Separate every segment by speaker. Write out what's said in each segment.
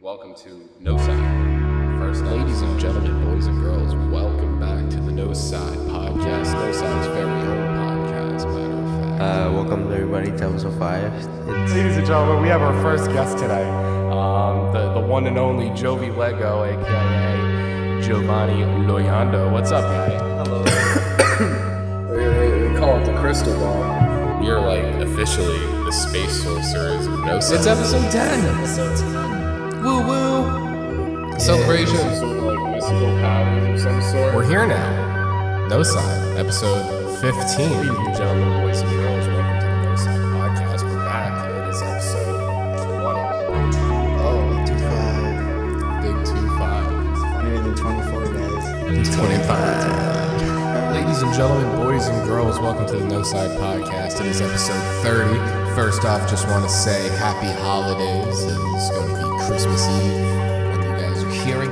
Speaker 1: Welcome to No Side. First off,
Speaker 2: Ladies and gentlemen, boys and girls, welcome back to the No Side Podcast. No Side's very own podcast, matter of fact.
Speaker 3: Uh, welcome everybody to episode five. It's
Speaker 4: Ladies and gentlemen, we have our first guest today. Um, the, the one and only Jovi Lego, aka Giovanni Loyando. What's up, guy?
Speaker 2: we, we- we call it the crystal ball. You're like officially the space sorcerers of No Side.
Speaker 1: it's episode 10. Woo woo.
Speaker 2: celebration of sort of like mystical powers of some sort. We're here now. No Side, episode 15. Ladies and gentlemen, boys and girls, welcome to the No Side Podcast. We're back. It is episode 20.
Speaker 3: oh, two five.
Speaker 2: Big 2-5.
Speaker 3: Funnier than twenty four guys.
Speaker 2: 25. Ladies and gentlemen, boys and girls, welcome to the No Side Podcast. It is episode 30. First off, just want to say happy holidays. It's going to be Christmas Eve when you guys are hearing.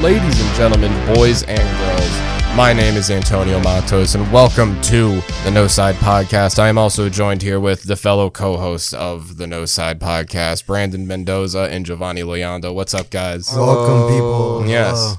Speaker 2: Ladies and gentlemen, boys and girls, my name is Antonio Matos, and welcome to the No Side Podcast. I am also joined here with the fellow co hosts of the No Side Podcast, Brandon Mendoza and Giovanni Leondo. What's up, guys?
Speaker 3: Welcome people.
Speaker 2: Oh.
Speaker 3: Oh.
Speaker 2: Yes.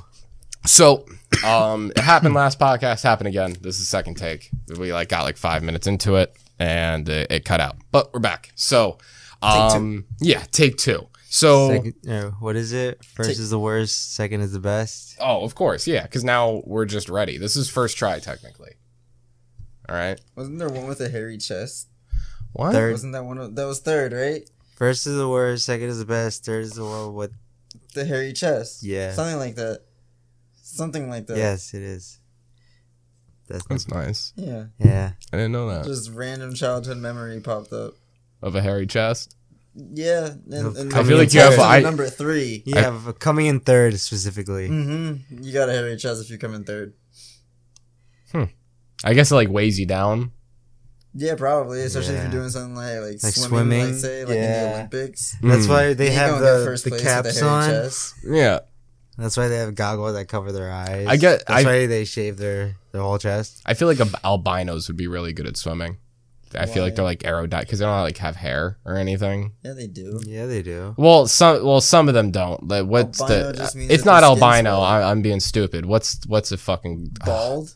Speaker 2: So, um, it happened last podcast. Happened again. This is second take. We like got like five minutes into it, and it, it cut out. But we're back. So, um, yeah, take two. So,
Speaker 3: Second, no, what is it? First is the worst. Second is the best.
Speaker 2: oh, of course, yeah, because now we're just ready. This is first try technically. All right.
Speaker 5: Wasn't there one with a hairy chest?
Speaker 2: What?
Speaker 3: Third.
Speaker 5: Wasn't that one? Of, that was third, right?
Speaker 3: First is the worst. Second is the best. Third is the one with.
Speaker 5: The hairy chest.
Speaker 3: Yeah.
Speaker 5: Something like that. Something like that.
Speaker 3: Yes, it is. That's
Speaker 2: That's nice.
Speaker 5: Yeah.
Speaker 3: yeah.
Speaker 2: I didn't know that.
Speaker 5: Just random childhood memory popped up.
Speaker 2: Of a hairy chest.
Speaker 5: Yeah. And, and
Speaker 2: I feel like you have-
Speaker 5: Number
Speaker 2: I-
Speaker 5: number three.
Speaker 3: You have uh, coming in third
Speaker 2: Mm.
Speaker 3: specifically.
Speaker 5: Mm-hmm. You got a hairy chest if you come in third.
Speaker 2: I guess it like weighs you down.
Speaker 5: Yeah, probably. Especially if
Speaker 3: Yeah.
Speaker 5: you're doing something like like,
Speaker 3: Like
Speaker 5: swimming,
Speaker 3: swimming?
Speaker 5: let's say, like in
Speaker 3: Yeah.
Speaker 5: the Olympics.
Speaker 3: That's
Speaker 2: Mm.
Speaker 3: why they
Speaker 5: You
Speaker 3: have
Speaker 5: don't get
Speaker 3: the, the
Speaker 5: place with
Speaker 3: caps
Speaker 5: hairy
Speaker 3: on.
Speaker 5: chest.
Speaker 2: Yeah.
Speaker 3: That's why they have goggles that cover their eyes.
Speaker 2: I get- I-
Speaker 3: That's why they shave their their whole chest.
Speaker 2: I feel like ab- albinos would be really good at swimming. I feel like they're like aerody because they don't like have hair or anything.
Speaker 5: Yeah, they do.
Speaker 3: Yeah, they do.
Speaker 2: Well, some well some of them don't. Like, what's
Speaker 5: Albino
Speaker 2: the?
Speaker 5: just means
Speaker 2: It's
Speaker 5: that
Speaker 2: not
Speaker 5: their skin's
Speaker 2: albino.
Speaker 5: white.
Speaker 2: I, I'm being stupid. What's what's a fucking
Speaker 5: Bald.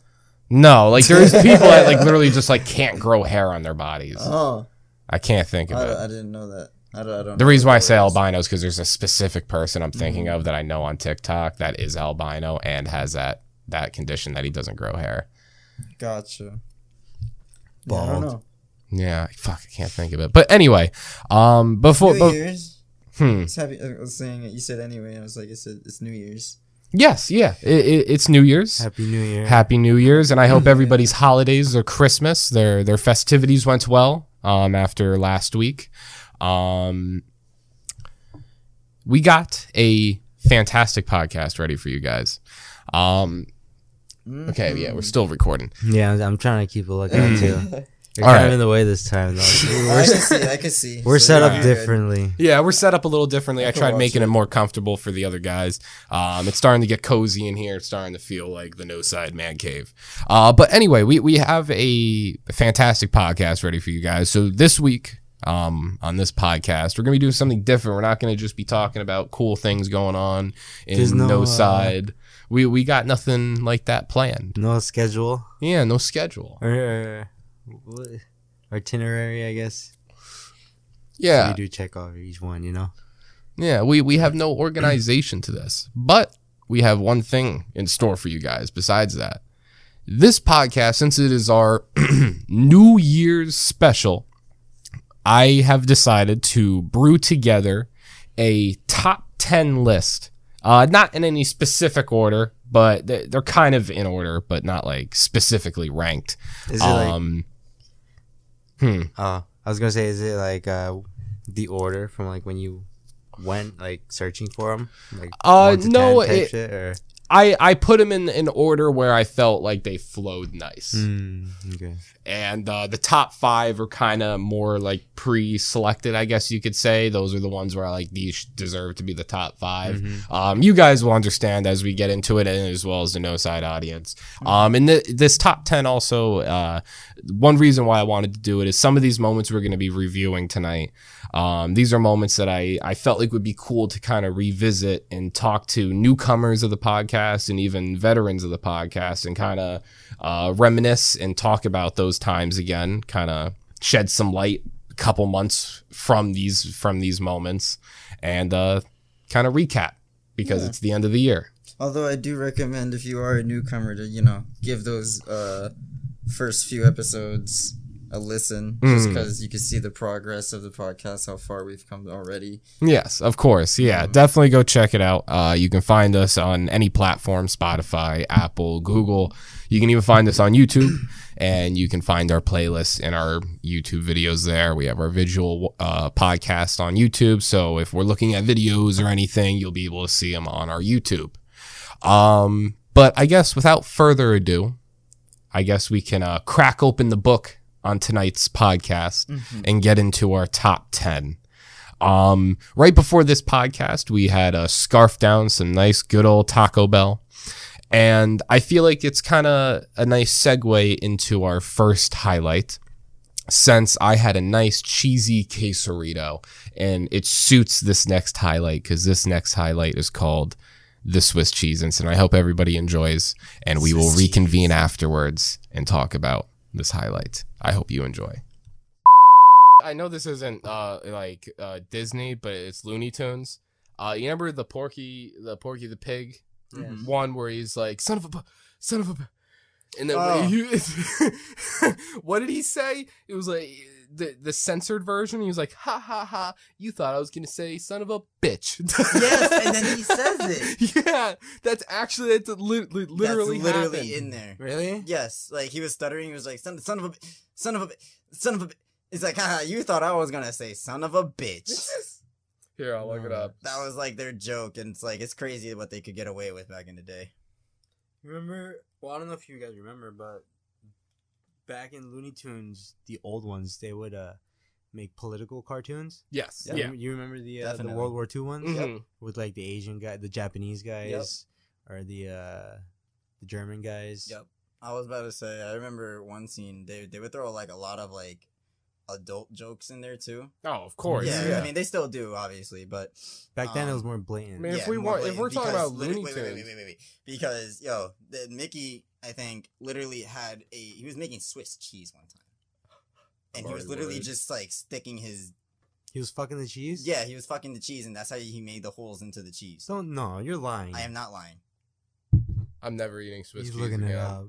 Speaker 2: no? Like there's people that like literally just like can't grow hair on their bodies.
Speaker 5: Oh,
Speaker 2: I can't think of
Speaker 5: I, I
Speaker 2: it.
Speaker 5: didn't know that. I don't. I don't
Speaker 2: The
Speaker 5: know
Speaker 2: reason
Speaker 5: what
Speaker 2: why I
Speaker 5: that
Speaker 2: say
Speaker 5: word is.
Speaker 2: albinos because there's a specific person I'm thinking
Speaker 3: Mm-hmm.
Speaker 2: of that I know on TikTok that is albino and has that that condition that he doesn't grow hair.
Speaker 5: Gotcha. Yeah, I
Speaker 3: Bald.
Speaker 5: don't know.
Speaker 2: Yeah, fuck, I can't think of it. But anyway, um, before,
Speaker 5: New
Speaker 2: bef-
Speaker 5: Year's.
Speaker 2: hmm.
Speaker 5: It's happy. I was saying it. You said anyway. and I was like, it's it's New Year's.
Speaker 2: Yes, yeah. I i it's New Year's.
Speaker 3: Happy New Year.
Speaker 2: Happy New Year's, and I hope everybody's holidays or Christmas, their their festivities went well um, after last week. Um, we got a fantastic podcast ready for you guys. Um, Mm-hmm. okay, yeah,
Speaker 3: Mm-hmm.
Speaker 2: we're still recording.
Speaker 3: yeah, I'm, I'm trying to keep a lookout too. You're kind
Speaker 2: Mm. All right.
Speaker 3: of in the way this time though.
Speaker 5: Mm-hmm. I can see. I can see.
Speaker 3: We're
Speaker 5: So
Speaker 3: set
Speaker 5: you're
Speaker 3: up
Speaker 5: good.
Speaker 3: differently.
Speaker 2: Yeah, we're set up a little differently. I,
Speaker 5: can
Speaker 2: tried
Speaker 5: watch
Speaker 2: making it.
Speaker 5: it.
Speaker 2: more comfortable for the other guys. Um, it's starting to get cozy in here. It's starting to feel like the no side man cave. Uh, but anyway, we, we have a fantastic podcast ready for you guys. So this week um, on this podcast, we're going to be doing something different. We're not going to just be talking about cool things going on
Speaker 3: There's
Speaker 2: in no,
Speaker 3: no, uh,
Speaker 2: side. We, we got nothing like that planned.
Speaker 3: No schedule
Speaker 2: Yeah, no schedule.
Speaker 3: or, or what- itinerary, I guess.
Speaker 2: Yeah.
Speaker 3: You do check off each one, you know.
Speaker 2: Yeah, we, we have no organization to this, but we have one thing in store for you guys besides that. This podcast, since it is our New Year's special, I have decided to brew together a top 10 list. Uh, not in any specific order, but they- they're kind of in order, but not like specifically ranked.
Speaker 3: Is it like?
Speaker 2: Um,
Speaker 3: Oh, I was gonna say, is it like uh, the order from like when you went like searching for them? Like
Speaker 2: Uh,
Speaker 3: one to
Speaker 2: no,
Speaker 3: 10 type
Speaker 2: it-
Speaker 3: shit, or
Speaker 2: I I put them in an order where I felt like they flowed nice,
Speaker 3: Mm, okay.
Speaker 2: and uh, the top five are kind of more like pre-selected, I guess you could say. Those are the ones where I like these deserve to be the top 5
Speaker 3: Mm-hmm.
Speaker 2: Um, you guys will understand as we get into it, and as well as the no side audience. Um, and th- this top ten also uh, one reason why I wanted to do it is some of these moments we're going to be reviewing tonight. Um, these are moments that I, I felt like would be cool to kind of revisit and talk to newcomers of the podcast and even veterans of the podcast and kind of uh, reminisce and talk about those times again, kind of shed some light a couple months from these from these moments and uh, kind of recap because it's the end of the year.
Speaker 5: Although I do recommend if you are a newcomer to, you know, give those uh, first few episodes a listen, just
Speaker 2: Mm.
Speaker 5: because you can see the progress of the podcast, how far we've come already.
Speaker 2: Yes, of course. Yeah, definitely go check it out. Uh, you can find us on any platform Spotify, Apple, Google. You can even find us on YouTube, and you can find our playlists and our YouTube videos there. We have our visual uh, podcast on YouTube. So if we're looking at videos or anything, you'll be able to see them on our YouTube. Um, but I guess without further ado, I guess we can uh, crack open the book on tonight's podcast
Speaker 3: Mm-hmm.
Speaker 2: and get into our top 10. Um, right before this podcast, we had a scarf down some nice, good old Taco Bell. And I feel like it's kind of a nice segue into our first highlight since I had a nice cheesy quesarito and it suits this next highlight because this next highlight is called the Swiss cheese incident. I hope everybody enjoys and we will reconvene afterwards and talk about this highlight. I hope you enjoy. I know this isn't uh, like uh, Disney, but it's Looney Tunes. Uh, you remember the Porky, the Porky the Pig one where he's like, "Son of a, bu- son of a," bu-" and then
Speaker 5: Oh.
Speaker 2: he, what did he say? It was like the the censored version. He was like, "Ha ha ha! You thought I was gonna say son of a bitch."
Speaker 5: Yes, and then he says
Speaker 2: it. Yeah, that's actually that's li- li- literally
Speaker 5: That's literally
Speaker 2: happened.
Speaker 5: in there.
Speaker 2: Really?
Speaker 5: Yes, like he was stuttering. He was like, "Son, son of a, bi- son of a, bi- son of a." bi-" It's like, haha, you thought I was gonna say "son of a bitch."
Speaker 2: Here, I'll look it up.
Speaker 5: That was like their joke, and it's like it's crazy what they could get away with back in the day.
Speaker 3: Remember? Well, I don't know if you guys remember, but back in Looney Tunes, the old ones, they would uh make political cartoons.
Speaker 2: Yes.
Speaker 5: Yeah.
Speaker 2: Yeah.
Speaker 3: You, you remember the uh, the
Speaker 5: Definitely.
Speaker 3: World War II ones
Speaker 2: Mhm.
Speaker 3: with like the Asian guy, the Japanese guys, or the uh the German guys.
Speaker 5: Yep. I was about to say, I remember one scene they they would throw like a lot of like adult jokes in there too.
Speaker 2: Oh, of course.
Speaker 5: Yeah,
Speaker 2: Yeah.
Speaker 5: I mean they still do, obviously, but
Speaker 3: Back then, it
Speaker 5: um,
Speaker 3: was more blatant.
Speaker 2: Man, if we
Speaker 5: more
Speaker 2: want- if
Speaker 5: blatant
Speaker 2: we're talking
Speaker 5: because
Speaker 2: about
Speaker 5: lit-
Speaker 2: Looney
Speaker 5: wait, wait, wait,
Speaker 2: Tunes-
Speaker 5: wait, wait, wait, because yo, the, Mickey, I think, literally had a he was making Swiss cheese one time, and he was
Speaker 2: Lord,
Speaker 5: literally
Speaker 2: Lord.
Speaker 5: just like sticking his
Speaker 3: He was fucking the cheese.
Speaker 5: yeah, he was fucking the cheese, and that's how he made the holes into the cheese.
Speaker 3: So no, you're lying.
Speaker 5: I am not lying.
Speaker 2: I'm never eating Swiss
Speaker 3: He's
Speaker 2: cheese
Speaker 3: looking
Speaker 2: again.
Speaker 3: it up.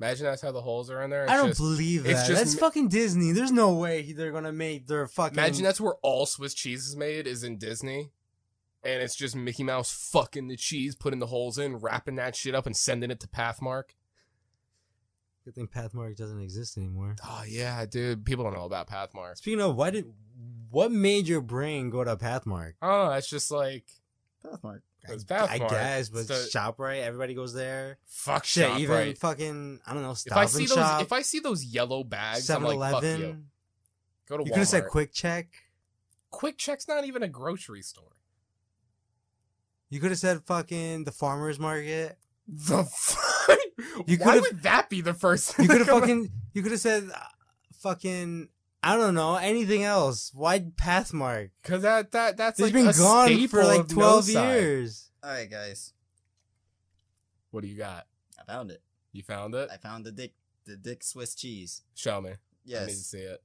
Speaker 2: Imagine that's how the holes are in there.
Speaker 3: I
Speaker 2: It's
Speaker 3: don't
Speaker 2: just-
Speaker 3: believe that.
Speaker 2: it's just
Speaker 3: That's
Speaker 2: mi-
Speaker 3: fucking Disney. There's no way he- they're gonna make their fucking.
Speaker 2: Imagine that's where all Swiss cheese is made is in Disney. And it's just Mickey Mouse fucking the cheese, putting the holes in, wrapping that shit up, and sending it to Pathmark.
Speaker 3: Good thing Pathmark doesn't exist anymore.
Speaker 2: Oh yeah, dude. People don't know about Pathmark.
Speaker 3: Speaking of, why did what made your brain go to Pathmark?
Speaker 2: Oh, it's just like
Speaker 5: Pathmark.
Speaker 2: it's
Speaker 3: I-
Speaker 2: Pathmark.
Speaker 3: I guess, but
Speaker 2: It's the-
Speaker 3: Shoprite, everybody goes there.
Speaker 2: fuck
Speaker 3: Shit,
Speaker 2: shop,
Speaker 3: even
Speaker 2: right?
Speaker 3: fucking I don't know.
Speaker 2: If
Speaker 3: Stop
Speaker 2: I see
Speaker 3: and
Speaker 2: those,
Speaker 3: Shop,
Speaker 2: if I see those yellow bags, I'm
Speaker 3: 7
Speaker 2: like, fuck you.
Speaker 3: Eleven.
Speaker 2: Go to
Speaker 3: You
Speaker 2: Walmart.
Speaker 3: could have said Quick Check.
Speaker 2: Quick Check's not even a grocery store.
Speaker 3: You could have said fucking the farmers market.
Speaker 2: The fuck?
Speaker 3: You
Speaker 2: Why
Speaker 3: could've-
Speaker 2: would that be the first? Thing
Speaker 3: You
Speaker 2: that
Speaker 3: could have
Speaker 2: come up-
Speaker 3: fucking. You could have said uh, fucking. I don't know anything else. Why Pathmark?
Speaker 2: Cause that that that's
Speaker 3: He's
Speaker 2: like
Speaker 3: been
Speaker 2: a
Speaker 3: gone
Speaker 2: staple
Speaker 3: for like
Speaker 2: of no
Speaker 3: twelve
Speaker 2: side.
Speaker 3: years.
Speaker 5: All right, guys,
Speaker 2: What do you got?
Speaker 5: I found it.
Speaker 2: You found it?
Speaker 5: I found the dick, the dick Swiss cheese.
Speaker 2: Show me. I need to
Speaker 5: Yes.
Speaker 2: see it.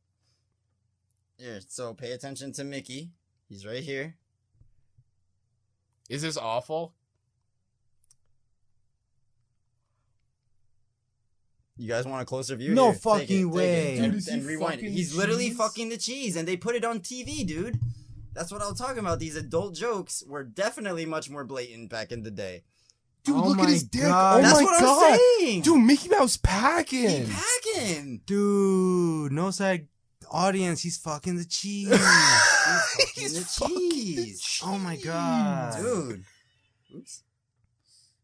Speaker 5: Here, so pay attention to Mickey. He's right here.
Speaker 2: Is this awful?
Speaker 5: You guys want a closer view?
Speaker 3: No
Speaker 5: Here, take it,
Speaker 3: fucking
Speaker 5: take it,
Speaker 3: way.
Speaker 5: And,
Speaker 2: Dude, is he
Speaker 5: and rewind. it.
Speaker 2: fucking
Speaker 5: He's literally
Speaker 2: cheese?
Speaker 5: fucking the cheese, and they put it on TV, dude. That's what I'm talking about. These adult jokes were definitely much more blatant back in the day.
Speaker 3: Dude, Oh look at my his dick. God. Oh
Speaker 5: That's
Speaker 3: my
Speaker 5: what I'm saying.
Speaker 2: Mickey Mouse
Speaker 5: He
Speaker 2: packing.
Speaker 5: packing.
Speaker 3: Dude, no side audience. He's fucking the cheese.
Speaker 5: He's fucking
Speaker 2: He's
Speaker 5: the
Speaker 2: fucking the
Speaker 5: cheese.
Speaker 3: oh my god.
Speaker 5: Dude. Oops.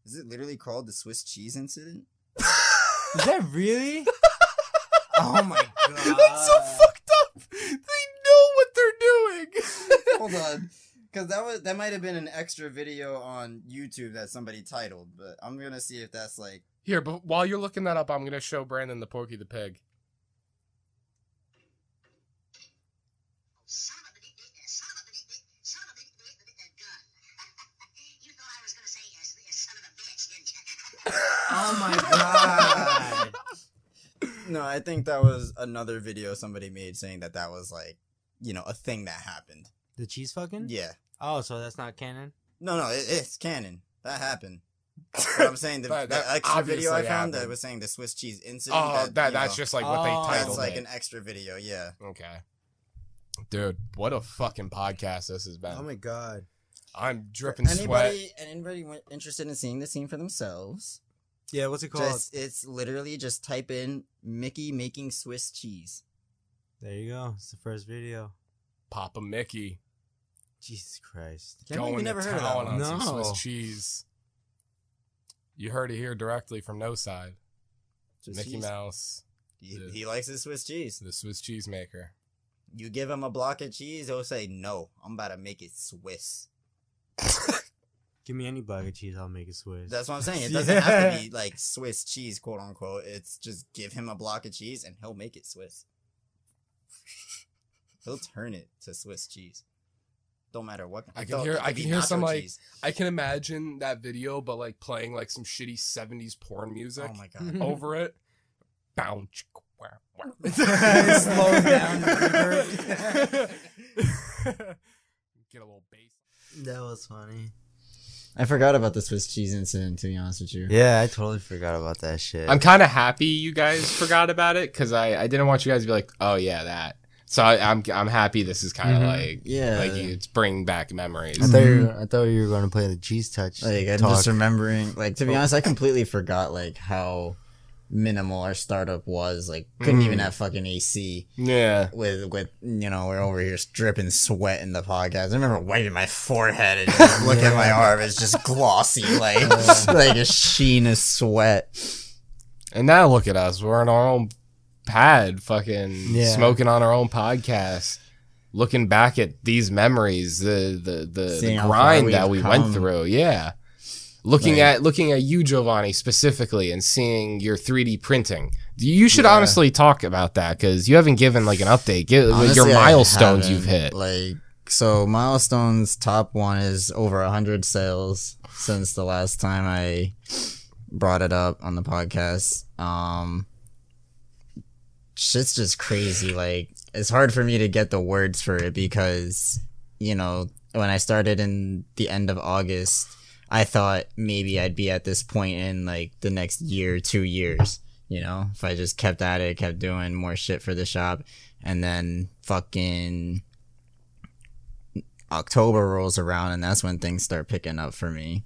Speaker 5: Is it literally called the Swiss cheese incident?
Speaker 3: Is that really? oh my god.
Speaker 2: That's so fucked up. They know what they're doing.
Speaker 5: Hold on. Because that was that might have been an extra video on YouTube that somebody titled, but I'm gonna see if that's like
Speaker 2: Here, but while you're looking that up, I'm gonna show Brandon the Porky the Pig.
Speaker 6: Son of a dick, dick, uh, son of a dick, dick, son of a dick, dick, dick, uh, gun. you thought I was gonna say uh, son of a bitch, didn't you?
Speaker 3: Oh my god.
Speaker 5: No, I think that was another video somebody made saying that that was like, you know, a thing that happened.
Speaker 3: the cheese fucking?
Speaker 5: Yeah.
Speaker 3: Oh, so that's not canon?
Speaker 5: No, no, it, it's canon. That happened. But I'm saying the,
Speaker 2: That-
Speaker 5: that,
Speaker 2: that
Speaker 5: extra video I
Speaker 2: obviously
Speaker 5: found that
Speaker 2: happened.
Speaker 5: was saying the Swiss cheese incident.
Speaker 2: Oh, that,
Speaker 5: you
Speaker 2: that's
Speaker 5: know,
Speaker 2: just like what they
Speaker 3: Oh.
Speaker 2: titled
Speaker 5: that's like
Speaker 2: it.
Speaker 5: an extra video. Yeah.
Speaker 2: okay. Dude, what a fucking podcast this has
Speaker 5: Oh
Speaker 2: been.
Speaker 3: god.
Speaker 2: I'm dripping sweat.
Speaker 5: Anybody, anybody wa- interested in seeing the scene for themselves?
Speaker 3: Yeah, what's it called?
Speaker 5: Just it's literally just type in Mickey making Swiss cheese.
Speaker 3: There you go. It's the first video.
Speaker 2: Papa Mickey
Speaker 3: Jesus Christ.
Speaker 5: Can't
Speaker 2: going
Speaker 5: believe we
Speaker 2: to
Speaker 5: never heard of
Speaker 2: town
Speaker 5: that
Speaker 2: on
Speaker 5: one.
Speaker 2: some
Speaker 3: No.
Speaker 2: Swiss cheese. You heard it here directly from No Side.
Speaker 5: Swiss
Speaker 2: Mickey
Speaker 5: cheese.
Speaker 2: Mouse,
Speaker 5: He, he likes his Swiss cheese.
Speaker 2: the Swiss cheese maker.
Speaker 5: You give him a block of cheese, he'll say no. I'm about to make it Swiss.
Speaker 3: Give me any block of cheese, I'll make it Swiss.
Speaker 5: That's what I'm saying. It doesn't have to be like Swiss cheese, quote unquote. It's just give him a block of cheese and he'll make it Swiss. He'll turn it to Swiss cheese. Don't matter what.
Speaker 2: I can
Speaker 5: don't-
Speaker 2: hear-
Speaker 5: it could
Speaker 2: I can
Speaker 5: be
Speaker 2: hear some,
Speaker 5: nacho
Speaker 2: like-
Speaker 5: cheese.
Speaker 2: I can imagine that video, but like playing like some shitty 70s porn music
Speaker 5: Oh my god.
Speaker 2: over it. Bounce. wah, wah.
Speaker 5: Slow down,
Speaker 2: Get a little bass.
Speaker 3: that was funny.
Speaker 5: I forgot about the Swiss cheese incident. To be honest with you.
Speaker 3: Yeah, I totally forgot about that shit.
Speaker 2: I'm kind of happy you guys forgot about it because I, I didn't want you guys to be like, oh yeah, that. So I, I'm I'm happy this is kind of
Speaker 4: Mhm.
Speaker 2: like
Speaker 5: Yeah.
Speaker 2: like you, it's bringing back memories.
Speaker 3: I thought, you were, I thought you were going to play the cheese touch.
Speaker 5: Like I'm
Speaker 3: talk.
Speaker 5: just remembering. Like to be honest, I completely forgot like how minimal our startup was. Like couldn't even
Speaker 2: Mm.
Speaker 5: have fucking AC
Speaker 2: Yeah,
Speaker 5: with with you know we're over here dripping sweat in the podcast. I remember wiping my forehead and just look at my arm. It's just glossy, like like a sheen of sweat.
Speaker 2: and now look at us. We're on our own pad, fucking
Speaker 3: Yeah.
Speaker 2: smoking on our own podcast, looking back at these memories, the the the, the
Speaker 5: Seeing how far
Speaker 2: grind that we
Speaker 5: we've
Speaker 2: went
Speaker 5: come.
Speaker 2: through. Yeah, looking
Speaker 5: Like-
Speaker 2: at looking at you, Giovanni, specifically, and seeing your 3D printing. You should
Speaker 5: Yeah.
Speaker 2: honestly talk about that because you haven't given like an update. Give, like your
Speaker 5: Honestly, I
Speaker 2: milestones you've hit.
Speaker 5: haven't, Like so, milestones top one is over hundred sales since the last time I brought it up on the podcast. Um, shit's just crazy. Like it's hard for me to get the words for it because you know when I started in the end of August, I thought maybe I'd be at this point in like the next year, two years. You know, if I just kept at it, kept doing more shit for the shop, and then fucking October rolls around, and that's when things start picking up for me.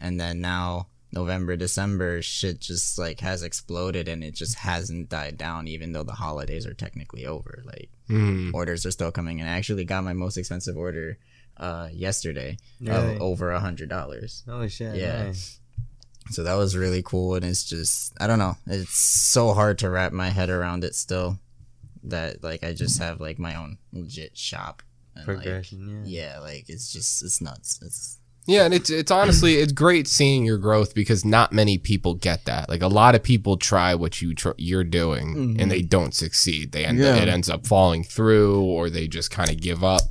Speaker 5: And then now November, December, shit just like has exploded, and it just hasn't died down, even though the holidays are technically over. Like
Speaker 2: Mm.
Speaker 5: orders are still coming, and I actually got my most expensive order uh yesterday
Speaker 3: Really?
Speaker 5: of over a hundred dollars.
Speaker 3: Holy shit.
Speaker 5: Yeah.
Speaker 3: nice.
Speaker 5: So that was really cool, and it's just I don't know. It's so hard to wrap my head around it still. That like I just have like my own legit shop. And, like,
Speaker 3: Progression, yeah.
Speaker 5: yeah, like it's just it's nuts. It's
Speaker 2: Yeah, and it's it's honestly it's great seeing your growth because not many people get that. Like a lot of people try what you tr- you're doing and they don't succeed. They end
Speaker 5: Mm-hmm. Yeah.
Speaker 2: it ends up falling through or they just kind of give up.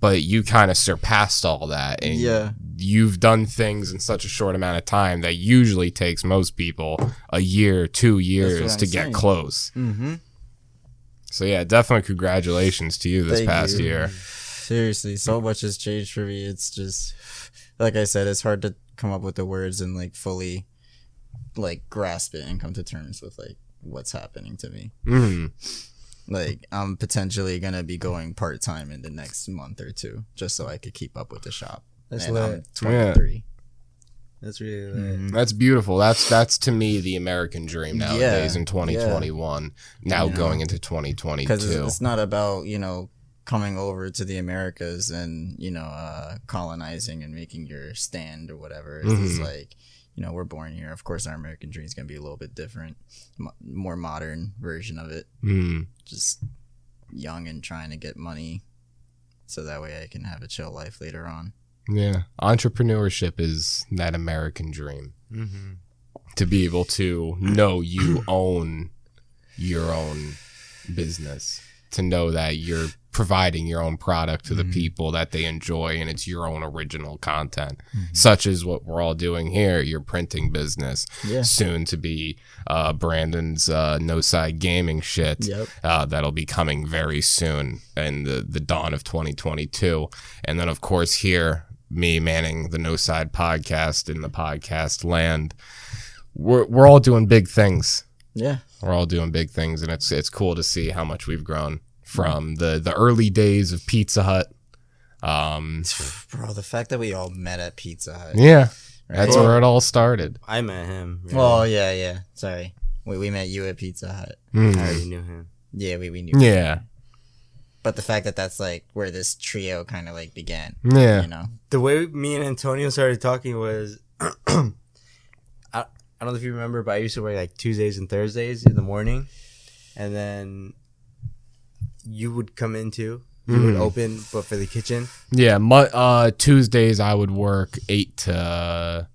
Speaker 2: But you kind of surpassed all that and
Speaker 5: Yeah.
Speaker 2: you've done things in such a short amount of time that usually takes most people a year, 2 years
Speaker 5: I'm
Speaker 2: to get
Speaker 5: saying.
Speaker 2: close.
Speaker 5: mm-hmm.
Speaker 2: So yeah, definitely congratulations to you this
Speaker 5: Thank
Speaker 2: past
Speaker 5: you.
Speaker 2: year.
Speaker 5: seriously so much has changed for me. It's just like I said, it's hard to come up with the words and like fully like grasp it and come to terms with like what's happening to me.
Speaker 2: Mhm.
Speaker 5: Like I'm potentially gonna be going part time in the next month or two, just so I could keep up with the shop.
Speaker 3: That's
Speaker 5: and
Speaker 3: lit.
Speaker 5: I'm 23.
Speaker 3: That's really lit.
Speaker 5: Mhm.
Speaker 2: That's beautiful. That's that's to me the American dream
Speaker 5: Yeah,
Speaker 2: nowadays in 2021. Now
Speaker 5: You know,
Speaker 2: going into
Speaker 5: because
Speaker 2: 2022.
Speaker 5: it's, it's not about you know coming over to the Americas and you know uh, colonizing and making your stand or whatever. It's just
Speaker 2: Mhm.
Speaker 5: like you know, we're born here. Of course, our American dream is going to be a little bit different, mo- more modern version of it.
Speaker 2: Mm.
Speaker 5: Just young and trying to get money, so that way I can have a chill life later on.
Speaker 2: Yeah. Entrepreneurship is that American dream
Speaker 3: Mm-hmm.
Speaker 2: to be able to know you own your own business, to know that you're providing your own product
Speaker 5: Mm-hmm.
Speaker 2: to the people that they enjoy and it's your own original content,
Speaker 5: Mm-hmm.
Speaker 2: such as what we're all doing here, your printing business,
Speaker 5: Yeah.
Speaker 2: soon to be uh, Brandon's uh, No Side Gaming shit
Speaker 5: Yep.
Speaker 2: uh, that'll be coming very soon in the, the dawn of 2022. And then, of course, here, me manning the No Side podcast in the podcast land. We're, we're all doing big things.
Speaker 5: Yeah.
Speaker 2: We're all doing big things, and it's it's cool to see how much we've grown from the, the early days of Pizza Hut. Um,
Speaker 5: Bro, the fact that we all met at Pizza Hut.
Speaker 2: yeah, that's
Speaker 5: right?
Speaker 2: where it all started.
Speaker 3: I met him. really.
Speaker 5: Well, Oh, yeah, yeah. Sorry. We, we met you at Pizza Hut.
Speaker 3: I
Speaker 2: Mm.
Speaker 3: already knew him.
Speaker 5: Yeah, we, we knew.
Speaker 2: Yeah,
Speaker 5: But the fact that that's like where this trio kind of like began,
Speaker 2: yeah,
Speaker 5: you know?
Speaker 3: The way me and Antonio started talking was, I, I don't know if you remember, but I used to work like Tuesdays and Thursdays in the morning, and then you would come in too. You would
Speaker 2: Mhm.
Speaker 3: open, but for the kitchen.
Speaker 2: yeah. Mu- uh, Tuesdays I would work eight to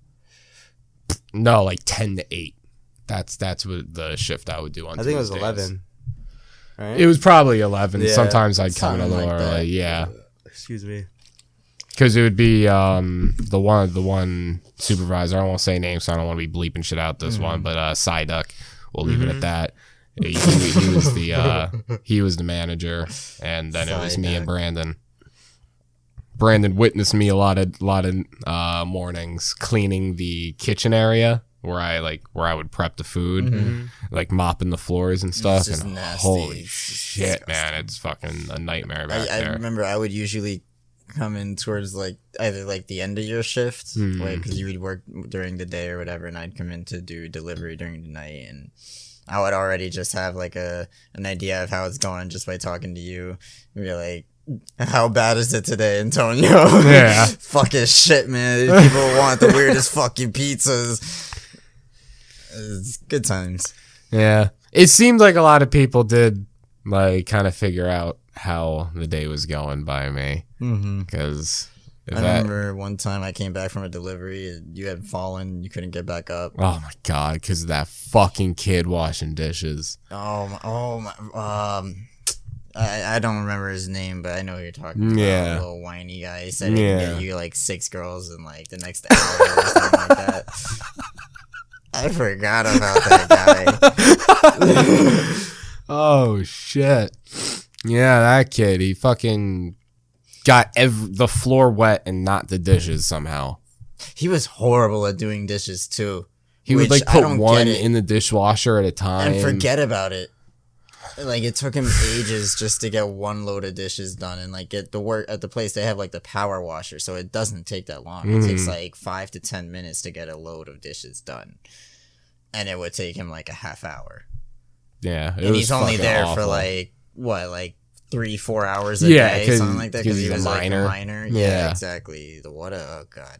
Speaker 2: no, like ten to eight. That's that's what the shift I would do on.
Speaker 3: I think it was
Speaker 2: Tuesdays.
Speaker 3: eleven. Right?
Speaker 2: It was probably eleven.
Speaker 3: Yeah.
Speaker 2: Sometimes I'd come in a
Speaker 5: Something
Speaker 2: little
Speaker 5: like
Speaker 2: early.
Speaker 5: that.
Speaker 2: Yeah.
Speaker 3: Excuse me.
Speaker 2: Because it would be um, the one the one supervisor. I won't say names, so I don't want to be bleeping shit out this
Speaker 5: Mm-hmm.
Speaker 2: one. But uh, Psyduck, we'll leave it at that. He, he- he was the uh, he was the manager, and then it was me and
Speaker 5: Psyduck.
Speaker 2: Brandon. Brandon witnessed me a lot of lot of uh, mornings cleaning the kitchen area where I like where I would prep the food,
Speaker 3: Mm-hmm.
Speaker 2: like mopping the floors and stuff.
Speaker 5: just
Speaker 2: and
Speaker 5: Mm-hmm. nasty.
Speaker 2: holy
Speaker 5: It's just
Speaker 2: shit, man, it's fucking a nightmare back
Speaker 5: I, I
Speaker 2: there.
Speaker 5: remember I would usually come in towards like either like the end of your shift, like 'cause
Speaker 2: Mm.
Speaker 5: because you would work during the day or whatever, and I'd come in to do delivery during the night, and I would already just have like a an idea of how it's going just by talking to you. And be like, how bad is it today, Antonio?
Speaker 2: Yeah.
Speaker 5: fucking shit, man. These People want the weirdest fucking pizzas. It's good times.
Speaker 2: Yeah. It seemed like a lot of people did like kind of figure out how the day was going by me
Speaker 5: Mm-hmm.
Speaker 2: because
Speaker 5: I
Speaker 2: that
Speaker 5: remember one time I came back from a delivery and you had fallen, you couldn't get back up.
Speaker 2: oh my god because that fucking kid washing dishes.
Speaker 5: Oh, my, oh my, um, I, I don't remember his name, but I know who you're talking about.
Speaker 2: Yeah.
Speaker 5: The little whiny guy. He said he can
Speaker 2: Yeah.
Speaker 5: get you like six girls in like the next hour or something like that. I forgot about that guy.
Speaker 2: Oh shit. Yeah, that kid. He fucking got ev- the floor wet and not the dishes somehow.
Speaker 5: He was horrible at doing dishes too.
Speaker 2: He would
Speaker 5: which
Speaker 2: like
Speaker 5: I
Speaker 2: put
Speaker 5: don't get
Speaker 2: one
Speaker 5: it.
Speaker 2: in the dishwasher at a time.
Speaker 5: and forget about it. Like it took him ages just to get one load of dishes done, and like at the work at the place they have like the power washer, so it doesn't take that long. It takes
Speaker 2: Mhm.
Speaker 5: like five to ten minutes to get a load of dishes done, and it would take him like a half hour.
Speaker 2: Yeah, it
Speaker 5: and
Speaker 2: was
Speaker 5: he's only
Speaker 2: fucking
Speaker 5: there for
Speaker 2: awful.
Speaker 5: like what, like three, four hours a
Speaker 2: Yeah,
Speaker 5: day,
Speaker 2: 'cause-
Speaker 5: something like that,
Speaker 2: 'cause
Speaker 5: because he
Speaker 2: he's a
Speaker 5: was like
Speaker 2: minor.
Speaker 5: a minor. Yeah,
Speaker 2: Yeah.
Speaker 5: exactly. The what? A, oh god,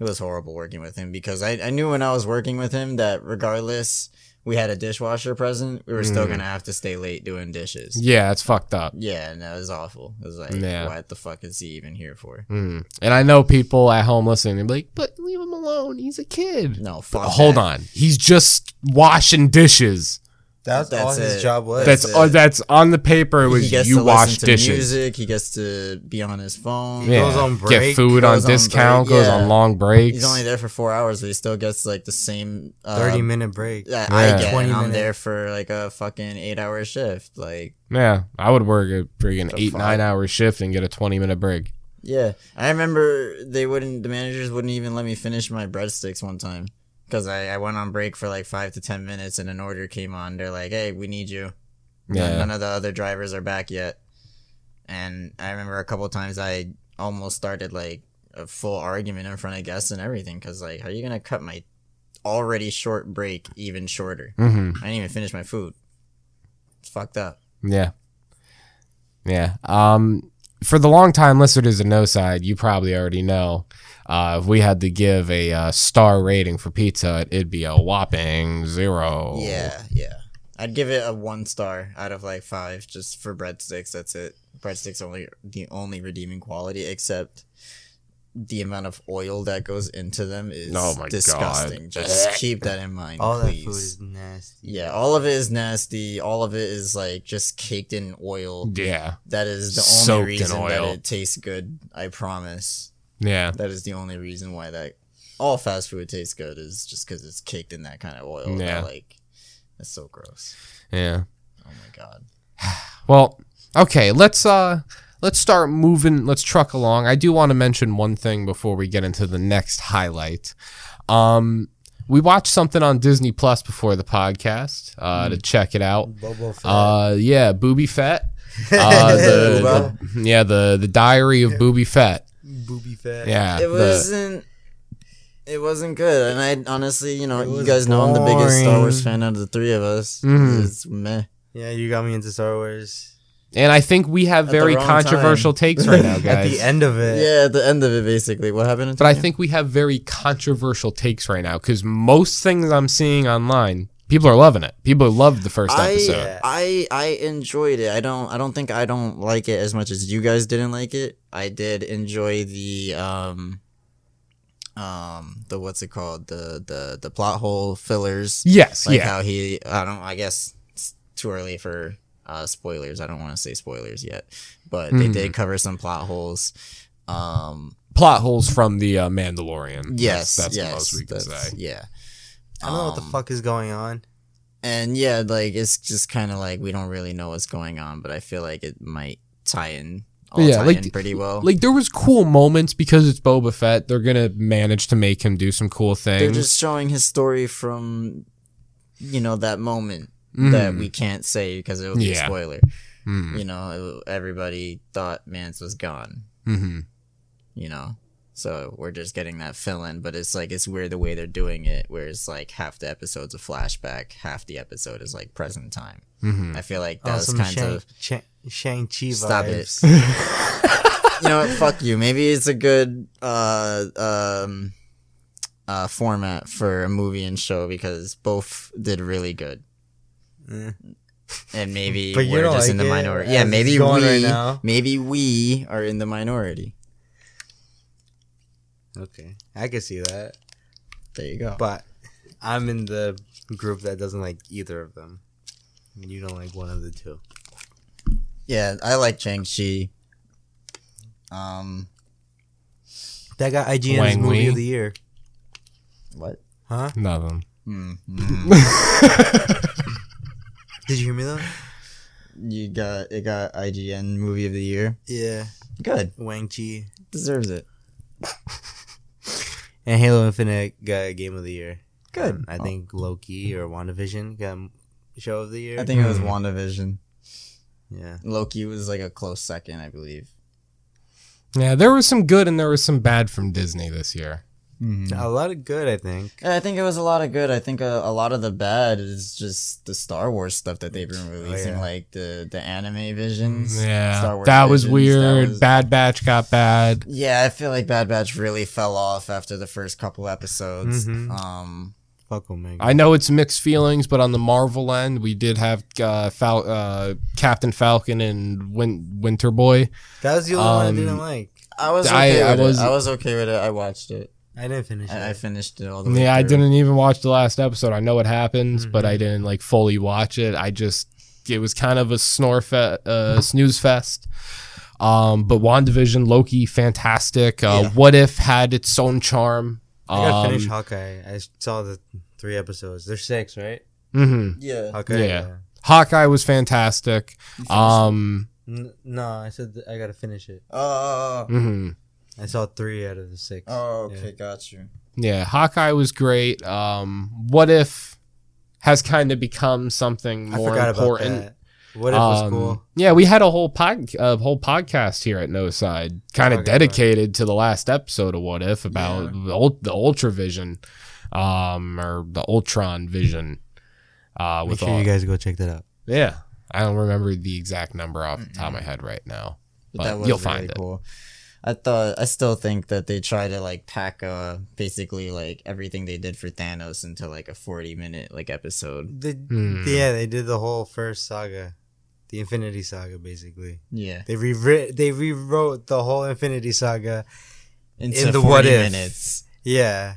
Speaker 5: it was horrible working with him because I I knew when I was working with him that regardless we had a dishwasher present, we were still
Speaker 2: Mm.
Speaker 5: gonna have to stay late doing dishes.
Speaker 2: yeah, it's fucked up.
Speaker 5: Yeah, and that was awful. It was like,
Speaker 2: Yeah.
Speaker 5: what the fuck is he even here for?
Speaker 2: Mm. And I know people at home listening, they'll be like, but leave him alone. He's a kid.
Speaker 5: No, fuck.
Speaker 2: Hold
Speaker 5: that.
Speaker 2: on. He's just washing dishes.
Speaker 3: That's,
Speaker 5: That's
Speaker 3: all his
Speaker 5: it.
Speaker 3: job was.
Speaker 2: That's
Speaker 5: it.
Speaker 2: uh, that's on the paper. It
Speaker 5: he
Speaker 2: was
Speaker 5: gets
Speaker 2: you
Speaker 5: to
Speaker 2: wash
Speaker 5: listen to
Speaker 2: dishes.
Speaker 5: music. He gets to be on his phone.
Speaker 2: Yeah.
Speaker 3: Goes on
Speaker 2: Get
Speaker 3: break,
Speaker 2: food on
Speaker 5: goes on
Speaker 2: discount,
Speaker 5: break,
Speaker 2: goes
Speaker 5: yeah.
Speaker 2: on long breaks.
Speaker 5: He's only there for four hours, but he still gets like the same uh,
Speaker 3: thirty minute break.
Speaker 5: that
Speaker 2: Yeah.
Speaker 5: I get.
Speaker 3: 20
Speaker 5: and I'm
Speaker 3: minute-
Speaker 5: there for like a fucking eight hour shift. Like,
Speaker 2: yeah, I would work a friggin'
Speaker 5: The
Speaker 2: eight,
Speaker 5: fuck?
Speaker 2: nine hour shift and get a 20 minute break.
Speaker 5: yeah. I remember they wouldn't, the managers wouldn't even let me finish my breadsticks one time because I, I went on break for like five to 10 minutes and an order came on. They're like, hey, we need you. None-
Speaker 2: Yeah.
Speaker 5: None of the other drivers are back yet. And I remember a couple times I almost started like a full argument in front of guests and everything because, like, how are you going to cut my already short break even shorter?
Speaker 2: hmm
Speaker 5: I didn't even finish my food. It's fucked up.
Speaker 2: Yeah. Yeah. Um, for the long time listeners to No Side, you probably already know. Uh, if we had to give a uh, star rating for Pizza Hut, it'd be a whopping zero.
Speaker 5: Yeah, yeah. I'd give it a one star out of like five, just for breadsticks. That's it. Breadsticks only the only redeeming quality, except the amount of oil that goes into them is
Speaker 2: Oh my God.
Speaker 5: disgusting. Just keep that in mind,
Speaker 3: All that
Speaker 5: please.
Speaker 3: food is nasty.
Speaker 5: yeah, all of it is nasty. All of it is like just caked in oil.
Speaker 2: Yeah.
Speaker 5: That is the
Speaker 2: Soaked in
Speaker 5: only reason that
Speaker 2: oil.
Speaker 5: it tastes good. I promise.
Speaker 2: Yeah.
Speaker 5: That is the only reason why that all fast food tastes good is just because it's caked in that kind of oil.
Speaker 2: Yeah.
Speaker 5: That, like, that's so gross.
Speaker 2: Yeah.
Speaker 5: Oh my god.
Speaker 2: Well, okay, let's uh let's start moving, let's truck along. I do want to mention one thing before we get into the next highlight. Um we watched something on Disney Plus before the podcast uh to check it
Speaker 3: Oh.
Speaker 2: out.
Speaker 3: Bobo Fett.
Speaker 2: Uh yeah, Booby Fett. Uh,
Speaker 5: Oh,
Speaker 2: the, the- yeah, the the Diary of Booby Fett.
Speaker 3: Booby fat.
Speaker 2: Yeah.
Speaker 5: It
Speaker 2: the-
Speaker 5: wasn't. It wasn't good, and I honestly, you know,
Speaker 3: It
Speaker 5: you
Speaker 3: was
Speaker 5: guys know I'm the biggest Star Wars
Speaker 3: boring.
Speaker 5: fan out of the three of us.
Speaker 2: Mhm.
Speaker 5: It's meh.
Speaker 3: Yeah, you got me into Star Wars.
Speaker 2: and I think we have
Speaker 5: At the
Speaker 2: very
Speaker 5: wrong
Speaker 2: controversial takes right now,
Speaker 3: At
Speaker 2: guys.
Speaker 3: the end of it.
Speaker 5: Yeah, at the end of it, basically, what happened?
Speaker 2: But I think we have very controversial takes right now because most things I'm seeing online, people are loving it. People loved the first
Speaker 5: I, uh,
Speaker 2: episode.
Speaker 3: Yeah.
Speaker 5: I I enjoyed it. I don't I don't think I don't like it as much as you guys didn't like it. I did enjoy the um um the what's it called the the the plot hole fillers.
Speaker 2: Yes,
Speaker 5: like
Speaker 2: yeah.
Speaker 5: how he i don't i guess it's too early for uh spoilers i don't want to say spoilers yet but they did cover some plot holes um
Speaker 2: Plot holes from the uh, Mandalorian.
Speaker 5: yes
Speaker 2: that's, that's
Speaker 5: yes
Speaker 2: the most we can
Speaker 5: that's-
Speaker 2: say.
Speaker 5: yeah Um,
Speaker 3: I don't know what the fuck is going on.
Speaker 5: and yeah like it's just kind of like we don't really know what's going on but i feel like it might tie in all
Speaker 2: Yeah,
Speaker 5: tie
Speaker 2: like-
Speaker 5: in pretty well
Speaker 2: Like there was cool moments because it's Boba Fett. They're gonna manage to make him do some cool
Speaker 5: they're
Speaker 2: things.
Speaker 5: just showing his story from you know that moment that
Speaker 2: Mhm.
Speaker 5: we can't say because it would be
Speaker 2: Yeah.
Speaker 5: a spoiler
Speaker 2: Mhm.
Speaker 5: you know it- everybody thought mance was gone
Speaker 2: Mhm.
Speaker 5: you know so we're just getting that fill in but it's like it's weird the way they're doing it where it's like half the episode's a flashback half the episode is like present time
Speaker 2: Mhm.
Speaker 5: i feel like that
Speaker 3: Oh,
Speaker 5: was
Speaker 3: some
Speaker 5: kind
Speaker 3: Shang,
Speaker 5: of
Speaker 3: Shang, Shang-Chi vibes.
Speaker 5: stop it you know what fuck you maybe it's a good uh um uh format for a movie and show because both did really good
Speaker 3: Eh.
Speaker 5: and maybe
Speaker 3: But you
Speaker 5: we're
Speaker 3: don't
Speaker 5: just
Speaker 3: like
Speaker 5: in the
Speaker 3: it
Speaker 5: minority
Speaker 3: as
Speaker 5: yeah
Speaker 3: it's
Speaker 5: maybe we
Speaker 3: going right now.
Speaker 5: maybe we are in the minority
Speaker 3: Okay. I can see that.
Speaker 5: there you go
Speaker 3: But I'm in the group that doesn't like either of them. And You don't like one of the two.
Speaker 5: Yeah, I like Chang Chi. Um,
Speaker 3: That got IGN's
Speaker 2: Wang
Speaker 3: movie
Speaker 2: Wei?
Speaker 3: of the year.
Speaker 5: what?
Speaker 3: Huh?
Speaker 2: Nothing.
Speaker 5: Hmm, hmm.
Speaker 3: Did you hear me though?
Speaker 5: you got it. Got IGN Movie of the Year.
Speaker 3: Yeah.
Speaker 5: Good,
Speaker 3: Wang Chi.
Speaker 5: deserves it.
Speaker 3: And Halo Infinite got Game of the Year.
Speaker 5: Good.
Speaker 3: And I think Loki or WandaVision got Show of the Year.
Speaker 5: I think it was WandaVision.
Speaker 3: Yeah.
Speaker 5: Loki was like a close second, I believe.
Speaker 2: Yeah, there was some good and there was some bad from Disney this year.
Speaker 3: A lot of good, I think.
Speaker 5: Yeah, I think it was a lot of good. I think a, a lot of the bad is just the Star Wars stuff that they've been releasing,
Speaker 3: yeah.
Speaker 5: like the the anime visions. Star
Speaker 2: Oh, Mm, Yeah,
Speaker 5: Wars
Speaker 2: that was
Speaker 5: Visions, that
Speaker 2: weird.
Speaker 5: was-
Speaker 2: Bad Batch got bad.
Speaker 5: Yeah, I feel like Bad Batch really fell off after the first couple episodes.
Speaker 2: Mm-hmm.
Speaker 3: Mhm.
Speaker 5: Um,
Speaker 3: Fuck Omega.
Speaker 2: I know it's mixed feelings, but on the Marvel end, we did have uh, Fal- uh, Captain Falcon and Win- Winter Boy.
Speaker 3: that was the only one I
Speaker 2: Um,
Speaker 3: didn't like.
Speaker 5: I was
Speaker 2: I-
Speaker 5: okay
Speaker 2: I
Speaker 5: with
Speaker 2: was-
Speaker 5: it. I was okay with it. I watched it.
Speaker 3: I didn't finish
Speaker 5: I, I
Speaker 3: it.
Speaker 5: finished it all the way.
Speaker 2: Yeah, I
Speaker 5: through.
Speaker 2: didn't even watch the last episode. I know it happens, but
Speaker 5: Mm-hmm.
Speaker 2: I didn't like fully watch it. I just it was kind of a snore fe- uh, snooze fest. Um, but Wandavision, Loki, fantastic. Uh, What if had its own charm?
Speaker 3: I, gotta
Speaker 2: Um,
Speaker 3: finish Hawkeye. I saw the three episodes. There's six, right?
Speaker 2: mhm.
Speaker 5: Yeah,
Speaker 3: Hawkeye.
Speaker 2: Yeah. Hawkeye was fantastic. Um,
Speaker 3: N- no, I said th- I gotta finish it.
Speaker 5: Oh,
Speaker 2: mhm.
Speaker 3: I saw three out of the six.
Speaker 5: oh,
Speaker 3: Yeah.
Speaker 5: okay, got you.
Speaker 2: Yeah, Hawkeye was great. Um, what if has kind of become something
Speaker 3: I
Speaker 2: more
Speaker 3: forgot
Speaker 2: important?
Speaker 3: about that. What if was
Speaker 2: Um,
Speaker 3: cool?
Speaker 2: Yeah, we had a whole pod, a whole podcast here at No Side, kind of
Speaker 3: forgot about
Speaker 2: dedicated to the last episode of What If about the ult- the Ultra Vision, um, or the Ultron Vision. Uh,
Speaker 3: Make
Speaker 2: with
Speaker 3: sure
Speaker 2: all,
Speaker 3: you guys go check that out.
Speaker 2: yeah, I don't remember the exact number off the top of my head right now.
Speaker 5: but
Speaker 2: But
Speaker 5: that was
Speaker 2: you'll
Speaker 5: really
Speaker 2: find it.
Speaker 5: cool. I thought I still think that they try to like pack uh basically like everything they did for Thanos into like a forty minute like episode.
Speaker 3: The,
Speaker 2: Hmm.
Speaker 3: Yeah, they did the whole first saga, the Infinity Saga, basically.
Speaker 5: Yeah,
Speaker 3: They rewrit they rewrote the whole Infinity Saga.
Speaker 5: into
Speaker 3: In the
Speaker 5: 40
Speaker 3: what if.
Speaker 5: minutes.
Speaker 3: Yeah,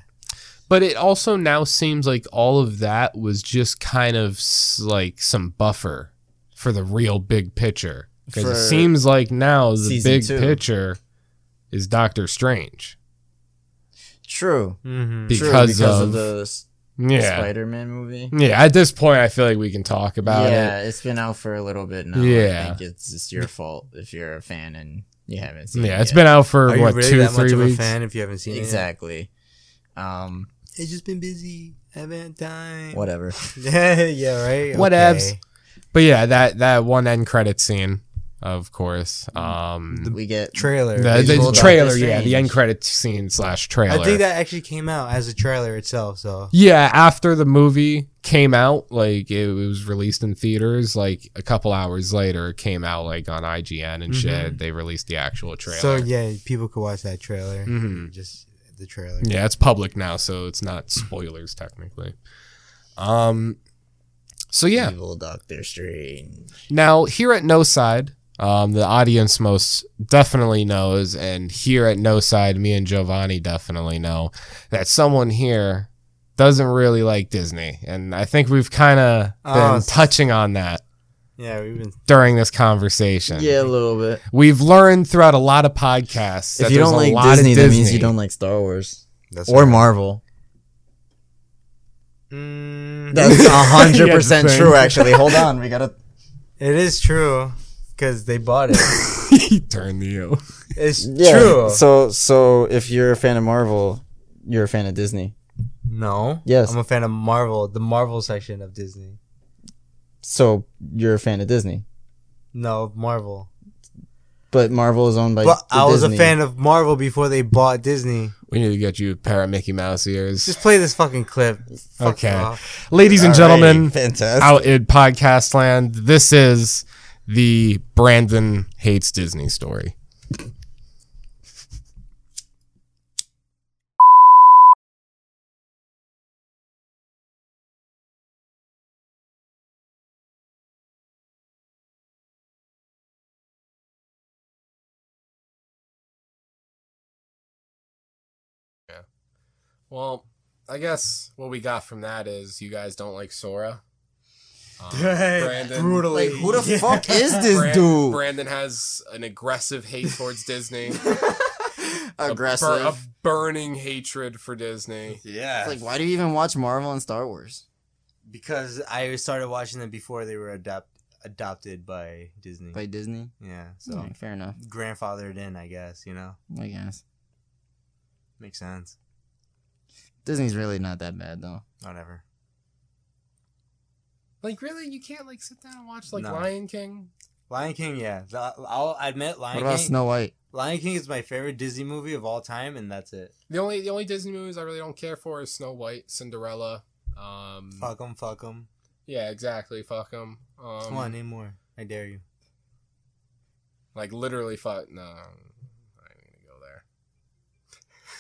Speaker 2: But it also now seems like all of that was just kind of s- like some buffer for the real big picture. Because
Speaker 5: For
Speaker 2: it seems like now the
Speaker 5: season
Speaker 2: big
Speaker 5: two.
Speaker 2: picture is Doctor Strange.
Speaker 5: True,
Speaker 3: mm-hmm.
Speaker 5: true,
Speaker 2: Because
Speaker 5: because of,
Speaker 2: of-
Speaker 5: the s-
Speaker 2: Yeah.
Speaker 5: Spider-Man movie.
Speaker 2: Yeah. At this point, I feel like we can talk about
Speaker 5: yeah,
Speaker 2: it.
Speaker 5: has been out for a little bit now.
Speaker 2: Yeah.
Speaker 5: I think it's just your fault if you're a fan and you haven't seen.
Speaker 2: Yeah.
Speaker 5: it
Speaker 2: It's
Speaker 5: yet.
Speaker 2: been out for
Speaker 3: Are you
Speaker 2: what
Speaker 3: really
Speaker 2: two,
Speaker 3: that much
Speaker 2: three
Speaker 3: of
Speaker 2: weeks.
Speaker 3: a fan if you haven't seen it?
Speaker 5: exactly. Um,
Speaker 3: Exactly. It's just been busy. Haven't had time.
Speaker 5: whatever.
Speaker 3: yeah, right.
Speaker 2: Whatevs.
Speaker 3: Okay.
Speaker 2: But yeah, that that one end credit scene, of course. Um,
Speaker 5: We get
Speaker 3: Trailer.
Speaker 2: the,
Speaker 5: visual
Speaker 2: the
Speaker 5: Doctor
Speaker 2: trailer, yeah,
Speaker 5: Strange.
Speaker 2: the end credit scene slash trailer.
Speaker 3: I think that actually came out as a trailer itself. So
Speaker 2: Yeah, after the movie came out, like it was released in theaters, like a couple hours later, it came out like on IGN and shit. They released the actual trailer.
Speaker 3: so yeah, people could watch that trailer.
Speaker 2: Mhm.
Speaker 3: Just the trailer.
Speaker 2: yeah, it's public now, so it's not spoilers technically. Um, so yeah,
Speaker 5: evil Doctor Strange.
Speaker 2: Now, here at No Side, um, the audience most definitely knows, and here at No Side, me and Giovanni definitely know that someone here doesn't really like Disney, and I think we've kind of been
Speaker 3: Oh, it's-
Speaker 2: touching on that
Speaker 3: Yeah, we've been.
Speaker 2: during this conversation.
Speaker 5: Yeah, a little bit.
Speaker 2: we've learned throughout a lot of podcasts that
Speaker 5: if you
Speaker 2: there's
Speaker 5: don't
Speaker 2: a
Speaker 5: like
Speaker 2: lot
Speaker 5: Disney,
Speaker 2: of
Speaker 5: that
Speaker 2: Disney.
Speaker 5: means you don't like Star Wars
Speaker 3: That's
Speaker 5: or
Speaker 3: right.
Speaker 5: Marvel.
Speaker 3: Mm,
Speaker 5: That's hundred percent
Speaker 2: Yeah,
Speaker 5: true.
Speaker 2: thanks.
Speaker 5: Actually, hold on, we gotta.
Speaker 3: it is true because they bought it.
Speaker 2: he turned to you.
Speaker 3: It's true.
Speaker 5: So, so if you're a fan of Marvel, you're a fan of Disney.
Speaker 3: no.
Speaker 5: Yes.
Speaker 3: I'm a fan of Marvel, the Marvel section of Disney.
Speaker 5: So you're a fan of Disney,
Speaker 3: No, Marvel.
Speaker 5: but Marvel is owned by.
Speaker 3: But
Speaker 5: Oh, the
Speaker 3: I was
Speaker 5: Disney.
Speaker 3: a fan of Marvel before they bought Disney.
Speaker 2: We need to get you a pair of Mickey Mouse ears.
Speaker 3: Just play this fucking clip. Fuck
Speaker 2: Okay.
Speaker 3: off.
Speaker 2: Ladies and
Speaker 5: Alrighty,
Speaker 2: gentlemen,
Speaker 5: fantastic.
Speaker 2: out in podcast land. This is the Brandon hates Disney story. Well, I guess what we got from that is you guys don't like Sora. Um, Brandon,
Speaker 5: Like, who the fuck is this
Speaker 2: Brand-
Speaker 5: dude?
Speaker 2: Brandon has an aggressive hate towards Disney. A bur-
Speaker 5: Aggressive.
Speaker 2: A, burning hatred for Disney.
Speaker 3: Yeah.
Speaker 5: like, why do you even watch Marvel and Star Wars?
Speaker 3: because I started watching them before they were adopt- adopted by Disney.
Speaker 5: By Disney.
Speaker 3: yeah, so
Speaker 5: So fair enough,
Speaker 3: grandfathered in, I guess. You know,
Speaker 5: I guess.
Speaker 3: makes sense.
Speaker 5: Disney's really not that bad though.
Speaker 3: Whatever.
Speaker 2: Like, really? You can't, like, sit down and watch, like,
Speaker 3: No.
Speaker 2: Lion King?
Speaker 3: Lion King, yeah. The- I'll admit, Lion
Speaker 5: What about
Speaker 3: King.
Speaker 5: Snow White?
Speaker 3: Lion King is my favorite Disney movie of all time, and that's it.
Speaker 2: The only the only Disney movies I really don't care for is Snow White, Cinderella. Um,
Speaker 3: Fuck 'em, fuck 'em.
Speaker 2: Yeah, exactly. Fuck them. Um,
Speaker 3: Come on, name more. I dare you.
Speaker 2: Like, literally, fuck. No. I'm not even gonna go there.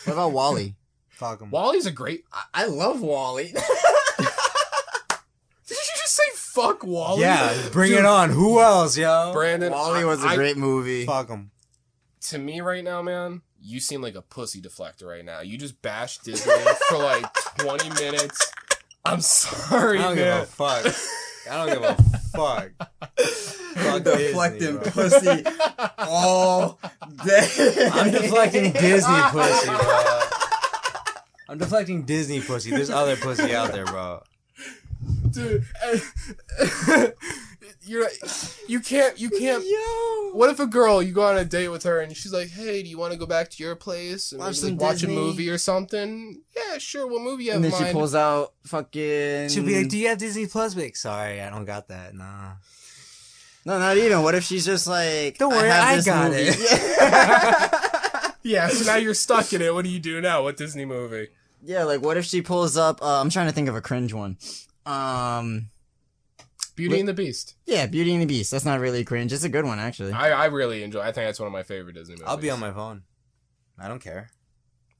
Speaker 5: What about Wally?
Speaker 3: Fuck 'em.
Speaker 2: Wally's a great.
Speaker 5: I, I love Wally.
Speaker 2: Did you just say fuck Wally?
Speaker 3: Yeah, bring
Speaker 2: Dude,
Speaker 3: it on. Who else, yo?
Speaker 2: Brandon.
Speaker 5: Wally was
Speaker 2: a
Speaker 5: a great movie.
Speaker 3: Fuck 'em.
Speaker 2: to me right now, man, you seem like a pussy deflector right now. You just bashed Disney for like 20 minutes. I'm sorry,
Speaker 3: I don't give a
Speaker 2: man.
Speaker 3: fuck. I don't give a fuck. Fuck Disney,
Speaker 5: deflecting
Speaker 3: bro.
Speaker 5: pussy all day.
Speaker 3: I'm deflecting Disney pussy, bro. I'm deflecting Disney pussy. There's other pussy out there, bro.
Speaker 2: Dude, you're you can't you can't. What if a girl you go on a date with her and she's like, "Hey, do you want to go back to your place and
Speaker 5: Watch
Speaker 2: maybe, like,
Speaker 5: some
Speaker 2: watch a
Speaker 5: Disney?"
Speaker 2: movie or something?" Yeah, sure. What movie you have
Speaker 5: And
Speaker 2: in
Speaker 5: then she
Speaker 2: mind?
Speaker 5: pulls out fucking.
Speaker 3: She'll be like, "Do you have Disney Plus?" Like, sorry, I don't got that. Nah.
Speaker 5: no, not even. What if she's just like,
Speaker 3: Don't worry,
Speaker 5: have
Speaker 3: I
Speaker 5: this
Speaker 3: got
Speaker 5: movie.
Speaker 3: it.
Speaker 2: yeah, so now you're stuck in it. What do you do now? What Disney movie?
Speaker 5: yeah, like what if she pulls up? Uh, I'm trying to think of a cringe one. Um,
Speaker 2: Beauty and the Beast.
Speaker 5: Yeah, Beauty and the Beast. That's not really cringe. It's a good one actually.
Speaker 2: I, I really enjoy. I think that's one of my favorite Disney movies.
Speaker 3: I'll be on my phone. I don't care.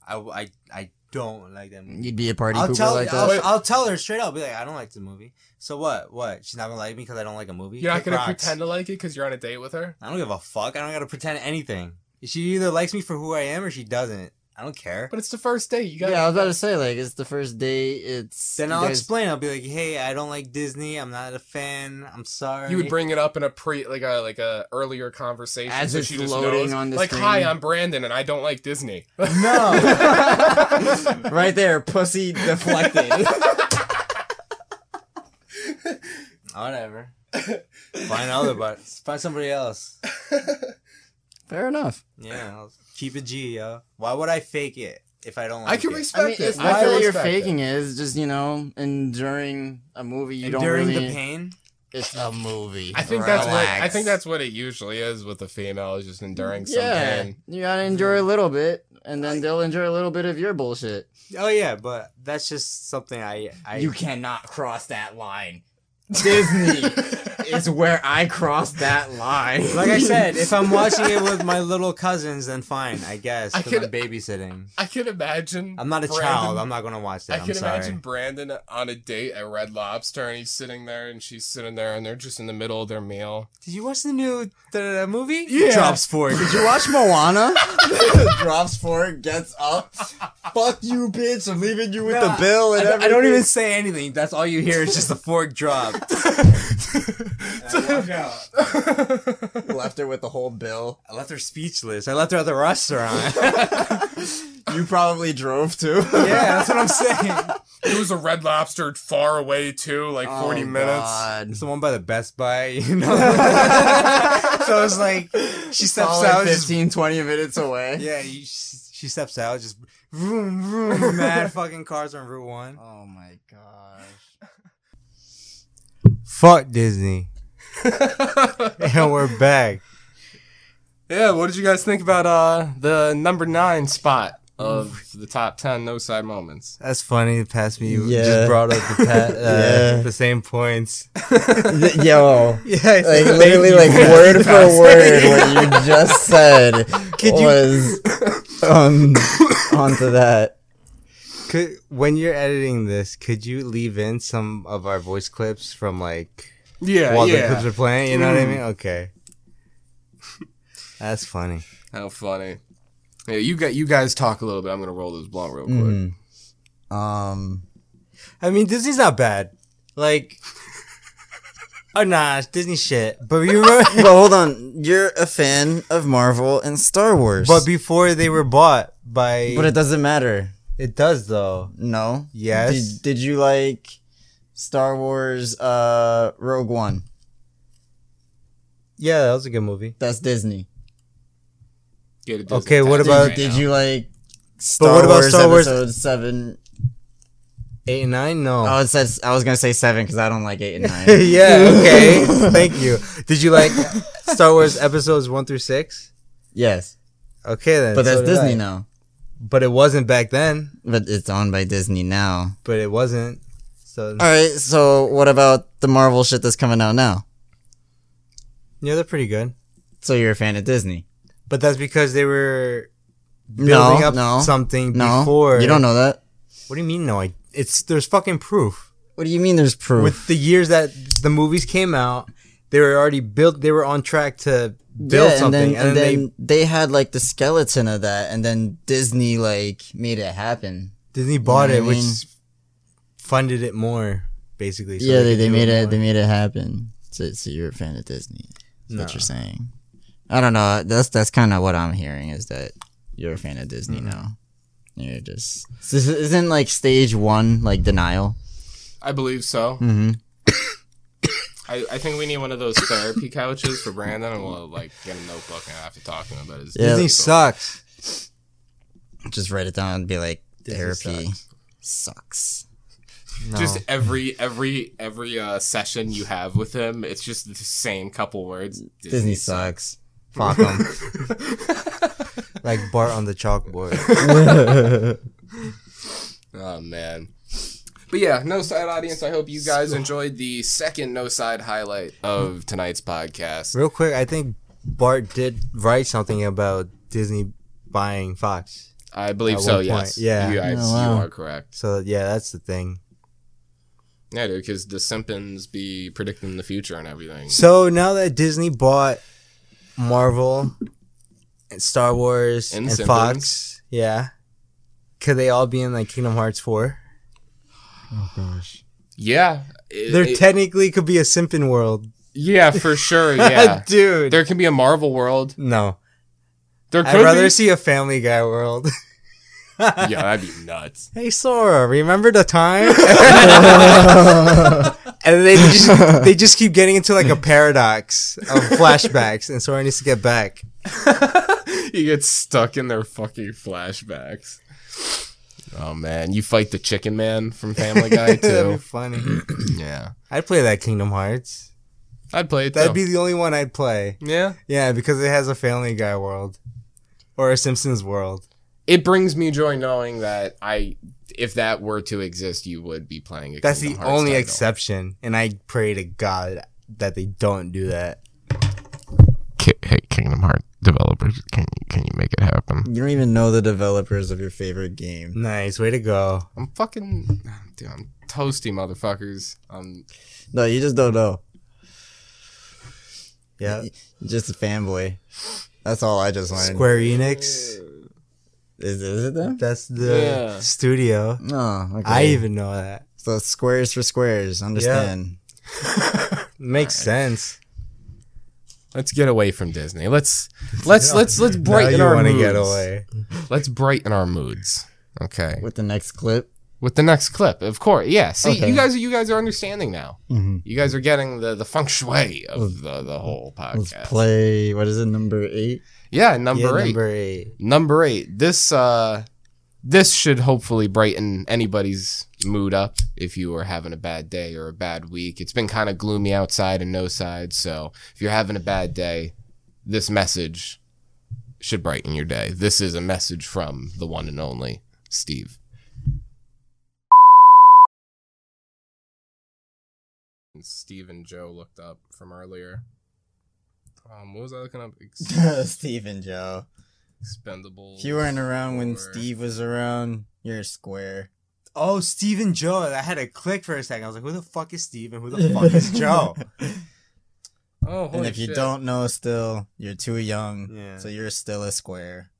Speaker 3: I, I, I don't like that movie.
Speaker 5: You'd be a party
Speaker 3: I'll
Speaker 5: pooper
Speaker 3: tell,
Speaker 5: like that.
Speaker 3: I'll, I'll tell her straight up. Be like, I don't like the movie. So what? What? She's not gonna like me because I don't like a movie.
Speaker 2: You're not
Speaker 3: Kick
Speaker 2: gonna
Speaker 3: rocks.
Speaker 2: pretend to like it because you're on a date with her.
Speaker 3: I don't give a fuck. I don't gotta pretend anything. She either likes me for who I am or she doesn't. I don't care.
Speaker 2: But it's the first date. You got.
Speaker 5: yeah, I was about to say like it's the first day. It's
Speaker 3: Then
Speaker 5: you
Speaker 3: I'll
Speaker 5: guys-
Speaker 3: explain. I'll be like, hey, I don't like Disney. I'm not a fan. I'm sorry.
Speaker 2: You would bring it up in a pre like a like a earlier conversation
Speaker 5: As
Speaker 2: so
Speaker 5: it's
Speaker 2: she just
Speaker 5: loading
Speaker 2: knows,
Speaker 5: on the
Speaker 2: like hi
Speaker 5: screen."
Speaker 2: I'm Brandon and I don't like Disney
Speaker 3: no.
Speaker 5: right there, pussy deflected.
Speaker 3: Whatever. Find other, but find somebody else.
Speaker 5: Fair enough.
Speaker 3: Yeah, I'll keep it G, yo. Why would I fake it if I don't like
Speaker 2: I can
Speaker 3: it?
Speaker 2: respect
Speaker 5: I mean,
Speaker 2: it
Speaker 5: it's not that you're
Speaker 2: respect
Speaker 5: faking
Speaker 2: it.
Speaker 5: it. It's just you know enduring a movie. You
Speaker 3: During
Speaker 5: don't really.
Speaker 3: the pain?
Speaker 5: It's a movie.
Speaker 2: I think that's what I
Speaker 5: Relax.
Speaker 2: think that's what it usually is with a female is just enduring some
Speaker 5: Yeah,
Speaker 2: pain.
Speaker 5: you gotta enjoy a little bit, and then they'll enjoy a little bit of your bullshit.
Speaker 3: Oh yeah, but that's just something I I
Speaker 5: cannot cross that line. Disney is where I cross that line.
Speaker 3: Like I said, if I'm watching it with my little cousins, then fine, I guess.
Speaker 2: I
Speaker 3: 'cause
Speaker 2: could-
Speaker 3: I'm babysitting.
Speaker 2: I can imagine.
Speaker 3: I'm not a
Speaker 2: Brandon-
Speaker 3: child. I'm not gonna watch
Speaker 2: I
Speaker 3: that. I am
Speaker 2: can
Speaker 3: sorry.
Speaker 2: imagine Brandon on a date at Red Lobster and he's sitting there and she's sitting there and they're just in the middle of their meal.
Speaker 3: Did you watch the new the movie?
Speaker 2: Yeah.
Speaker 3: Drops for it.
Speaker 5: Did you watch Moana? Drops for it, gets up. Fuck you, bitch! I'm leaving you with the bill
Speaker 3: I,
Speaker 5: and
Speaker 3: don't- I don't
Speaker 5: everything."
Speaker 3: even say anything. That's all you hear is just the fork drop.
Speaker 5: left her with the whole bill.
Speaker 3: I left her speechless. I left her at the restaurant.
Speaker 5: You probably drove too.
Speaker 3: yeah, that's what I'm saying.
Speaker 2: It was a Red Lobster far away too, like 40
Speaker 5: Oh,
Speaker 2: minutes.
Speaker 3: It's the one by the Best Buy, you know. so it's like she steps out.
Speaker 5: Solid
Speaker 3: Just,
Speaker 5: 15, 20 minutes away.
Speaker 3: yeah, you, she, she steps out. Just vroom vroom. Mad fucking cars on Route One.
Speaker 5: Oh my gosh.
Speaker 3: Fuck Disney. and we're back.
Speaker 2: Yeah, what did you guys think about uh the number nine spot of the top ten no side moments?
Speaker 3: That's funny. Past me, you
Speaker 5: Yeah.
Speaker 3: just brought up the, pa- uh,
Speaker 5: Yeah.
Speaker 3: the same points.
Speaker 5: Yo.
Speaker 3: Yeah, it's
Speaker 5: Like literally, like word for word, what you just said was um onto that.
Speaker 3: Could, when you're editing this, could you leave in some of our voice clips from like
Speaker 2: Yeah,
Speaker 3: while the
Speaker 2: yeah.
Speaker 3: clips are playing? You know what I
Speaker 5: Mm.
Speaker 3: mean? Okay. That's funny.
Speaker 2: How funny. Yeah, you got you guys talk a little bit. I'm gonna roll this blunt real quick.
Speaker 5: Um,
Speaker 3: I mean, Disney's not bad. Like, oh nah, it's Disney shit. But you remember?
Speaker 5: but hold on, you're a fan of Marvel and Star Wars,
Speaker 3: but before they were bought by,
Speaker 5: but it doesn't matter.
Speaker 3: it does though.
Speaker 5: No.
Speaker 3: Yes.
Speaker 5: Did, did you like Star Wars? Uh, Rogue One.
Speaker 3: Yeah, that was a good movie.
Speaker 5: That's Disney.
Speaker 2: Get it, Disney.
Speaker 3: Okay, what
Speaker 5: Did,
Speaker 3: about-
Speaker 2: right
Speaker 5: did
Speaker 2: now.
Speaker 5: you like? Star
Speaker 3: what about
Speaker 5: Wars
Speaker 3: Star Wars-
Speaker 5: Episode Seven?
Speaker 3: Eight and nine? No.
Speaker 5: Oh, it says I was gonna say seven because I don't like eight and nine.
Speaker 3: yeah, okay. Thank you. Did you like Star Wars episodes one through six?
Speaker 5: Yes,
Speaker 3: Okay then.
Speaker 5: but that's
Speaker 3: so did
Speaker 5: Disney
Speaker 3: I.
Speaker 5: now.
Speaker 3: But it wasn't back then.
Speaker 5: But it's owned by Disney now.
Speaker 3: But it wasn't. So
Speaker 5: All right. So what about the Marvel shit that's coming out now?
Speaker 3: yeah, they're pretty good.
Speaker 5: So you're a fan of Disney?
Speaker 3: But that's because they were building
Speaker 5: No,
Speaker 3: up
Speaker 5: no,
Speaker 3: something
Speaker 5: no.
Speaker 3: before.
Speaker 5: You don't know that.
Speaker 3: What do you mean? No, I. It's there's fucking proof.
Speaker 5: What do you mean? There's proof.
Speaker 3: With the years that the movies came out, they were already built. They were on track to build
Speaker 5: yeah,
Speaker 3: something,
Speaker 5: and then, and then they, had like the skeleton of that, and then Disney like made it happen.
Speaker 3: they Disney bought
Speaker 5: know
Speaker 3: it,
Speaker 5: what I
Speaker 3: which
Speaker 5: mean?
Speaker 3: funded it more, basically. so
Speaker 5: yeah, they,
Speaker 3: could
Speaker 5: they
Speaker 3: do
Speaker 5: made it.
Speaker 3: more.
Speaker 5: They made it happen. So, so you're a fan of Disney. Is
Speaker 3: No.
Speaker 5: what you're saying? I don't know. That's that's kind of what I'm hearing is that you're a fan of Disney
Speaker 3: Mm-hmm.
Speaker 5: now. You're just this isn't like stage one like denial.
Speaker 2: I believe so.
Speaker 3: Mm.
Speaker 5: Mm-hmm.
Speaker 2: I, I think we need one of those therapy couches for Brandon, and we'll like get a notebook and I have to talk to him about his.
Speaker 5: Yeah.
Speaker 3: Disney sucks.
Speaker 5: Just write it down and be like
Speaker 3: Disney
Speaker 5: therapy sucks. No.
Speaker 2: Just every every every uh, session you have with him, it's just the same couple words.
Speaker 5: Disney sucks.
Speaker 3: Fuck them. like Bart on the chalkboard.
Speaker 2: Oh man. But yeah, no side audience. I hope you guys enjoyed the second no side highlight of tonight's podcast.
Speaker 3: Real quick, I think Bart did write something about Disney buying Fox.
Speaker 2: I believe
Speaker 3: At
Speaker 2: so.
Speaker 3: one point,
Speaker 2: Yes.
Speaker 3: yeah.
Speaker 2: You, guys,
Speaker 5: Oh, wow.
Speaker 2: you are correct.
Speaker 3: So yeah, that's the thing.
Speaker 2: Yeah, dude, because the Simpsons be predicting the future and everything.
Speaker 3: So now that Disney bought Marvel and Star Wars
Speaker 2: And
Speaker 3: and,
Speaker 2: Simpsons.
Speaker 3: Fox, yeah, could they all be in like Kingdom Hearts four?
Speaker 2: Yeah. it-
Speaker 3: There
Speaker 2: it-
Speaker 3: technically could be a Simpin world,
Speaker 2: yeah, for sure. Yeah.
Speaker 3: dude.
Speaker 2: there can be a Marvel world.
Speaker 3: no,
Speaker 2: There could
Speaker 3: I'd rather
Speaker 2: be.
Speaker 3: see a Family Guy world.
Speaker 2: yeah, that'd be nuts.
Speaker 3: Hey Sora, remember the time? and they just, they just keep getting into like a paradox of flashbacks, and Sora needs to get back.
Speaker 2: you get stuck in their fucking flashbacks. Oh man, you fight the Chicken Man from Family Guy
Speaker 3: That'd be
Speaker 2: too.
Speaker 3: funny.
Speaker 2: yeah,
Speaker 3: I'd play that Kingdom Hearts.
Speaker 2: I'd play it.
Speaker 3: That'd
Speaker 2: too.
Speaker 3: be the only one I'd play.
Speaker 2: yeah.
Speaker 3: Yeah, because it has a Family Guy world or a Simpsons world.
Speaker 2: It brings me joy knowing that I, if that were to exist, you would be playing. A
Speaker 3: That's
Speaker 2: Kingdom
Speaker 3: the
Speaker 2: Hearts
Speaker 3: only
Speaker 2: title.
Speaker 3: exception, and I pray to God that they don't do that.
Speaker 4: Hey, Kingdom Heart developers, can can you make it happen?
Speaker 5: You don't even know the developers of your favorite game.
Speaker 3: Nice, way to go.
Speaker 2: I'm fucking, dude. I'm toasty, motherfuckers. Um, I'm
Speaker 5: No, you just don't know.
Speaker 3: Yeah,
Speaker 5: You're just a fanboy. That's all I just learned.
Speaker 3: Square Enix.
Speaker 5: Is, is it them?
Speaker 3: That's the
Speaker 2: Yeah.
Speaker 3: studio.
Speaker 5: No. Okay.
Speaker 3: I even know that.
Speaker 5: so squares for squares. Understand?
Speaker 3: Makes sense.
Speaker 2: Let's get away from Disney. Let's let's let's let's brighten
Speaker 3: now you
Speaker 2: our
Speaker 3: want to
Speaker 2: moods.
Speaker 3: get away.
Speaker 2: Let's brighten our moods. Okay.
Speaker 5: With the next clip.
Speaker 2: with the next clip. Of course, yeah. See,
Speaker 5: Okay.
Speaker 2: you guys, you guys are understanding now.
Speaker 5: Mhm.
Speaker 2: You guys are getting the the feng shui of the the whole
Speaker 5: Let's
Speaker 2: podcast.
Speaker 5: play. What is it? Number eight.
Speaker 2: yeah, number eight.
Speaker 3: Yeah,
Speaker 2: Number-,
Speaker 3: Number eight.
Speaker 2: eight. This uh, this should hopefully brighten anybody's mood up if you are having a bad day or a bad week. It's been kind of gloomy outside and no side, so if you're having a bad day, this message should brighten your day. This is a message from the one and only Steve. Steve and Joe looked up from earlier. Um, what was I looking up? Ex-
Speaker 5: Steve and Joe.
Speaker 2: Expendables.
Speaker 5: If you weren't around when
Speaker 2: or-
Speaker 5: Steve was around, you're a square.
Speaker 3: Oh, Steve and Joe. I had a click for a second. I was like, who the fuck is Steve and who the fuck is Joe?
Speaker 2: Oh, holy
Speaker 5: and if you
Speaker 2: shit.
Speaker 5: don't know still, you're too young.
Speaker 3: Yeah.
Speaker 5: So you're still a square.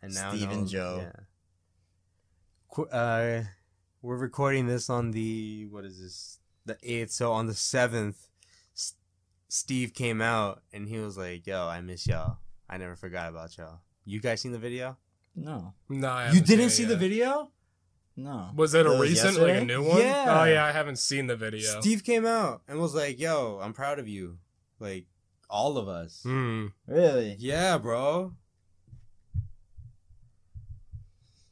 Speaker 3: And
Speaker 5: Steve and Joe.
Speaker 3: yeah. Qu- Uh, we're recording this on the, what is this? The 8th. So on the 7th, S- Steve came out and he was like, yo, I miss y'all. I never forgot about y'all. You guys seen the video?
Speaker 5: No.
Speaker 2: no, I
Speaker 3: You
Speaker 2: haven't
Speaker 3: didn't see
Speaker 2: seen it
Speaker 3: the
Speaker 2: yet.
Speaker 3: video?
Speaker 5: No.
Speaker 2: Was it a
Speaker 5: That was
Speaker 2: recent, like
Speaker 5: yesterday?
Speaker 2: a new one?
Speaker 3: Yeah.
Speaker 2: Oh yeah, I haven't seen the video.
Speaker 3: Steve came out and was like, "Yo, I'm proud of you, like all of us."
Speaker 2: Hmm.
Speaker 5: Really?
Speaker 3: Yeah, bro.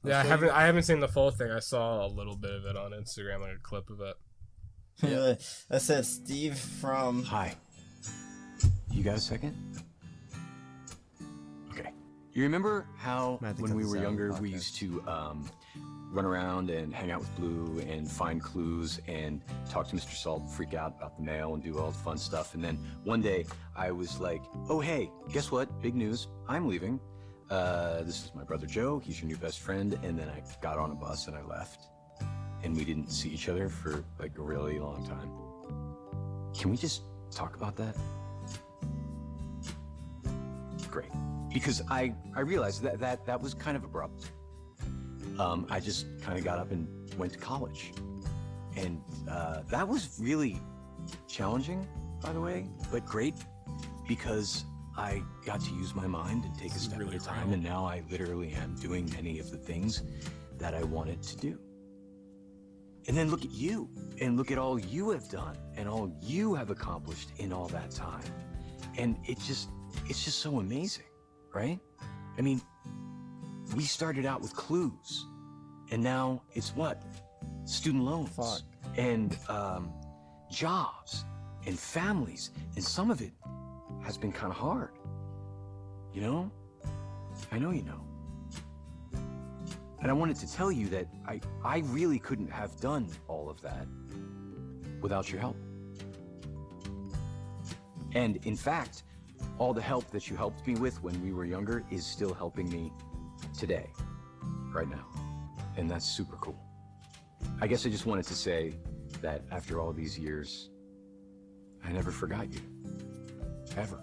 Speaker 2: Yeah, I
Speaker 3: Okay.
Speaker 2: haven't. I haven't seen the full thing. I saw a little bit of it on Instagram, like a clip of it.
Speaker 5: Yeah. I said Steve from.
Speaker 7: Hi. You got a second? Okay. You remember how
Speaker 3: Might have to
Speaker 7: when
Speaker 3: cut
Speaker 7: we
Speaker 3: this
Speaker 7: were
Speaker 3: out of the
Speaker 7: younger we
Speaker 3: podcast.
Speaker 7: used to um, run around and hang out with Blue and find clues and talk to Mr. Salt, freak out about the mail and do all the fun stuff. And then one day I was like, oh, hey, guess what? Big news. I'm leaving. Uh, this is my brother Joe. He's your new best friend. And then I got on a bus and I left. And we didn't see each other for like a really long time. Can we just talk about that? Great. Because I, I realized that, that that was kind of abrupt. Um, I just kind of got up and went to college. And uh, that was really challenging, by the way, but great because I got to use my mind and take a step at a time. And now I literally am doing many of the things that I wanted to do. And then look at you and look at all you have done and all you have accomplished in all that time. And it just it's just so amazing, right? I mean, we started out with clues and now it's what? Student loans
Speaker 5: Fuck.
Speaker 7: and um, jobs and families and some of it has been kind of hard. You know? I know you know. And I wanted to tell you that I, I really couldn't have done all of that without your help. And in fact, all the help that you helped me with when we were younger is still helping me today, right now. And that's super cool. I guess I just wanted to say that after all these years, I never forgot you. Ever.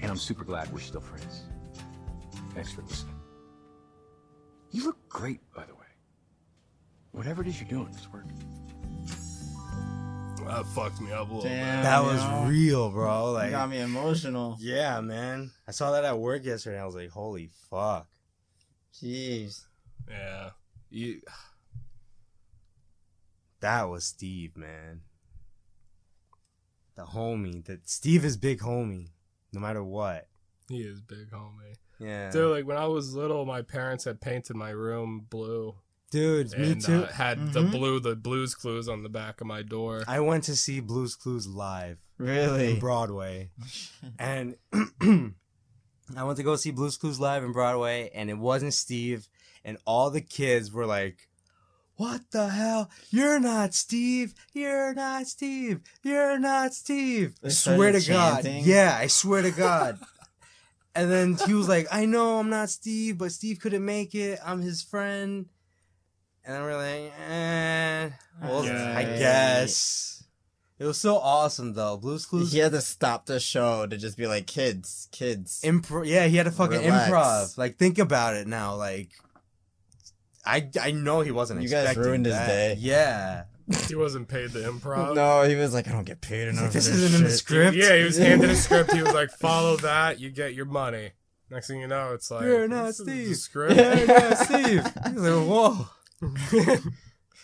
Speaker 7: And I'm super glad we're still friends. Thanks for listening. You look great, by the way. Whatever it is you're doing, it's working.
Speaker 2: That fucked me up a little bit.
Speaker 5: Damn,
Speaker 3: That
Speaker 5: yo.
Speaker 3: was real, bro.
Speaker 5: You got
Speaker 3: Like,
Speaker 5: me emotional.
Speaker 3: yeah, man. I saw that at work yesterday. I was like, holy fuck.
Speaker 5: Jeez.
Speaker 2: Yeah. You,
Speaker 3: That was Steve, man. The homie. That Steve is big homie, no matter what.
Speaker 2: he is big homie.
Speaker 3: Yeah,
Speaker 2: Dude, like when I was little, my parents had painted my room blue.
Speaker 3: Dude, me
Speaker 2: and,
Speaker 3: too.
Speaker 2: Uh, had the
Speaker 5: Mhm.
Speaker 2: blue, the blues clues on the back of my door.
Speaker 3: I went to see Blue's Clues live in
Speaker 5: Really?
Speaker 3: Broadway, and I went to go see Blue's Clues live in Broadway, and it wasn't Steve, and all the kids were like. What the hell? You're not Steve. You're not Steve. You're not Steve. I
Speaker 5: They
Speaker 3: swear to
Speaker 5: started chanting?
Speaker 3: God. Yeah, I swear to God. and then he was like, I know I'm not Steve, but Steve couldn't make it. I'm his friend. And then we're like, eh, well, I
Speaker 5: Alright.
Speaker 3: guess. It was so awesome though. Blue's Clues.
Speaker 5: He had to stop the show to just be like, kids, kids.
Speaker 3: Impro- yeah, he had a fucking
Speaker 5: Relax.
Speaker 3: improv. Like, think about it now. Like, I I know he wasn't.
Speaker 5: You guys
Speaker 3: expecting
Speaker 5: ruined his
Speaker 3: that.
Speaker 5: day.
Speaker 3: Yeah,
Speaker 2: He wasn't paid the improv.
Speaker 5: no, he was like, I don't get paid enough. for
Speaker 3: this isn't in the
Speaker 5: shit."
Speaker 3: script.
Speaker 2: Yeah, he was handed a script. He was like, "Follow that, you get your money." Next thing you know, it's like,
Speaker 3: You're not
Speaker 2: this is the
Speaker 3: Steve.
Speaker 2: script.
Speaker 3: Yeah, yeah, Steve. He's like, whoa.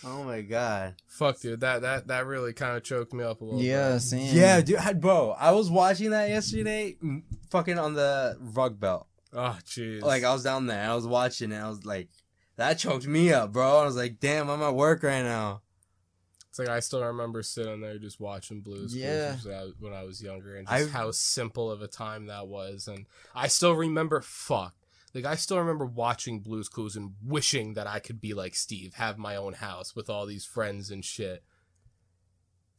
Speaker 3: oh my god.
Speaker 2: Fuck, dude, that that that really kind of choked me up a little. bit.
Speaker 5: Yeah, same.
Speaker 3: Yeah, dude, I- bro. I was watching that yesterday, m- fucking on the rug belt.
Speaker 2: Oh, jeez.
Speaker 3: Like I was down there, I was watching, and I was like, that choked me up, bro. I was like, damn, I'm at work right now.
Speaker 2: it's like I still remember sitting there just watching Blues. Clues
Speaker 5: Yeah.
Speaker 2: when I- When I was younger, and just
Speaker 3: I've-
Speaker 2: how simple of a time that was, and I still remember. Fuck. Like I still remember watching Blues Clues and wishing that I could be like Steve, have my own house with all these friends and shit.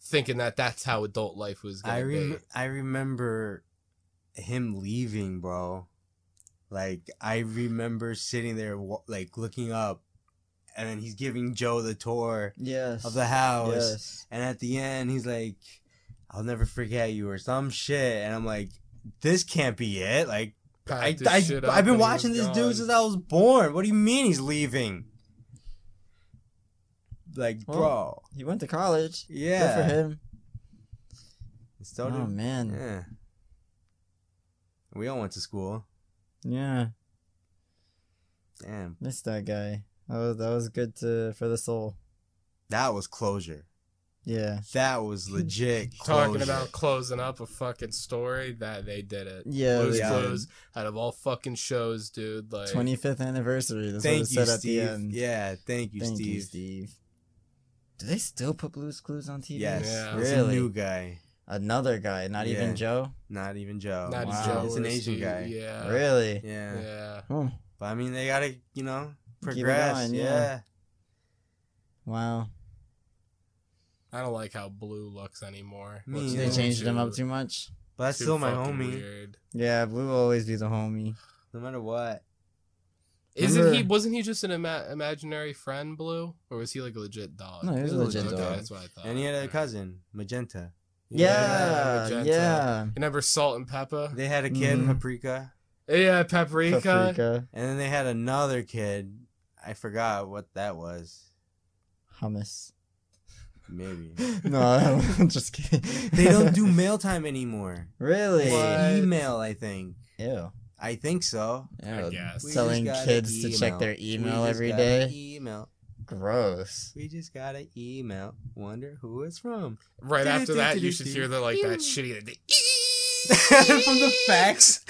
Speaker 2: Thinking that that's how adult life was gonna
Speaker 3: I
Speaker 2: be.
Speaker 3: rem- I remember him leaving, bro. Like I remember sitting there, wa- like looking up, and then he's giving Joe the tour
Speaker 5: Yes.
Speaker 3: of the house.
Speaker 5: Yes.
Speaker 3: And at the end, he's like, "I'll never forget you" or some shit. And I'm like, "This can't be it." Like, I,
Speaker 2: Packed his
Speaker 3: I
Speaker 2: shit up
Speaker 3: I've
Speaker 2: and he
Speaker 3: been
Speaker 2: was
Speaker 3: watching this
Speaker 2: gone.
Speaker 3: dude since I was born. What do you mean he's leaving? Like,
Speaker 5: Well,
Speaker 3: bro,
Speaker 5: He went to college.
Speaker 3: yeah.
Speaker 5: Good for him.
Speaker 3: Still
Speaker 5: oh,
Speaker 3: didn't-
Speaker 2: Mm.
Speaker 5: man.
Speaker 3: Yeah. We all went to school.
Speaker 5: Yeah.
Speaker 3: Damn,
Speaker 5: Missed that guy. That was, that was good to for the soul.
Speaker 3: that was closure.
Speaker 5: Yeah.
Speaker 3: That was legit.
Speaker 2: talking
Speaker 3: closure.
Speaker 2: about closing up a fucking story that they did it.
Speaker 5: Yeah.
Speaker 2: Blues
Speaker 5: they
Speaker 3: yeah.
Speaker 5: did.
Speaker 2: Clues out of all fucking shows, dude. Like
Speaker 5: 25th anniversary. That's
Speaker 3: Thank
Speaker 5: what it
Speaker 3: you,
Speaker 5: said at the
Speaker 3: Steve.
Speaker 5: end.
Speaker 3: Yeah, thank you,
Speaker 5: Thank
Speaker 3: Steve.
Speaker 5: you, Steve. Do they still put Blue's Clues on TV?
Speaker 3: Yes,
Speaker 2: Yeah.
Speaker 3: it's
Speaker 5: Really?
Speaker 3: a new guy.
Speaker 5: Another guy, not
Speaker 3: Yeah.
Speaker 5: even Joe.
Speaker 3: Not even Joe.
Speaker 2: not
Speaker 5: Wow.
Speaker 2: as Joe
Speaker 3: It's an
Speaker 2: or
Speaker 3: Asian
Speaker 2: Steve.
Speaker 3: guy.
Speaker 2: Yeah.
Speaker 5: Really?
Speaker 3: Yeah.
Speaker 2: Yeah.
Speaker 5: Hmm.
Speaker 3: But I mean, they gotta, you know,
Speaker 5: Keep it
Speaker 3: progress.
Speaker 5: going,
Speaker 3: yeah.
Speaker 5: yeah. Wow.
Speaker 2: I don't like how blue looks anymore.
Speaker 3: Me
Speaker 2: Looks
Speaker 3: either.
Speaker 5: They
Speaker 2: a
Speaker 3: Yeah.
Speaker 5: changed him
Speaker 2: little
Speaker 5: up too much.
Speaker 3: But that's
Speaker 2: too
Speaker 3: still my
Speaker 2: fucking
Speaker 3: homie,
Speaker 2: Weird.
Speaker 5: Yeah, Blue will always be the homie.
Speaker 3: no matter what.
Speaker 2: Isn't he?
Speaker 5: Remember-
Speaker 2: Wasn't he just an ima- imaginary friend, Blue, or was he like a legit dog?
Speaker 5: No, he was a legit
Speaker 2: okay,
Speaker 5: dog.
Speaker 2: That's what I thought.
Speaker 3: And he had a
Speaker 2: Alright.
Speaker 3: cousin, Magenta.
Speaker 5: Yeah, yeah.
Speaker 2: Magenta. You never salt and pepper.
Speaker 3: They had a kid,
Speaker 5: Mhm.
Speaker 3: Paprika,
Speaker 2: Yeah, paprika.
Speaker 5: Paprika,
Speaker 3: and then they had another kid. I forgot what that was.
Speaker 5: hummus.
Speaker 3: Maybe
Speaker 5: No, I'm just kidding.
Speaker 3: they don't do mail time anymore.
Speaker 5: really.
Speaker 3: It's
Speaker 2: What?
Speaker 3: email, I think.
Speaker 5: Ew.
Speaker 3: I think so.
Speaker 5: Yeah,
Speaker 2: guess. We
Speaker 5: Telling
Speaker 3: just got
Speaker 5: kids to
Speaker 3: an
Speaker 5: check their
Speaker 3: We
Speaker 5: email
Speaker 3: just
Speaker 5: every
Speaker 3: got
Speaker 5: day.
Speaker 3: an Email.
Speaker 5: Gross.
Speaker 3: We just got an email. Wonder who it's from.
Speaker 2: Right
Speaker 3: Do,
Speaker 2: after
Speaker 3: do,
Speaker 2: that,
Speaker 3: do,
Speaker 2: you
Speaker 3: do,
Speaker 2: should
Speaker 3: do.
Speaker 2: hear the like that shitty. The,
Speaker 3: from the fax.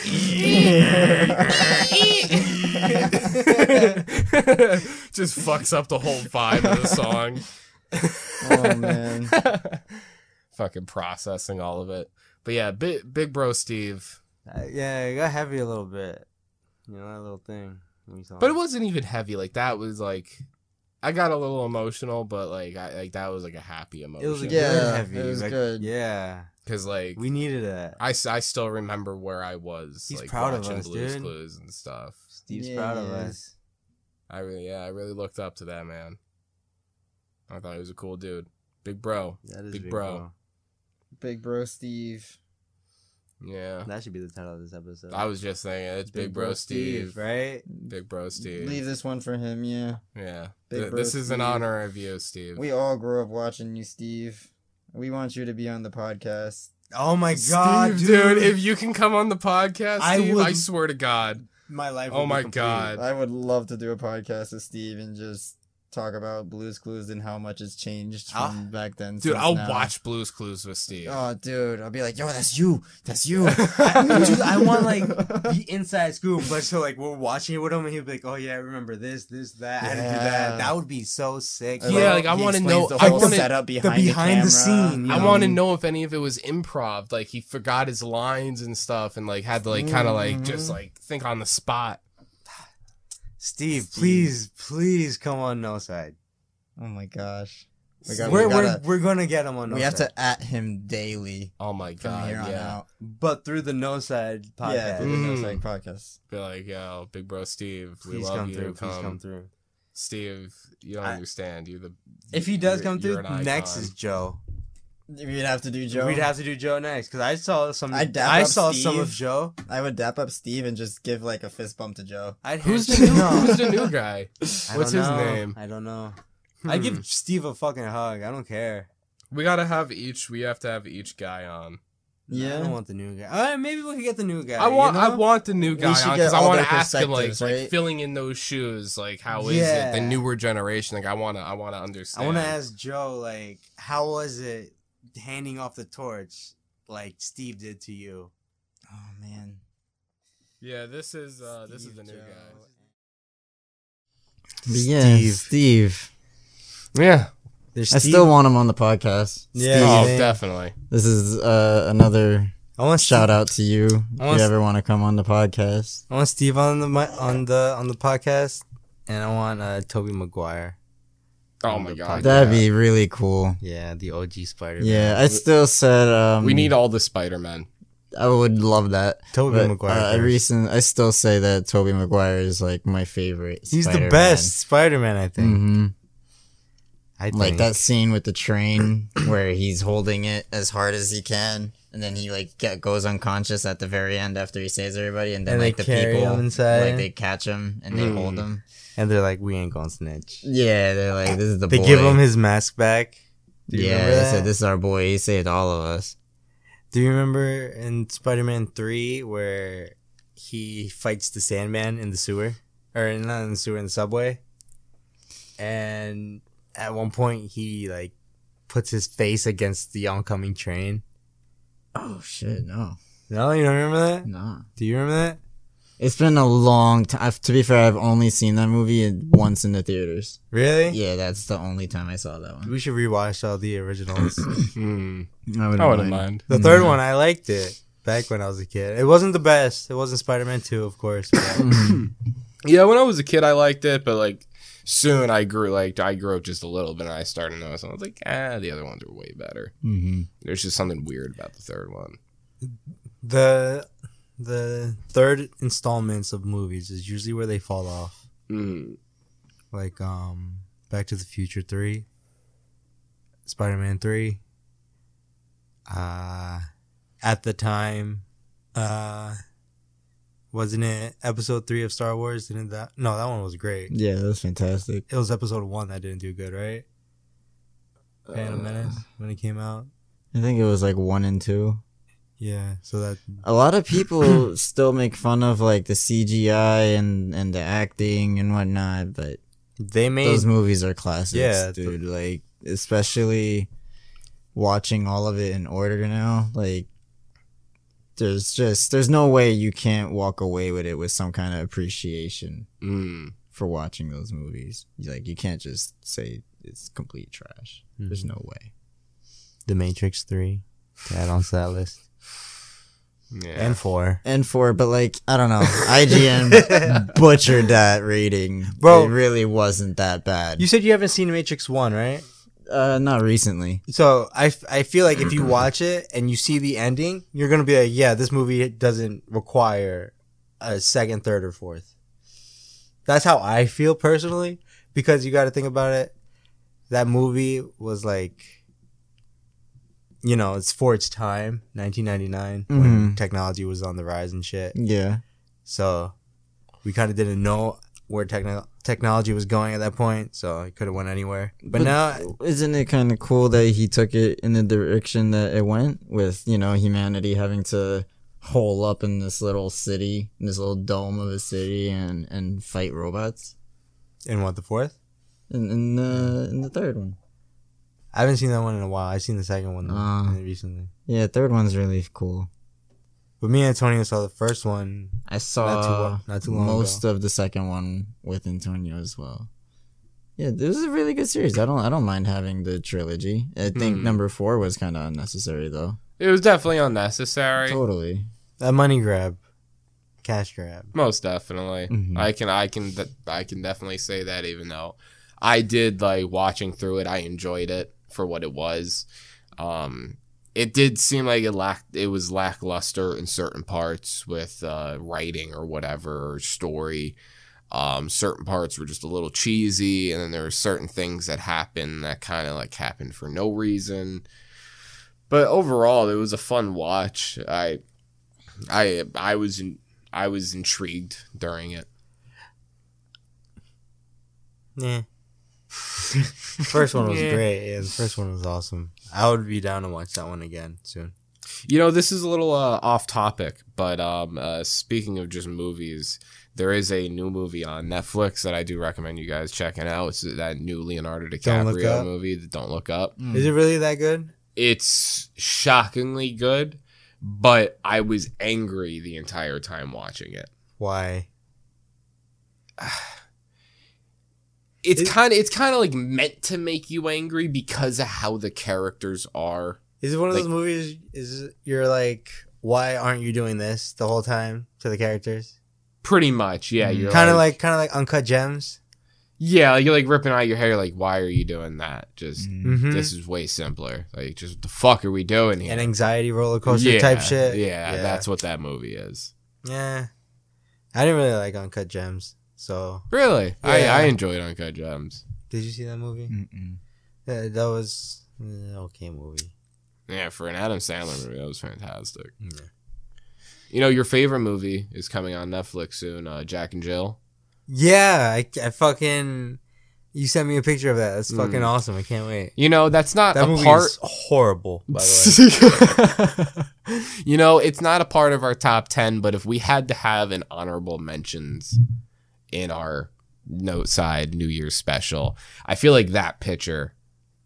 Speaker 2: just fucks up the whole vibe of the song.
Speaker 5: oh man.
Speaker 2: Fucking processing all of it. But yeah, big big bro Steve.
Speaker 3: Uh, yeah, it got heavy a little bit. You know that little thing.
Speaker 2: But it wasn't even heavy. Like that was like I got a little emotional, but like I like that was like a happy emotion.
Speaker 3: It was like,
Speaker 5: Yeah,
Speaker 3: good heavy.
Speaker 5: it was
Speaker 3: like,
Speaker 5: good.
Speaker 3: Yeah,
Speaker 2: because like
Speaker 3: we needed that.
Speaker 2: I, s- I still remember where I was.
Speaker 3: He's
Speaker 2: like,
Speaker 3: proud of
Speaker 2: watching
Speaker 3: us,
Speaker 2: Blue's
Speaker 3: dude.
Speaker 2: Clues and stuff.
Speaker 3: Steve's
Speaker 5: Yeah,
Speaker 3: proud of
Speaker 5: yeah.
Speaker 3: us.
Speaker 2: I really yeah I really looked up to that man. I thought he was a cool dude, big bro.
Speaker 3: That is
Speaker 2: Big
Speaker 3: big,
Speaker 2: bro.
Speaker 3: bro.
Speaker 5: Big bro Steve.
Speaker 2: Yeah,
Speaker 3: That should be the title of this episode.
Speaker 2: I was just thinking it's big, bro, Steve.
Speaker 3: right?
Speaker 2: Big bro Steve.
Speaker 5: Leave this one for him, yeah.
Speaker 2: Yeah,
Speaker 5: Big
Speaker 2: Th-
Speaker 5: bro
Speaker 2: this is an
Speaker 5: Steve.
Speaker 2: honor of you, Steve.
Speaker 5: We all grew up watching you, Steve. We want you to be on the podcast.
Speaker 3: Oh my
Speaker 2: Steve,
Speaker 3: god, dude!
Speaker 2: If you can come on the podcast,
Speaker 3: I
Speaker 2: Steve, I,
Speaker 3: would-
Speaker 2: swear to God.
Speaker 3: my life.
Speaker 2: Oh
Speaker 3: would be
Speaker 2: my
Speaker 3: complete.
Speaker 2: God.
Speaker 5: I would love to do a podcast with Steve and just talk about Blues Clues and how much has changed from
Speaker 3: Ah,
Speaker 5: back then.
Speaker 2: Dude,
Speaker 5: since
Speaker 2: I'll
Speaker 5: now.
Speaker 2: watch Blues Clues with Steve.
Speaker 5: Oh, dude, I'll be like, yo, that's you, that's you.
Speaker 3: Dude, I want like the inside scoop, but so like we're watching it with him, and he'd be like, "Oh yeah, I remember this, this, that. I didn't do
Speaker 5: Yeah.
Speaker 3: that. That would be so sick."
Speaker 2: Yeah, like,
Speaker 3: Like,
Speaker 2: I
Speaker 5: he
Speaker 2: wanna
Speaker 5: explains
Speaker 2: know-
Speaker 5: the
Speaker 2: I
Speaker 5: whole
Speaker 2: wanna-
Speaker 5: setup behind the,
Speaker 3: behind the
Speaker 5: camera.
Speaker 3: scene,
Speaker 2: I
Speaker 3: Um,
Speaker 2: want to know if any of it was improv. Like he forgot his lines and stuff, and like had to like kind of like
Speaker 3: Mm-hmm.
Speaker 2: just like think on the spot.
Speaker 3: Steve, please, please come on No Side.
Speaker 5: Oh my gosh, we
Speaker 3: We're
Speaker 5: got,
Speaker 3: we
Speaker 5: we,
Speaker 3: are
Speaker 5: gotta,
Speaker 3: we're gonna get him on. No
Speaker 5: we have
Speaker 3: Side.
Speaker 5: to at him daily
Speaker 2: Oh my
Speaker 5: from
Speaker 2: god,
Speaker 5: here on
Speaker 2: yeah.
Speaker 5: out.
Speaker 3: but through the No Side podcast.
Speaker 5: Yeah, the
Speaker 2: Mm.
Speaker 5: No Side podcast.
Speaker 2: Be like, yo, big bro, Steve, we
Speaker 3: Please
Speaker 2: love
Speaker 3: come
Speaker 2: you.
Speaker 3: through.
Speaker 2: come.
Speaker 3: Please come through.
Speaker 2: Steve, you don't
Speaker 3: I-
Speaker 2: understand. You're the.
Speaker 3: If he does
Speaker 2: you're-
Speaker 3: come
Speaker 2: you're
Speaker 3: through,
Speaker 2: an
Speaker 3: next
Speaker 2: icon.
Speaker 3: is Joe.
Speaker 5: We'd have to do Joe.
Speaker 3: We'd have to do Joe next because I saw some. I,
Speaker 5: I'd dap up
Speaker 3: saw some of
Speaker 5: Steve.
Speaker 3: Joe.
Speaker 5: I would dap up Steve and just give like a fist bump to Joe.
Speaker 3: I'd
Speaker 2: Who's the
Speaker 3: hand-
Speaker 2: new,
Speaker 3: No.
Speaker 2: who's the new guy?
Speaker 3: I
Speaker 2: What's
Speaker 3: don't
Speaker 2: his
Speaker 3: know.
Speaker 2: name?
Speaker 3: I don't know. I give Steve a fucking hug. I don't care.
Speaker 2: We gotta have each. We have to have each guy on.
Speaker 3: I don't want the new guy. All right, maybe we can get the new guy.
Speaker 2: I want.
Speaker 3: you
Speaker 2: I
Speaker 3: know?
Speaker 2: want the new
Speaker 5: We
Speaker 2: guy on
Speaker 5: should
Speaker 2: 'cause
Speaker 5: get
Speaker 2: I
Speaker 5: all
Speaker 2: want to
Speaker 5: their
Speaker 2: ask him like,
Speaker 5: perspectives,
Speaker 2: like
Speaker 5: right?
Speaker 2: filling in those shoes. Like how is it the
Speaker 3: Yeah.
Speaker 2: newer generation? Like I want to. I want to understand.
Speaker 3: I want to ask Joe like, how was it handing off the torch like Steve did to you?
Speaker 5: Oh man.
Speaker 2: Yeah, this is uh, this is the new
Speaker 5: Yeah, Steve. Steve.
Speaker 2: guy. Yeah.
Speaker 3: There's
Speaker 5: I still want him on the podcast.
Speaker 3: Yeah.
Speaker 2: Oh,
Speaker 3: man.
Speaker 2: definitely.
Speaker 5: This is uh, another
Speaker 3: I want
Speaker 5: shout out to you. If
Speaker 3: want
Speaker 5: you
Speaker 3: s-
Speaker 5: ever want to come on the podcast,
Speaker 3: I want Steve on the mi- on the on the podcast, and I want uh, Toby Maguire.
Speaker 2: Oh my god.
Speaker 5: that'd be really cool.
Speaker 3: Yeah, the OG Spider.
Speaker 5: Yeah, I still said um,
Speaker 2: We need all the Spider Men.
Speaker 5: I would love that.
Speaker 3: Tobey
Speaker 5: But,
Speaker 3: Maguire
Speaker 5: Uh, I
Speaker 3: first.
Speaker 5: recent. I still say that Toby Maguire is like my favorite.
Speaker 3: he's
Speaker 5: Spider-Man.
Speaker 3: the best Mm-hmm. Spider Man. I think.
Speaker 5: hmm
Speaker 3: I think.
Speaker 5: Mm-hmm. Like that scene with the train where he's holding it as hard as he can, and then he like get, goes unconscious at the very end after he saves everybody, and then
Speaker 3: And they
Speaker 5: like the
Speaker 3: carry
Speaker 5: people
Speaker 3: him inside. Mm.
Speaker 5: like they catch him and they hold him.
Speaker 3: and they're like, we ain't gonna snitch.
Speaker 5: Yeah, they're like, this is the
Speaker 3: They
Speaker 5: boy.
Speaker 3: give him his mask back. Do you
Speaker 5: yeah,
Speaker 3: remember
Speaker 5: they
Speaker 3: that?
Speaker 5: said this is our boy. He saved all of us.
Speaker 3: Do you remember in Spider Man Three where he fights the Sandman in the sewer, or not in the sewer in the subway? And at one point, he like puts his face against the oncoming train.
Speaker 5: Oh shit, no,
Speaker 3: No, you don't remember that?
Speaker 5: no.
Speaker 3: Do you remember that?
Speaker 5: It's been a long time. To be fair, I've only seen that movie in- once in the theaters.
Speaker 3: Really?
Speaker 5: Yeah, that's the only time I saw that one.
Speaker 3: We should rewatch all the originals.
Speaker 2: Hmm.
Speaker 5: I wouldn't
Speaker 2: I wouldn't mind.
Speaker 3: the third one, I liked it back when I was a kid. It wasn't the best. It wasn't Spider Man Two, of course. but-
Speaker 2: Yeah, when I was a kid, I liked it, but like soon I grew like I grew up just a little bit, and I started noticing. I was like, ah, the other ones are way better.
Speaker 5: Mm-hmm.
Speaker 2: There's just something weird about the third one.
Speaker 3: the the third installments of movies is usually where they fall off.
Speaker 2: Mm.
Speaker 3: like um Back to the Future 3, Spider-Man 3. Uh at the time uh wasn't it episode 3 of Star Wars didn't that No, that one was great.
Speaker 5: Yeah, that was fantastic.
Speaker 3: It was episode 1 that didn't do good, right? Phantom Menace when it came out.
Speaker 5: I think it was like one and two.
Speaker 3: Yeah, so that
Speaker 5: A lot of people still make fun of like the CGI and and the acting and whatnot, but
Speaker 3: they made
Speaker 5: those movies are classics,
Speaker 3: Yeah, the-
Speaker 5: dude. like especially watching all of it in order now, like there's just there's no way you can't walk away with it with some kind of appreciation
Speaker 2: Mm.
Speaker 5: for watching those movies. Like you can't just say it's complete trash. There's no way.
Speaker 3: The Matrix 3 to add on to that list.
Speaker 2: Yeah.
Speaker 3: and four.
Speaker 5: and four, but like I don't know, IGN butchered that rating.
Speaker 3: Bro.
Speaker 5: it really wasn't that bad.
Speaker 3: You said you haven't seen Matrix One, right?
Speaker 5: uh, not recently.
Speaker 3: So I, f- I feel like if you watch it and you see the ending, you're gonna be like, yeah, this movie doesn't require a second, third, or fourth. That's how I feel personally, because you got to think about it. That movie was like, you know, it's for its time, 1999, when
Speaker 5: Mhm.
Speaker 3: technology was on the rise and shit.
Speaker 5: Yeah,
Speaker 3: So we kind of didn't know where techno- technology was going at that point, so it could have went anywhere. But,
Speaker 5: But-
Speaker 3: now,
Speaker 5: isn't it kind of cool that he took it in the direction that it went with you know humanity having to hole up in this little city, in this little dome of a city, and and fight robots
Speaker 3: in what the fourth?
Speaker 5: in in the in the third one.
Speaker 3: I haven't seen that one in a while. I've seen the second one
Speaker 2: Uh.
Speaker 5: Ah.
Speaker 3: recently.
Speaker 5: Yeah, third one's really cool.
Speaker 3: But me and Antonio saw the first one.
Speaker 5: I saw
Speaker 3: too
Speaker 2: Uh,
Speaker 3: long- not too long
Speaker 5: most of the second one with Antonio as well. Yeah, this is a really good series. I don't I don't mind having the trilogy. I think
Speaker 2: Hmm.
Speaker 5: number four was kind of unnecessary though.
Speaker 2: It was definitely unnecessary.
Speaker 5: Totally.
Speaker 3: A money grab, cash grab.
Speaker 2: Most definitely.
Speaker 5: Mhm.
Speaker 2: I can I can de- I can definitely say that even though I did like watching through it, I enjoyed it for what it was. Um it did seem like it lacked it was lackluster in certain parts with uh writing or whatever or story. Um certain parts were just a little cheesy and then there were certain things that happened that kind of like happened for no reason. But overall, it was a fun watch. I I I was in, I was intrigued during it.
Speaker 3: Yeah. first one was great. Yeah, the first one was awesome. I would be down to watch that one again soon.
Speaker 2: You know, this is a little uh, off topic, but um, uh, speaking of just movies, there is a new movie on Netflix that I do recommend you guys checking out. It's that new Leonardo
Speaker 3: Don't Look
Speaker 2: DiCaprio
Speaker 3: Up?
Speaker 2: movie, that Don't Look Up.
Speaker 3: Is it really that good?
Speaker 2: It's shockingly good, but I was angry the entire time watching it.
Speaker 3: Why?
Speaker 2: It's
Speaker 3: Is-
Speaker 2: kind of it's kind of like meant to make you angry because of how the characters are.
Speaker 3: Is it one of
Speaker 2: Like-
Speaker 3: those movies? Is it- you're like, why aren't you doing this the whole time to the characters?
Speaker 2: Pretty much, yeah. You're
Speaker 3: Kind of like, kind of like uncut gems.
Speaker 2: Yeah, like you're like ripping out your hair. Like, why are you doing that? Mm, Just
Speaker 3: Mm-hmm.
Speaker 2: this is way simpler. Like, just what the fuck are we doing here?
Speaker 3: An anxiety roller coaster
Speaker 2: Yeah,
Speaker 3: type shit.
Speaker 2: Yeah, that's what that movie is.
Speaker 3: Yeah. I didn't really like Uncut Gems. So,
Speaker 2: Really, I
Speaker 3: Yeah.
Speaker 2: I enjoyed Uncut Gems.
Speaker 3: did you see that movie?
Speaker 5: Mm-mm.
Speaker 3: Uh, that was an okay movie.
Speaker 2: Yeah, for an Adam Sandler movie, that was fantastic.
Speaker 3: Yeah.
Speaker 2: You know, your favorite movie is coming on Netflix soon. Uh, Jack and Jill.
Speaker 3: Yeah, I, I fucking. You sent me a picture of that. That's fucking
Speaker 2: Mm.
Speaker 3: awesome. I can't wait.
Speaker 2: You know, that's not
Speaker 3: That
Speaker 2: a
Speaker 3: movie
Speaker 2: part.
Speaker 3: is horrible, by the
Speaker 2: you know, it's not a part of our top 10, but if we had to have an honorable mentions in our note side New Year's special, I feel like that picture,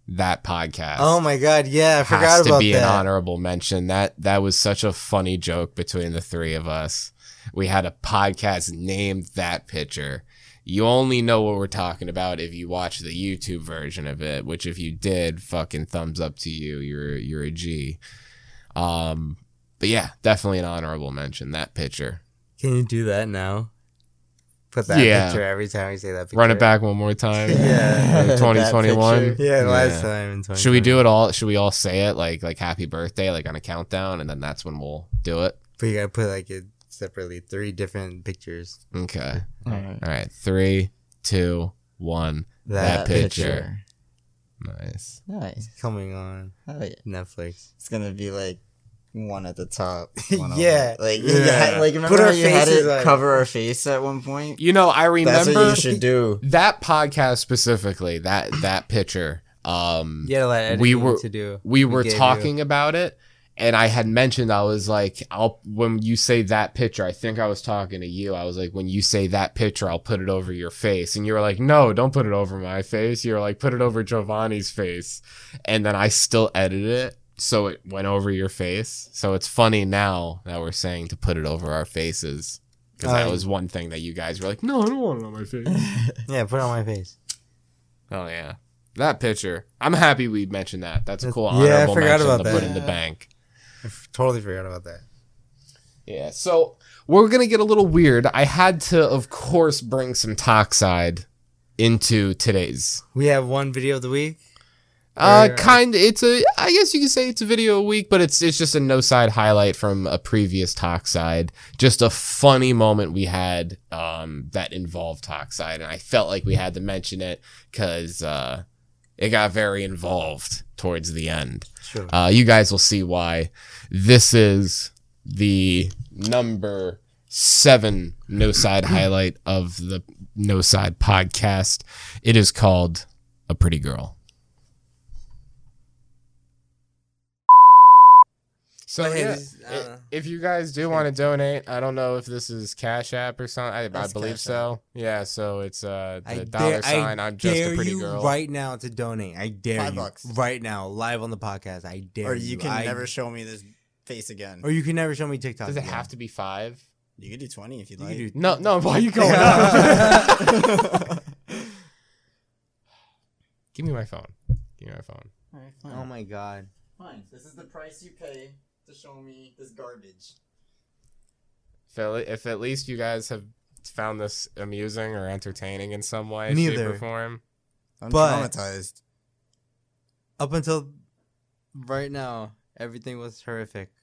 Speaker 2: that podcast
Speaker 3: way. Oh my god, yeah, I
Speaker 2: has
Speaker 3: forgot
Speaker 2: to
Speaker 3: about
Speaker 2: be an
Speaker 3: that.
Speaker 2: honorable mention. That that was such a funny joke between the three of us. We had a podcast named that picture. You only know what we're talking about if you watch the YouTube version of it, which if you did, fucking thumbs up to you. You're you're a G. Um but yeah, definitely an honorable mention that picture.
Speaker 3: Can you do that now? Put that
Speaker 2: Yeah.
Speaker 3: picture every time we say that picture.
Speaker 2: Run it back one more time.
Speaker 3: Yeah.
Speaker 5: That
Speaker 2: 2021.
Speaker 5: picture.
Speaker 3: Yeah, last
Speaker 2: Yeah.
Speaker 3: time in 2020.
Speaker 2: Should we do it all? Should we all say it like like happy birthday like on a countdown and then that's when we'll do it?
Speaker 3: But you gotta put like it separately, three different pictures.
Speaker 2: Okay.
Speaker 5: All right.
Speaker 2: All right, three, two, one. That picture. Nice.
Speaker 5: Nice.
Speaker 3: Coming on
Speaker 5: Oh, yeah.
Speaker 3: Netflix.
Speaker 5: It's gonna be like one at the top. one on
Speaker 3: Yeah,
Speaker 5: one. Like
Speaker 3: yeah.
Speaker 5: you had, like remember
Speaker 3: Put
Speaker 5: how
Speaker 3: our
Speaker 5: you had
Speaker 3: faces
Speaker 5: it
Speaker 3: on.
Speaker 5: cover our face at one point.
Speaker 2: You know, I
Speaker 5: That's what
Speaker 2: remember
Speaker 5: you should do.
Speaker 2: that podcast specifically. That that picture. Um,
Speaker 3: Yeah, like
Speaker 2: We were-
Speaker 3: to do.
Speaker 2: we were
Speaker 3: gave you-
Speaker 2: talking about it, and I had mentioned I was like, I'll when you say that picture. I think I was talking to you. I was like, when you say that picture, I'll put it over your face, and you were like, no, don't put it over my face. You were like, put it over Giovanni's face, and then I still edited it. So it went over your face. So it's funny now that we're saying to put it over our faces. Because that
Speaker 3: Oh.
Speaker 2: was one thing that you guys were like, no, I don't want it on my face.
Speaker 3: Yeah, put it on my face.
Speaker 2: Oh yeah, that picture. I'm happy we mentioned that. That's a cool
Speaker 3: Yeah, I
Speaker 2: honorable
Speaker 3: forgot
Speaker 2: mention
Speaker 3: about
Speaker 2: to put
Speaker 3: that.
Speaker 2: in the bank.
Speaker 3: I f- totally forgot about that.
Speaker 2: Yeah, so we're gonna get a little weird. I had to, of course, bring some Toxide into today's.
Speaker 3: We have one video of the week.
Speaker 2: Uh,
Speaker 3: Or-
Speaker 2: kind. It's a. I guess you could say it's a video a week, but it's it's just a no side highlight from a previous Toxide. Just a funny moment we had um, that involved Toxide, and I felt like we had to mention it because uh, it got very involved towards the end.
Speaker 3: Sure.
Speaker 2: Uh, you guys will see why. This is the number seven no side highlight of the no side podcast. It is called a pretty girl. So
Speaker 3: But
Speaker 2: yeah,
Speaker 3: it's- I
Speaker 2: i-
Speaker 3: don't know.
Speaker 2: if you guys do want to donate, I don't know if this is Cash App or something. I, I
Speaker 3: That's
Speaker 2: believe
Speaker 3: Cash
Speaker 2: so. Yeah, so it's uh the
Speaker 3: I
Speaker 2: dollar
Speaker 3: dare,
Speaker 2: sign.
Speaker 3: I
Speaker 2: I'm just
Speaker 3: dare
Speaker 2: a pretty
Speaker 3: you
Speaker 2: girl.
Speaker 3: right now to donate. I dare
Speaker 5: Five
Speaker 3: you
Speaker 5: bucks.
Speaker 3: right now, live on the podcast. I dare
Speaker 5: Or you can
Speaker 3: I-
Speaker 5: never show me this face again.
Speaker 3: or you can never show me TikTok.
Speaker 2: Does it
Speaker 3: again.
Speaker 2: have to be five?
Speaker 5: you could do 20 if you'd
Speaker 3: You
Speaker 5: like.
Speaker 3: can do
Speaker 2: No, no. Why are you going? up? Give me my phone. Give me my phone.
Speaker 3: Oh my god.
Speaker 5: Fine. This is the price you pay to show me this garbage.
Speaker 2: If at, le- if at least you guys have found this amusing or entertaining in some way, shape,
Speaker 3: Neither.
Speaker 2: or form.
Speaker 5: I'm
Speaker 3: But-
Speaker 5: traumatized.
Speaker 3: Up until right now, everything was horrific.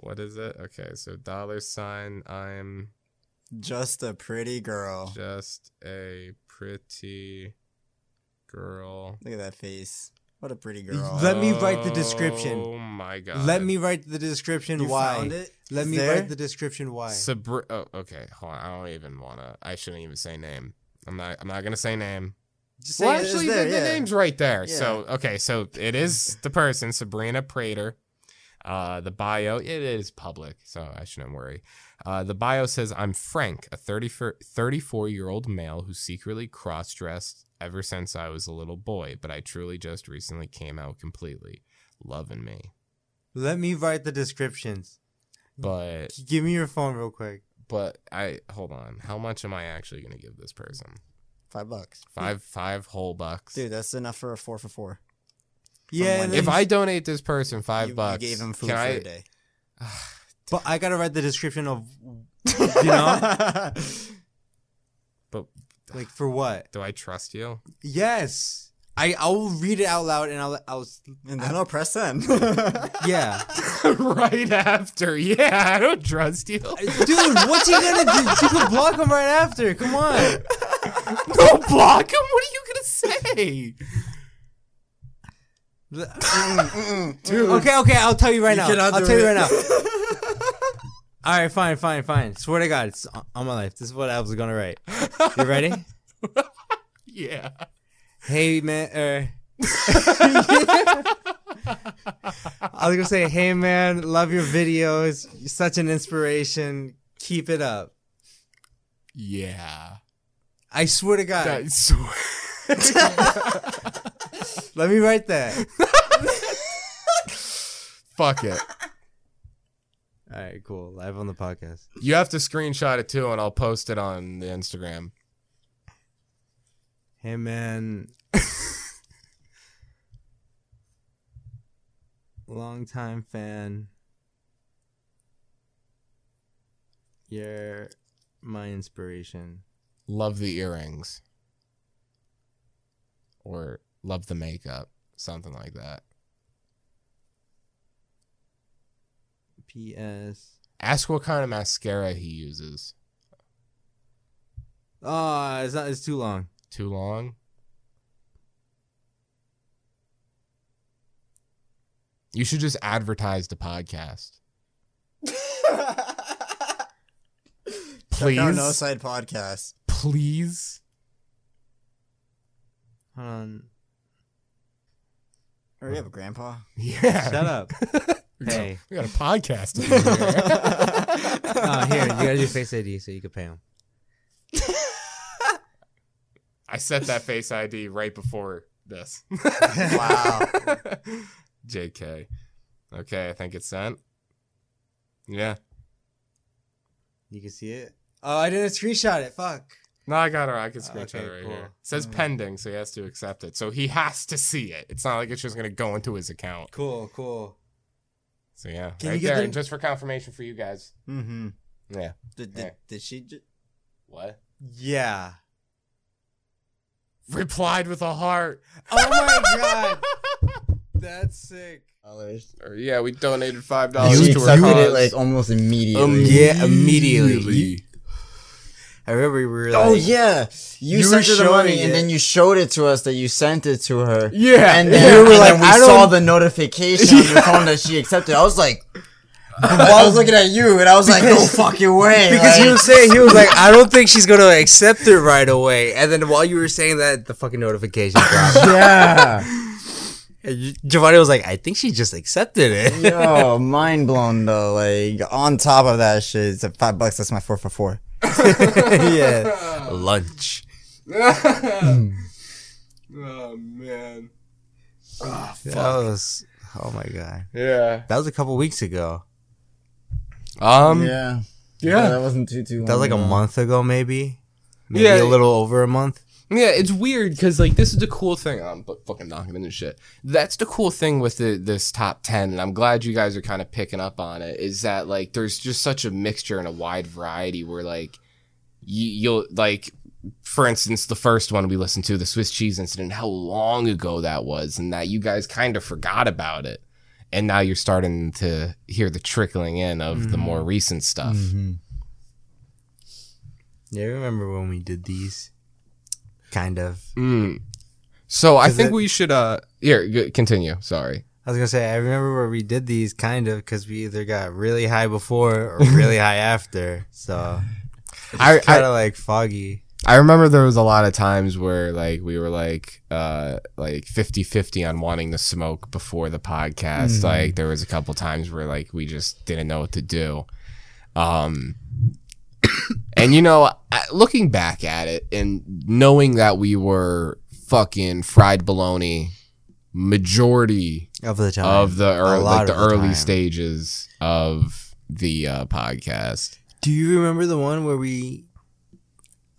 Speaker 2: What is it? Okay, so dollar sign. I'm
Speaker 5: Just a pretty girl.
Speaker 2: just a pretty girl.
Speaker 5: Look at that face. What a pretty girl.
Speaker 3: Let me write the description.
Speaker 2: Oh my god.
Speaker 3: Let me write the description
Speaker 5: You
Speaker 3: why.
Speaker 5: found it?
Speaker 3: Let
Speaker 5: It's
Speaker 3: me
Speaker 5: there?
Speaker 3: write the description why.
Speaker 2: Sabri- oh, okay. Hold on. I don't even wanna. I shouldn't even say name. I'm not. I'm not gonna say name.
Speaker 5: Just
Speaker 2: Well,
Speaker 5: say it is
Speaker 2: actually, the,
Speaker 5: there,
Speaker 2: the
Speaker 5: yeah.
Speaker 2: name's right there.
Speaker 5: Yeah.
Speaker 2: So okay, so it is the person, Sabrina Prater. Uh, the bio, it is public, so I shouldn't worry. Uh, the bio says, "I'm Frank, a 34 year old male who secretly cross dressed ever since I was a little boy, but I truly just recently came out completely, loving me."
Speaker 3: Let me write the descriptions.
Speaker 2: But
Speaker 3: G- Give me your phone real quick.
Speaker 2: but I hold on, how much am I actually gonna give this person?
Speaker 5: Five bucks.
Speaker 2: Five five whole bucks.
Speaker 5: Dude, that's enough for a four for four.
Speaker 3: Yeah,
Speaker 5: Wendy's.
Speaker 2: if I donate this person five
Speaker 5: you,
Speaker 2: bucks,
Speaker 5: You gave him food
Speaker 2: can
Speaker 5: for
Speaker 2: I,
Speaker 5: a day.
Speaker 3: but I gotta write the description of, you know,
Speaker 2: But
Speaker 3: like for what?
Speaker 2: do I trust you?
Speaker 3: Yes, I I will read it out loud and I'll I'll s-
Speaker 5: and then I'll press send.
Speaker 3: yeah,
Speaker 2: right after. Yeah, I don't trust you.
Speaker 3: dude. What's he gonna do? You could block him right after. Come on.
Speaker 2: Don't block him. What are you gonna say?
Speaker 3: Dude. Okay, okay, I'll tell you right now.
Speaker 5: cannot
Speaker 3: I'll
Speaker 5: do
Speaker 3: tell you
Speaker 5: it.
Speaker 3: right now. All right, fine, fine, fine. Swear to God, it's on- on my life. This is what I was gonna write. You ready?
Speaker 2: Yeah.
Speaker 3: hey man, er. I was gonna say, hey man, love your videos. You're such an inspiration. Keep it up.
Speaker 2: Yeah.
Speaker 3: I swear to God.
Speaker 2: That's so.
Speaker 3: Let me write that.
Speaker 2: Fuck it.
Speaker 3: All right, cool. Live on the podcast.
Speaker 2: You have to screenshot it too, and I'll post it on the Instagram.
Speaker 3: Hey man. Long time fan. You're my inspiration.
Speaker 2: Love the earrings, or love the makeup, something like that.
Speaker 3: P.S.
Speaker 2: Ask what kind of mascara he uses.
Speaker 3: Oh, it's not it's too long.
Speaker 2: Too long. You should just advertise the podcast.
Speaker 5: Our
Speaker 2: please,
Speaker 5: No Side Podcast.
Speaker 2: please.
Speaker 3: Hold on.
Speaker 5: Or you have a grandpa.
Speaker 2: Yeah.
Speaker 3: Shut up. hey.
Speaker 2: We got a podcast. over here.
Speaker 3: Oh, here, you gotta do face ID so you can pay him.
Speaker 2: I set that face ID right before this.
Speaker 5: Wow.
Speaker 2: JK. Okay, I think it's sent. Yeah.
Speaker 3: You can see it? Oh, I didn't screenshot it. Fuck.
Speaker 2: No, I got it. I can screenshot
Speaker 3: Okay,
Speaker 2: it right
Speaker 3: cool. Hmm.
Speaker 2: here. It says pending, so he has to accept it. So he has to see it. It's not like it's just gonna go into his account.
Speaker 3: Cool, cool.
Speaker 2: So yeah,
Speaker 3: Can
Speaker 2: right
Speaker 3: you get
Speaker 2: there,
Speaker 3: the-
Speaker 2: just for confirmation for you guys.
Speaker 3: Mm-hmm.
Speaker 2: Yeah.
Speaker 3: Did,
Speaker 2: Yeah.
Speaker 3: did, did she just...
Speaker 2: What?
Speaker 3: Yeah.
Speaker 2: Replied with a heart.
Speaker 3: Oh my god. That's sick.
Speaker 2: Or, yeah, we donated five
Speaker 5: You
Speaker 2: dollars to her
Speaker 5: accepted Oh, it
Speaker 2: cause.
Speaker 5: like almost immediately.
Speaker 3: Um, yeah, immediately. You- I remember we were like...
Speaker 5: Oh yeah, you,
Speaker 3: You were
Speaker 5: sent her the money,
Speaker 3: showing
Speaker 5: and
Speaker 3: it.
Speaker 5: then you showed it to us that you sent it to her.
Speaker 2: Yeah.
Speaker 5: and
Speaker 2: Yeah.
Speaker 5: then,
Speaker 2: You were
Speaker 5: and
Speaker 2: like,
Speaker 5: then we
Speaker 2: "I
Speaker 5: saw
Speaker 2: don't-"
Speaker 5: the notification on your phone that she accepted. I was like, well, I was looking at you, and I was like, no fucking way.
Speaker 3: Because he
Speaker 5: like-
Speaker 3: was saying he was like, I don't think she's gonna accept it right away. And then while you were saying that, the fucking notification dropped.
Speaker 5: yeah,
Speaker 3: And you- Giovanni was like, I think she just accepted it.
Speaker 5: yo, mind blown though. Like on top of that shit, it's at five bucks. That's my four for four.
Speaker 3: yeah. Lunch.
Speaker 2: oh man.
Speaker 3: That was oh my god.
Speaker 2: Ah, Yeah.
Speaker 3: That was a couple weeks ago.
Speaker 2: Um. Yeah.
Speaker 5: that wasn't too too.
Speaker 3: That was like a month ago, maybe. Maybe
Speaker 2: Yeah.
Speaker 3: a little over a month.
Speaker 2: Yeah, it's weird because like this is the cool thing. I'm bu- fucking knocking into shit. That's the cool thing with the, this top ten, and I'm glad you guys are kind of picking up on it. Is that like there's just such a mixture and a wide variety where like you, you'll like, for instance, the first one we listened to, the Swiss cheese incident, how long ago that was, and that you guys kind of forgot about it, and now you're starting to hear the trickling in of the more recent stuff.
Speaker 3: Mm-hmm. Yeah, I remember when we did these. Kind of.
Speaker 2: Mm. So I
Speaker 3: 'Cause
Speaker 2: think
Speaker 3: it-
Speaker 2: we should uh here g- continue. Sorry.
Speaker 3: I was gonna say I remember where we did these kind of because we either got really high before or really high after. So
Speaker 2: I,
Speaker 3: kind of like foggy.
Speaker 2: I remember there was a lot of times where like we were like uh like 50-50 on wanting to smoke before the podcast.
Speaker 3: Mm-hmm.
Speaker 2: Like there was a couple times where like we just didn't know what to do. Um and you know, I- looking back at it and knowing that we were fucking fried bologna majority
Speaker 3: Of the time.
Speaker 2: of the ear-
Speaker 3: A lot
Speaker 2: like the,
Speaker 3: of
Speaker 2: early
Speaker 3: time.
Speaker 2: stages of the uh, podcast.
Speaker 3: Do you remember the one where we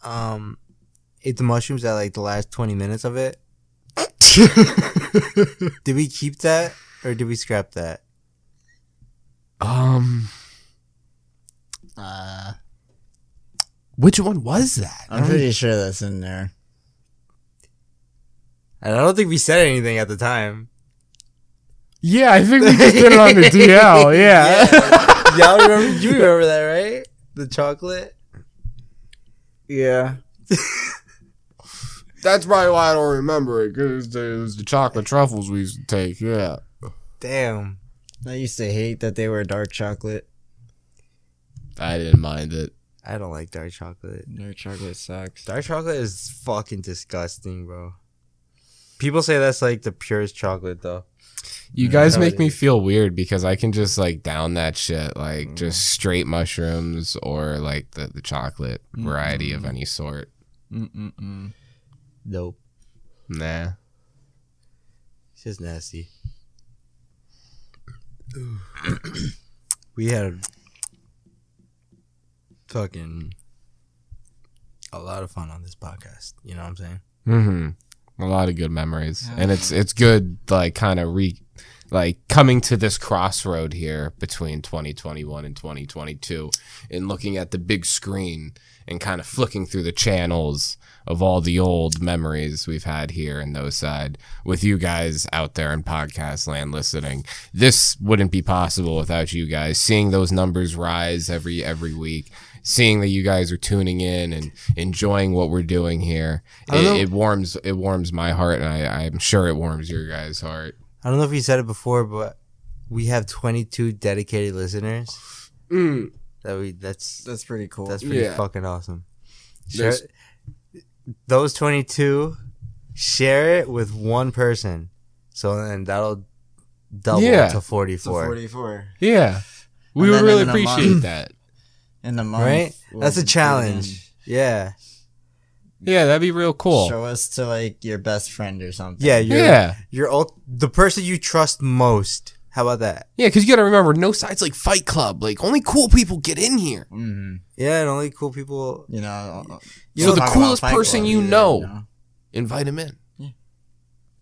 Speaker 3: um ate the mushrooms at like the last twenty minutes of it? did we keep that or did we scrap that?
Speaker 2: Um
Speaker 5: Uh,
Speaker 2: which one was that?
Speaker 5: I'm pretty sure that's in there.
Speaker 3: And I don't think we said anything at the time.
Speaker 2: Yeah, I think we just did it on the DL.
Speaker 5: Uh,
Speaker 2: Yeah.
Speaker 3: Y'all remember? You remember that, right? The chocolate.
Speaker 5: Yeah.
Speaker 2: That's probably why I don't remember it because it was the chocolate truffles we used to take. Yeah.
Speaker 3: Damn.
Speaker 5: I used to hate that they were dark chocolate.
Speaker 2: I didn't mind it.
Speaker 3: I don't like dark chocolate.
Speaker 5: Dark chocolate sucks.
Speaker 3: Dark chocolate is fucking disgusting, bro. People say that's like the purest chocolate, though.
Speaker 2: You guys make me feel weird because I can just like down that shit, like just straight mushrooms or like the, the chocolate variety of any sort.
Speaker 5: Mm-mm-mm.
Speaker 3: Nope.
Speaker 2: Nah.
Speaker 3: It's just nasty. we had a fucking a lot of fun on this podcast. You know what I'm saying?
Speaker 2: hmm A lot of good memories, and it's it's good like kind of re, like coming to this crossroad here between 2021 and 2022, and looking at the big screen and kind of flicking through the channels of all the old memories we've had here in those side with you guys out there in podcast land listening. This wouldn't be possible without you guys. Seeing those numbers rise every every week, seeing that you guys are tuning in and enjoying what we're doing here,
Speaker 3: don't know-
Speaker 2: it, it warms it warms my heart, and I, I'm sure it warms your guys' heart.
Speaker 3: I don't know if you said it before, but we have 22 dedicated listeners. Mm. That we that's
Speaker 5: That's pretty cool.
Speaker 3: That's pretty
Speaker 2: Yeah.
Speaker 3: fucking awesome. Share,
Speaker 2: There's-
Speaker 3: those 22, share it with one person. So then that'll double
Speaker 2: Yeah.
Speaker 3: to 44.
Speaker 5: 44.
Speaker 2: Yeah, we
Speaker 5: And
Speaker 2: would
Speaker 5: then
Speaker 2: really
Speaker 5: in a month-
Speaker 2: appreciate that.
Speaker 5: In the month.
Speaker 3: Right?
Speaker 5: we'll
Speaker 3: That's a
Speaker 5: do it again.
Speaker 3: challenge. Yeah.
Speaker 2: Yeah, that'd be real cool.
Speaker 5: Show us to like your best friend or something.
Speaker 3: Yeah. Your,
Speaker 2: Yeah,
Speaker 3: Your ult- the person you trust most. How about that?
Speaker 2: Yeah, because you got to remember, no side's like Fight Club. Like only cool people get in here.
Speaker 5: hmm
Speaker 3: Yeah, and only cool people.
Speaker 5: You know, uh,
Speaker 3: You
Speaker 2: so
Speaker 3: know,
Speaker 2: the
Speaker 5: talk about
Speaker 2: coolest
Speaker 5: Fight
Speaker 2: person
Speaker 5: Club
Speaker 2: you
Speaker 5: either,
Speaker 2: know,
Speaker 5: you know?
Speaker 2: invite him in.
Speaker 5: Yeah.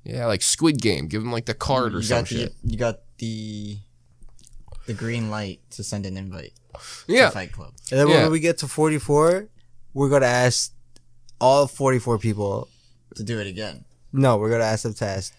Speaker 2: Yeah, like Squid Game. Give him like the card or
Speaker 5: you
Speaker 2: some
Speaker 5: got the,
Speaker 2: shit.
Speaker 5: you got the the green light to send an invite
Speaker 2: Yeah.
Speaker 5: to Fight Club.
Speaker 3: And then
Speaker 2: Yeah.
Speaker 3: when we get to 44, we're gonna ask all 44 people.
Speaker 5: to do it again.
Speaker 3: No, we're gonna ask them to ask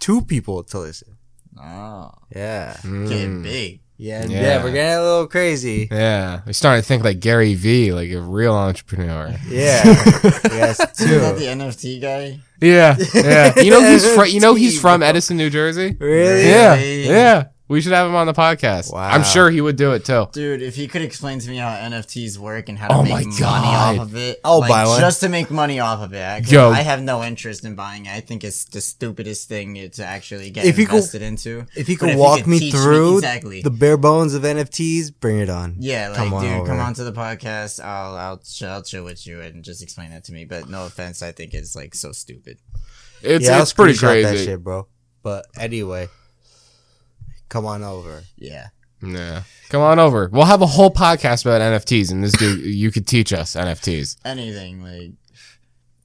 Speaker 3: two people to listen.
Speaker 5: Oh,
Speaker 3: Yeah,
Speaker 2: Mm. Hmm.
Speaker 5: getting big.
Speaker 3: yeah, yeah.
Speaker 2: Yeah.
Speaker 3: we're getting a little crazy.
Speaker 2: Yeah, we starting to think like Gary Vee, like a real entrepreneur.
Speaker 3: Yeah, yes,
Speaker 5: Is that the
Speaker 3: two.
Speaker 5: NFT guy?
Speaker 2: Yeah, yeah. You know he's fr- you know he's from Edison, New Jersey.
Speaker 3: Really?
Speaker 2: Yeah,
Speaker 5: Really?
Speaker 2: yeah. We should have him on the podcast.
Speaker 3: Wow.
Speaker 2: I'm sure he would do it too.
Speaker 5: Dude, if he could explain to me how NFTs work and how to
Speaker 2: Oh
Speaker 5: make
Speaker 2: my
Speaker 5: money
Speaker 2: God.
Speaker 5: off of it,
Speaker 3: I'll
Speaker 5: like,
Speaker 3: buy one.
Speaker 5: just to make money off of it. I, could-
Speaker 2: Yo.
Speaker 5: I have no interest in buying. it. I think it's the stupidest thing to actually get
Speaker 3: If you could-
Speaker 5: invested into.
Speaker 3: If you
Speaker 5: But
Speaker 3: could walk me
Speaker 5: teach
Speaker 3: through
Speaker 5: exactly
Speaker 3: the bare bones of NFTs, bring it on.
Speaker 5: Yeah, like
Speaker 3: Come on
Speaker 5: dude, come
Speaker 3: over.
Speaker 5: on to the podcast. I'll I'll chill, I'll chill with you and just explain that to me. But no offense, I think it's like so stupid.
Speaker 2: It's
Speaker 3: I'll
Speaker 2: it's pretty
Speaker 3: screenshot that
Speaker 2: crazy.
Speaker 3: shit, bro. But anyway, come on over.
Speaker 5: Yeah,
Speaker 2: Yeah, come on over. We'll have a whole podcast about NFTs, and this dude you could teach us NFTs.
Speaker 5: anything like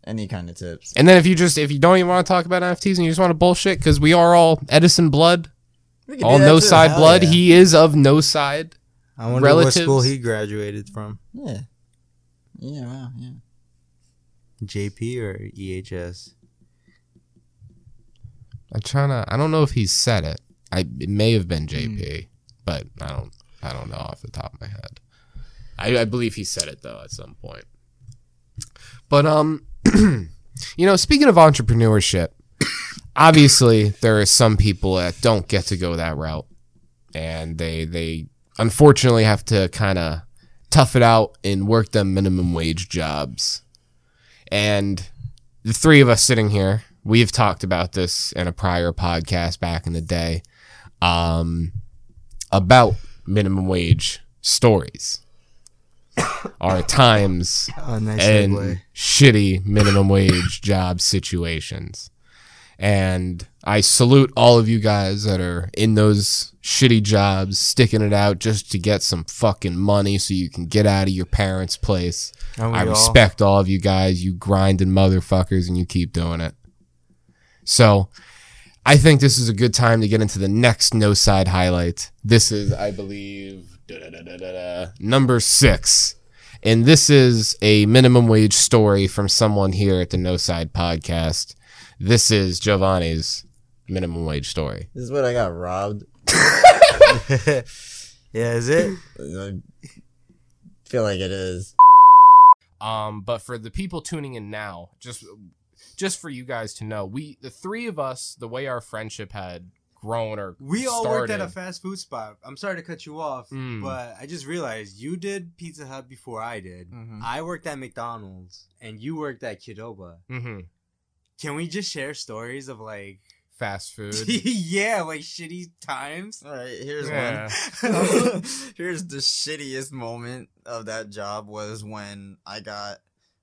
Speaker 5: any kind of tips.
Speaker 2: And then if you just if you don't even want to talk about NFTs and you just want to bullshit, because we are all Edison blood,
Speaker 5: We could
Speaker 2: all
Speaker 5: do that
Speaker 2: no
Speaker 5: too,
Speaker 2: side
Speaker 5: hell
Speaker 2: blood.
Speaker 5: yeah.
Speaker 2: He is of no side.
Speaker 3: I wonder
Speaker 2: Relatives?
Speaker 3: what school he graduated from.
Speaker 5: yeah, yeah, wow, yeah.
Speaker 3: JP or E EHS?
Speaker 2: I'm trying to. I don't know if he said it. I it may have been JP, but I don't. I don't know off the top of my head. I, I believe he said it though at some point. But um, you know, speaking of entrepreneurship, obviously there are some people that don't get to go that route, and they they unfortunately have to kind of tough it out and work them minimum wage jobs, and the three of us sitting here, we've talked about this in a prior podcast back in the day um, about minimum wage stories, our times,
Speaker 3: Oh, nice
Speaker 2: and
Speaker 3: segue.
Speaker 2: shitty minimum wage job situations. And I salute all of you guys that are in those shitty jobs, sticking it out just to get some fucking money so you can get out of your parents' place.
Speaker 3: Aren't we
Speaker 2: I
Speaker 3: all?
Speaker 2: respect all of you guys, you grinding motherfuckers, and you keep doing it. So, I think this is a good time to get into the next no side highlight. This is, I believe, da-da-da-da-da-da, number six. And this is a minimum wage story from someone here at the No Side podcast. This is Giovanni's minimum wage story.
Speaker 5: This is what I got robbed.
Speaker 3: Yeah, is it?
Speaker 5: I feel like it is.
Speaker 2: Um, but for the people tuning in now, just just for you guys to know, we the three of us, the way our friendship had grown or
Speaker 3: We all worked at a
Speaker 2: started-
Speaker 3: fast food spot. I'm sorry to cut you off,
Speaker 2: Mm.
Speaker 3: but I just realized you did Pizza Hut before I did.
Speaker 2: Mm-hmm.
Speaker 5: Mhm.
Speaker 3: I worked at McDonald's, and you worked at Qdoba.
Speaker 2: mm-hmm.
Speaker 3: Can we just share stories of like,
Speaker 2: fast food.
Speaker 3: yeah, like shitty times?
Speaker 5: All right, here's
Speaker 2: Yeah.
Speaker 5: one. here's the shittiest moment of that job was when I got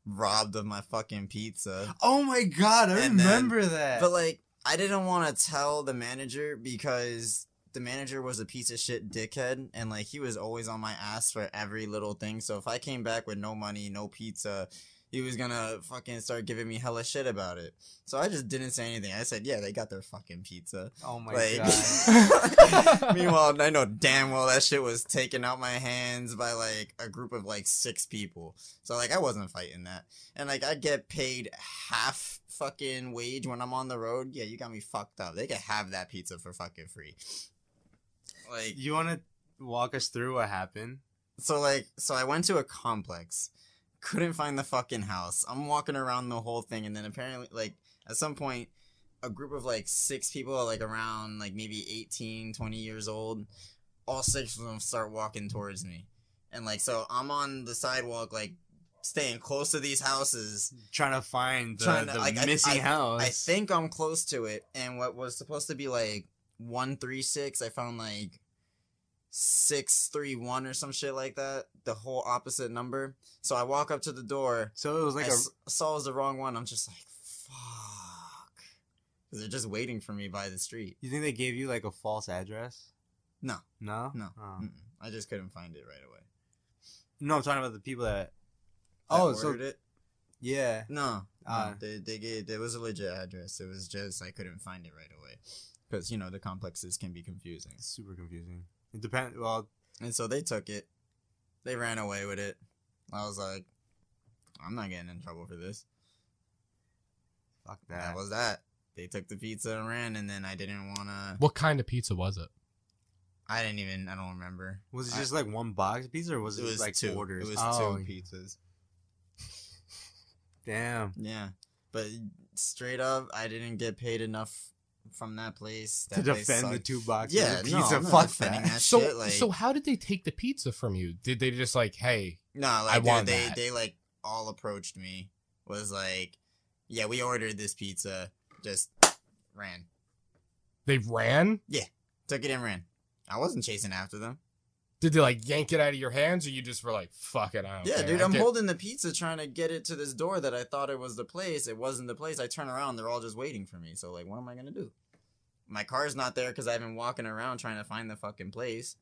Speaker 5: robbed of my fucking pizza.
Speaker 3: Oh my god, I
Speaker 5: And then-
Speaker 3: remember that.
Speaker 5: But like, I didn't want to tell the manager because the manager was a piece of shit dickhead, and like he was always on my ass for every little thing. So if I came back with no money, no pizza. He was gonna fucking start giving me hella shit about it. So I just didn't say anything. I said, yeah, they got their fucking pizza.
Speaker 3: oh my
Speaker 5: Like,
Speaker 3: god.
Speaker 5: meanwhile, I know damn well that shit was taken out my hands by like a group of like six people. So like I wasn't fighting that, and like I get paid half fucking wage when I'm on the road. Yeah, you got me fucked up. They could have that pizza for fucking free. Like
Speaker 3: You want to walk us through what happened?
Speaker 5: so like so I went to a complex, couldn't find the fucking house. I'm walking around the whole thing and then apparently like at some point a group of like six people like around like maybe 18, 20 years old, all six of them start walking towards me. And like so I'm on the sidewalk like staying close to these houses
Speaker 3: Trying to find the,
Speaker 5: Trying to,
Speaker 3: the
Speaker 5: like, I-
Speaker 3: missing
Speaker 5: I-
Speaker 3: house.
Speaker 5: I think I'm close to it. And what was supposed to be like one three six, I found like six three one or some shit like that. The whole opposite number. So I walk up to the door.
Speaker 3: so it was
Speaker 5: I
Speaker 3: like a
Speaker 5: s- saw it was the wrong one. I'm just like, fuck. 'Cause because they're just waiting for me by the street.
Speaker 3: You think they gave you like a false address?
Speaker 5: No,
Speaker 3: No,
Speaker 5: no, Mm.
Speaker 3: Oh.
Speaker 5: mm-mm. I just couldn't find it right away.
Speaker 3: no. I'm talking about the people that.
Speaker 5: I
Speaker 3: Oh, so
Speaker 5: ordered it.
Speaker 3: yeah.
Speaker 5: No,
Speaker 3: Ah.
Speaker 5: no they they gave it was a legit address. It was just I couldn't find it right away because you know the complexes can be confusing.
Speaker 3: It's super confusing. It depends. Well,
Speaker 5: And so they took it. They ran away with it. I was like, I'm not getting in trouble for this.
Speaker 3: fuck
Speaker 5: That
Speaker 3: that.
Speaker 5: was that. They took the pizza and ran, and then I didn't want to.
Speaker 2: What kind of pizza was it?
Speaker 5: I didn't even. I don't remember.
Speaker 3: Was it just like one box pizza, or was it,
Speaker 5: It was
Speaker 3: like
Speaker 5: two
Speaker 3: orders?
Speaker 5: It was
Speaker 3: Oh,
Speaker 5: two pizzas.
Speaker 3: Damn.
Speaker 5: Yeah, but straight up, I didn't get paid enough from that place. That
Speaker 3: To
Speaker 5: place
Speaker 3: defend the
Speaker 5: sucked.
Speaker 3: two boxes.
Speaker 5: Yeah,
Speaker 3: of
Speaker 5: no,
Speaker 3: pizza.
Speaker 5: I'm not
Speaker 3: fuck
Speaker 5: defending
Speaker 3: that.
Speaker 5: that
Speaker 2: So,
Speaker 5: shit, like-
Speaker 2: so how did they take the pizza from you? Did they just like, hey,
Speaker 5: No,
Speaker 2: I
Speaker 5: like dude,
Speaker 2: want
Speaker 5: they
Speaker 2: that.
Speaker 5: they like all approached me was like, yeah, we ordered this pizza, just ran,
Speaker 2: they ran?
Speaker 5: took it and ran. I wasn't chasing after them.
Speaker 2: Did they like yank it out of your hands, or you just were like, fuck it, I don't
Speaker 5: yeah,
Speaker 2: care.
Speaker 5: dude,
Speaker 2: I
Speaker 5: I'm
Speaker 2: get-
Speaker 5: holding the pizza, trying to get it to this door that I thought it was the place. It wasn't the place. I turn around, they're all just waiting for me. So like, what am I gonna do? My car's not there because I've been walking around trying to find the fucking place.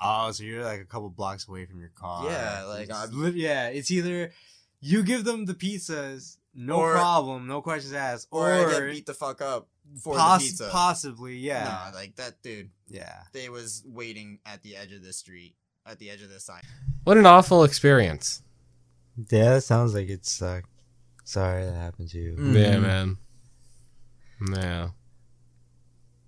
Speaker 3: Oh, so you're like a couple blocks away from your car.
Speaker 5: Yeah, like,
Speaker 3: It's
Speaker 5: I'm-
Speaker 3: lit- yeah. It's either you give them the pizzas, no
Speaker 5: Or-
Speaker 3: problem, no questions asked,
Speaker 5: Or,
Speaker 3: or,
Speaker 5: I get beat the fuck up for
Speaker 3: poss-
Speaker 5: the pizza.
Speaker 3: possibly, yeah,
Speaker 5: Nah, like that dude.
Speaker 3: yeah.
Speaker 5: They was waiting at the edge of the street, at the edge of the sign.
Speaker 2: What an awful experience.
Speaker 3: Yeah, that sounds like it sucked. Sorry that happened to you.
Speaker 2: Yeah, man. Yeah.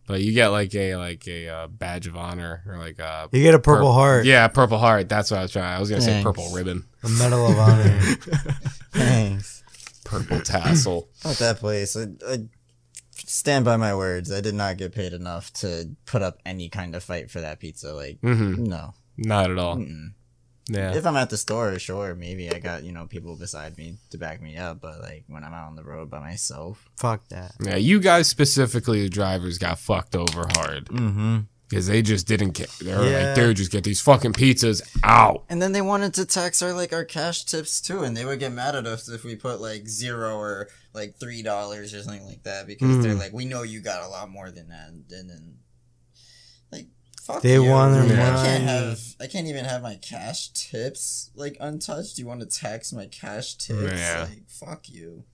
Speaker 2: But you get like a like a uh, badge of honor or like a
Speaker 3: You get a
Speaker 2: Purple.
Speaker 3: Purple Heart,
Speaker 2: yeah purple heart. That's what I was trying. I was gonna say
Speaker 5: Thanks.
Speaker 2: purple ribbon,
Speaker 3: a Medal of Honor.
Speaker 5: Thanks.
Speaker 2: purple tassel.
Speaker 5: Not that place. I, I stand by my words. I did not get paid enough to put up any kind of fight for that pizza. Like,
Speaker 2: Mm-hmm.
Speaker 5: no.
Speaker 2: Not at all.
Speaker 5: Mm-mm.
Speaker 2: Yeah.
Speaker 5: If I'm at the store, sure, maybe I got you know people beside me to back me up. But like when I'm out on the road by myself,
Speaker 3: Fuck that.
Speaker 2: Yeah. You guys specifically, the drivers, got fucked over hard
Speaker 5: mm-hmm.
Speaker 2: because they just didn't care. They were
Speaker 3: Yeah.
Speaker 2: like, dude, just get these fucking pizzas out.
Speaker 5: and then they wanted to tax our like our cash tips too, and they would get mad at us if we put like zero or like three dollars or something like that because they're
Speaker 3: Mm.
Speaker 2: Mhm.
Speaker 5: like, we know you got a lot more than that, and then like fuck
Speaker 3: They
Speaker 5: you.
Speaker 3: want their
Speaker 5: I
Speaker 3: money.
Speaker 5: can't have I can't even have my cash tips like untouched. You want to tax my cash tips?
Speaker 2: Yeah.
Speaker 5: Like fuck you.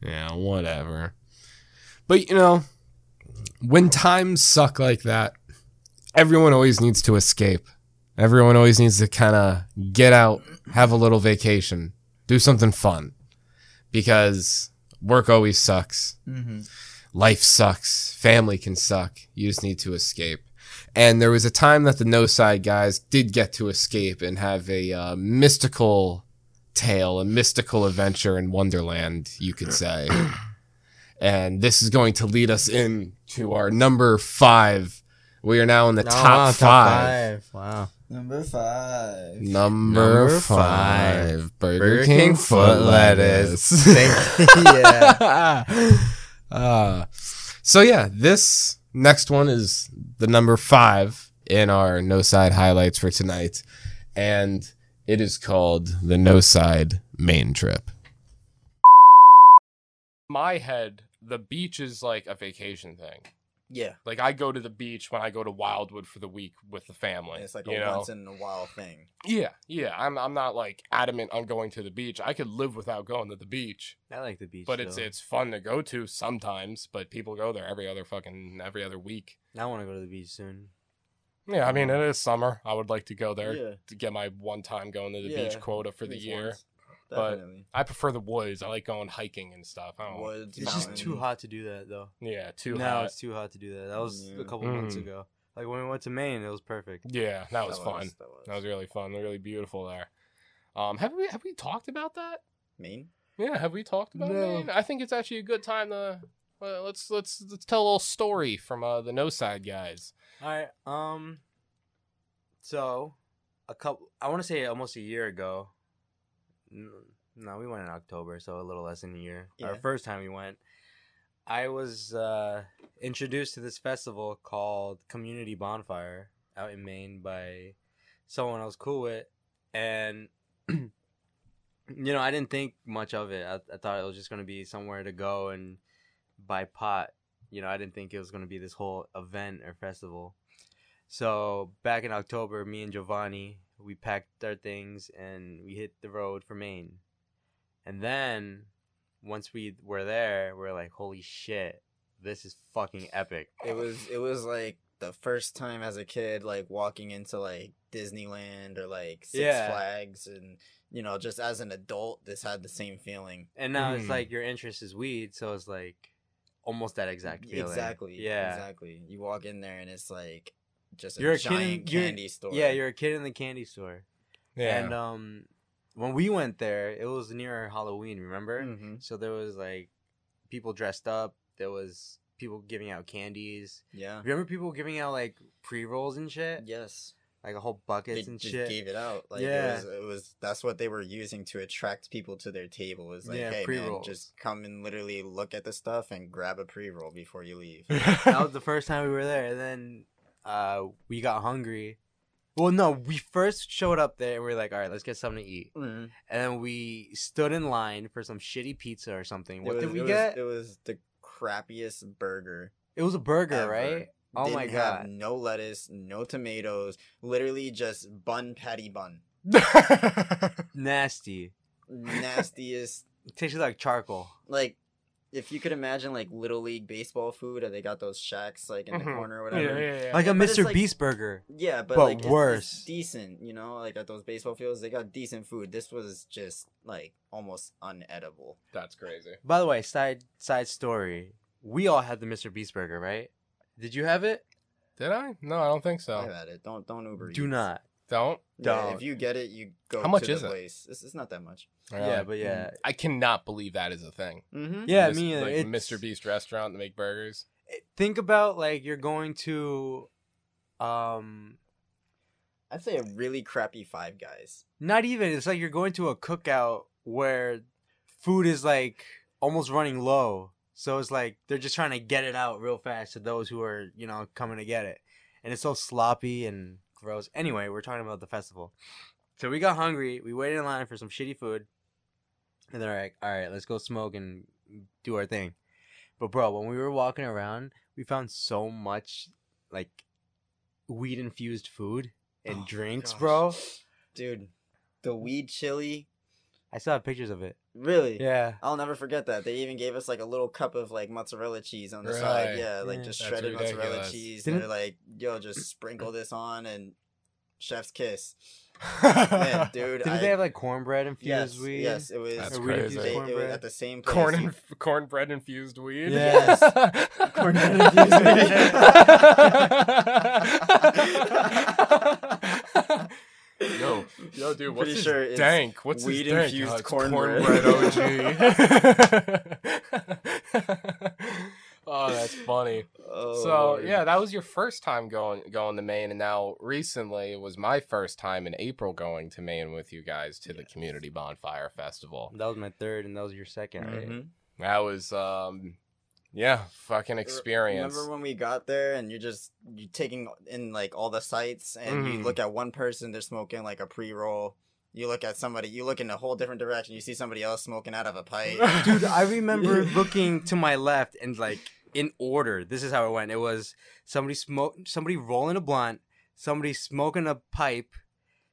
Speaker 2: Yeah, whatever. But you know, when times suck like that, everyone always needs to escape. Everyone always needs to kind of get out, have a little vacation, do something fun. Because work always sucks.
Speaker 5: Mm-hmm.
Speaker 2: Life sucks. Family can suck. You just need to escape. And there was a time that the No Side guys did get to escape and have a uh, mystical tale, a mystical adventure in Wonderland, you could say. and this is going to lead us into our number five. We are now in the top, five.
Speaker 3: Wow.
Speaker 5: Number five.
Speaker 2: Number,
Speaker 3: Number
Speaker 2: five. Burger,
Speaker 3: Burger
Speaker 2: King,
Speaker 3: King
Speaker 2: foot
Speaker 3: foot
Speaker 2: lettuce.
Speaker 3: yeah.
Speaker 2: uh, so yeah, this next one is the number five in our no side highlights for tonight, and it is called the no side main trip. My head, the beach is like a vacation thing.
Speaker 5: Yeah.
Speaker 2: Like I go to the beach when I go to Wildwood for the week with the family.
Speaker 5: It's like
Speaker 2: you
Speaker 5: a
Speaker 2: know?
Speaker 5: once in a while thing.
Speaker 2: yeah, yeah. I'm I'm not like adamant on going to the beach. I could live without going to the beach.
Speaker 3: I like the beach.
Speaker 2: but it's
Speaker 3: though.
Speaker 2: it's fun to go to sometimes. But people go there every other fucking every other week.
Speaker 3: I want to go to the beach soon.
Speaker 2: Yeah, I mean it is summer. I would like to go there
Speaker 5: Yeah.
Speaker 2: to get my one time going to the
Speaker 5: Yeah,
Speaker 2: beach quota for the
Speaker 5: At least
Speaker 2: year.
Speaker 5: once.
Speaker 2: but-
Speaker 5: Definitely.
Speaker 2: I prefer the woods. I like going hiking and stuff. I don't.
Speaker 5: Woods,
Speaker 3: It's just too
Speaker 5: mountain.
Speaker 3: hot to do that though.
Speaker 2: Yeah, too
Speaker 3: no,
Speaker 2: hot.
Speaker 3: it's too hot to do that. That was
Speaker 5: Yeah.
Speaker 3: a couple months
Speaker 2: Mm.
Speaker 3: ago. Like when we went to Maine, it was perfect.
Speaker 2: Yeah, that was fun.
Speaker 5: that was.
Speaker 2: That was really fun. Really beautiful there. Um, have we have we talked about that?
Speaker 5: Maine?
Speaker 2: Yeah, have we talked about
Speaker 3: No.
Speaker 2: Maine? I think it's actually a good time to uh, let's let's let's tell a little story from uh, the No Side guys.
Speaker 3: All right. Um. So, a couple. I want to say almost a year ago. N- No, we went in October, so a little less than a year. Our
Speaker 5: Yeah.
Speaker 3: first time we went, I was uh, introduced to this festival called Community Bonfire out in Maine by someone I was cool with, and you know I didn't think much of it. I, I thought it was just gonna be somewhere to go and buy pot You know, I didn't think it was going to be this whole event or festival. So back in October, me and Giovanni, we packed our things and we hit the road for Maine. And then once we were there, we are like, holy shit, this is fucking epic.
Speaker 5: It was it was like the first time as a kid, like walking into like Disneyland or like Six
Speaker 3: Yeah.
Speaker 5: Flags, and you know, just as an adult, this had the same feeling.
Speaker 3: And now it's
Speaker 2: Mm.
Speaker 3: like your interest is weed, so it's like almost that exact feeling.
Speaker 5: Exactly.
Speaker 3: Yeah.
Speaker 5: Exactly. You walk in there and it's like just a
Speaker 3: You're a kid in-
Speaker 5: giant
Speaker 3: you're-
Speaker 5: candy store.
Speaker 3: Yeah, you're a kid in the candy store.
Speaker 2: Yeah.
Speaker 3: And um, when we went there, it was near Halloween. Remember?
Speaker 5: hmm
Speaker 3: So there was like people dressed up. There was people giving out candies.
Speaker 5: Yeah.
Speaker 3: Remember people giving out like pre rolls and shit,
Speaker 5: Yes.
Speaker 3: like a whole buckets
Speaker 5: they
Speaker 3: and
Speaker 5: just
Speaker 3: shit.
Speaker 5: gave it out. Like
Speaker 3: Yeah.
Speaker 5: it, was, it was that's what they were using to attract people to their table. Was like,
Speaker 3: Yeah,
Speaker 5: hey man,
Speaker 3: pre-rolls.
Speaker 5: just come and literally look at the stuff and grab a pre roll before you leave.
Speaker 3: that was the first time we were there. And then uh, we got hungry. Well, no, we first showed up there and we were like, all right, let's get something to eat.
Speaker 5: Mhm.
Speaker 3: And then we stood in line for some shitty pizza or something. What
Speaker 5: It
Speaker 3: did
Speaker 5: was-
Speaker 3: we
Speaker 5: it was-
Speaker 3: get?
Speaker 5: it was the crappiest burger.
Speaker 3: it was a burger,
Speaker 5: ever.
Speaker 3: right? Oh
Speaker 5: Didn't
Speaker 3: my
Speaker 5: have
Speaker 3: god.
Speaker 5: no lettuce, no tomatoes, literally just bun patty bun.
Speaker 3: Nasty.
Speaker 5: Nastiest
Speaker 3: It tasted like charcoal.
Speaker 5: like if you could imagine like little league baseball food and they got those shacks like in
Speaker 3: Mm-hmm.
Speaker 5: the corner or whatever. Yeah,
Speaker 3: Like a
Speaker 5: But it's
Speaker 3: Mr.
Speaker 5: like-
Speaker 3: Beast burger.
Speaker 5: but,
Speaker 3: But
Speaker 5: like it's- it's
Speaker 3: worse.
Speaker 5: decent, you know, like at those baseball fields, they got decent food. This was just like almost unedible.
Speaker 2: That's crazy.
Speaker 3: By the way, side side story. We all had the Mr. Beast burger, right? Did you have it?
Speaker 2: Did I? No, I don't think
Speaker 5: I've
Speaker 2: so.
Speaker 5: had it. Don't don't Uber.
Speaker 3: Do
Speaker 5: Eats.
Speaker 3: not.
Speaker 2: Don't.
Speaker 5: Yeah,
Speaker 3: don't.
Speaker 5: if you get it, you go.
Speaker 2: How much
Speaker 5: to
Speaker 2: is
Speaker 5: the
Speaker 2: it?
Speaker 5: Place. It's, it's not that much.
Speaker 3: Yeah, but yeah.
Speaker 2: I cannot believe that is a thing.
Speaker 5: Mm-hmm.
Speaker 3: Yeah, I
Speaker 2: Mis-
Speaker 3: mean,
Speaker 2: like
Speaker 3: it's-
Speaker 2: Mr. Beast restaurant to make burgers.
Speaker 3: Think about like you're going to um
Speaker 5: I'd say a really crappy Five Guys.
Speaker 3: not even it's like you're going to a cookout where food is like almost running low so it's like they're just trying to get it out real fast to those who are you know coming to get it and it's so sloppy and gross anyway we're talking about the festival so we got hungry we waited in line for some shitty food and they're like all right let's go smoke and do our thing but bro when we were walking around we found so much like weed infused food and
Speaker 5: Oh my
Speaker 3: drinks
Speaker 5: gosh.
Speaker 3: bro
Speaker 5: Dude, the weed chili.
Speaker 3: i still have pictures of it
Speaker 5: Really?
Speaker 3: Yeah.
Speaker 5: I'll never forget that. They even gave us like a little cup of like mozzarella cheese on the
Speaker 2: Right.
Speaker 5: side. Yeah, like
Speaker 3: Yeah.
Speaker 5: just
Speaker 2: That's
Speaker 5: shredded mozzarella
Speaker 2: ridiculous.
Speaker 5: cheese.
Speaker 3: Didn't-
Speaker 5: They're like, yo, just sprinkle this on and chef's kiss. Man,
Speaker 2: Corn
Speaker 5: dude.
Speaker 3: Didn't
Speaker 5: I,
Speaker 3: they have like cornbread infused
Speaker 5: yes,
Speaker 3: weed?
Speaker 5: yes, it was.
Speaker 2: That's
Speaker 5: it
Speaker 3: Or weed
Speaker 2: crazy.
Speaker 3: infused
Speaker 5: was- it was
Speaker 3: cornbread?
Speaker 5: at the same place.
Speaker 2: and cornbread infused weed.
Speaker 3: Yes.
Speaker 5: Cornbread infused
Speaker 2: yo, yo, dude, what's
Speaker 5: Pretty
Speaker 2: his
Speaker 5: sure it's
Speaker 2: dank? What's
Speaker 5: weed
Speaker 2: his dank?
Speaker 5: infused
Speaker 2: Oh, it's
Speaker 5: cornbread.
Speaker 2: cornbread OG. oh, that's funny.
Speaker 5: Oh,
Speaker 2: so
Speaker 5: Lord.
Speaker 2: yeah, that was your first time going going to Maine, and now recently it was my first time in April going to Maine with you guys to the community bonfire festival.
Speaker 3: That was my third, and that was your 2nd right?
Speaker 5: Mhm.
Speaker 2: That was um, yeah, fucking experience.
Speaker 5: Remember when we got there and you're just you taking in like all the sights and you
Speaker 2: Mhm.
Speaker 5: look at one person they're smoking like a pre roll. You look at somebody, you look in a whole different direction. You see somebody else smoking out of a pipe.
Speaker 3: Dude, I remember looking to my left and like in order. This is how it went. It was somebody smoke, somebody rolling a blunt, somebody smoking a pipe,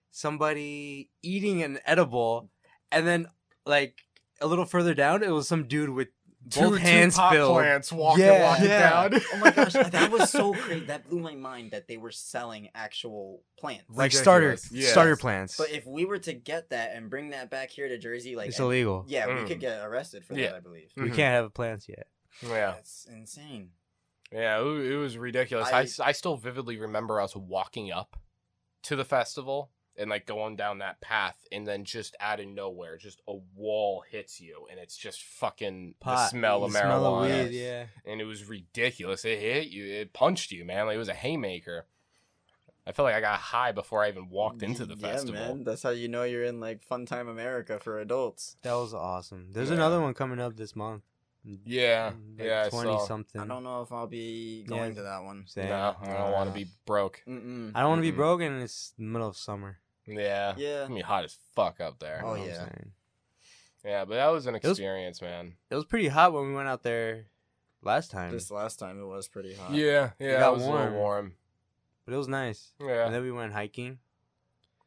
Speaker 3: somebody eating an edible, and then like a little further down, it was some dude with both hands filled.
Speaker 2: plants walking,
Speaker 3: Yeah.
Speaker 2: walking
Speaker 3: Yeah.
Speaker 2: down.
Speaker 5: oh my gosh, that was so crazy. That blew my mind that they were selling actual plants.
Speaker 3: Like
Speaker 2: Ridiculous.
Speaker 3: starter,
Speaker 2: Yes.
Speaker 3: starter plants.
Speaker 5: But if we were to get that and bring that back here to Jersey, like
Speaker 3: it's
Speaker 5: and- Mm-hmm.
Speaker 3: illegal.
Speaker 5: yeah,
Speaker 2: Mm.
Speaker 5: we could get arrested for
Speaker 2: Yeah.
Speaker 5: that. I believe.
Speaker 3: We
Speaker 2: Mhm.
Speaker 3: can't have plants yet.
Speaker 2: Yeah,
Speaker 5: That's insane.
Speaker 2: yeah, it, wa- it was ridiculous. I,
Speaker 5: I-
Speaker 2: s- I still vividly remember us walking up to the festival and like going down that path, and then just out of nowhere, just a wall hits you, and it's just fucking the
Speaker 3: Pot.
Speaker 2: smell of
Speaker 5: The
Speaker 2: marijuana,
Speaker 5: smell of
Speaker 3: weed,
Speaker 5: marijuana.
Speaker 3: yeah.
Speaker 2: and it was ridiculous. It hit you, it punched you, man. Like it was a haymaker. I felt like I got high before I even walked into the
Speaker 5: yeah,
Speaker 2: festival.
Speaker 5: man. That's how you know you're in like fun time America for adults.
Speaker 3: That was awesome. There's
Speaker 2: Yeah.
Speaker 3: another one coming up this month.
Speaker 2: Yeah,
Speaker 3: Like
Speaker 2: yeah, I
Speaker 3: twenty
Speaker 2: saw.
Speaker 3: something.
Speaker 5: I don't know if I'll be
Speaker 3: Yeah.
Speaker 5: going to that one. Uh,
Speaker 3: Same.
Speaker 2: No, I don't want to be broke.
Speaker 5: Mm-mm.
Speaker 3: I don't want to be
Speaker 2: Mhm.
Speaker 3: broken. and It's the middle of summer.
Speaker 2: Yeah.
Speaker 5: Yeah.
Speaker 2: I mean, hot as fuck up there.
Speaker 3: you
Speaker 5: Oh,
Speaker 3: know what I'm
Speaker 5: yeah.
Speaker 3: saying?
Speaker 2: Yeah, but that was an
Speaker 3: was-
Speaker 2: experience, man.
Speaker 3: It was pretty hot when we went out there last time,
Speaker 5: This last time it was pretty hot.
Speaker 4: Yeah, yeah,
Speaker 3: got
Speaker 4: that was a little warm.
Speaker 3: but it was nice. And
Speaker 4: Yeah,
Speaker 3: then we went hiking.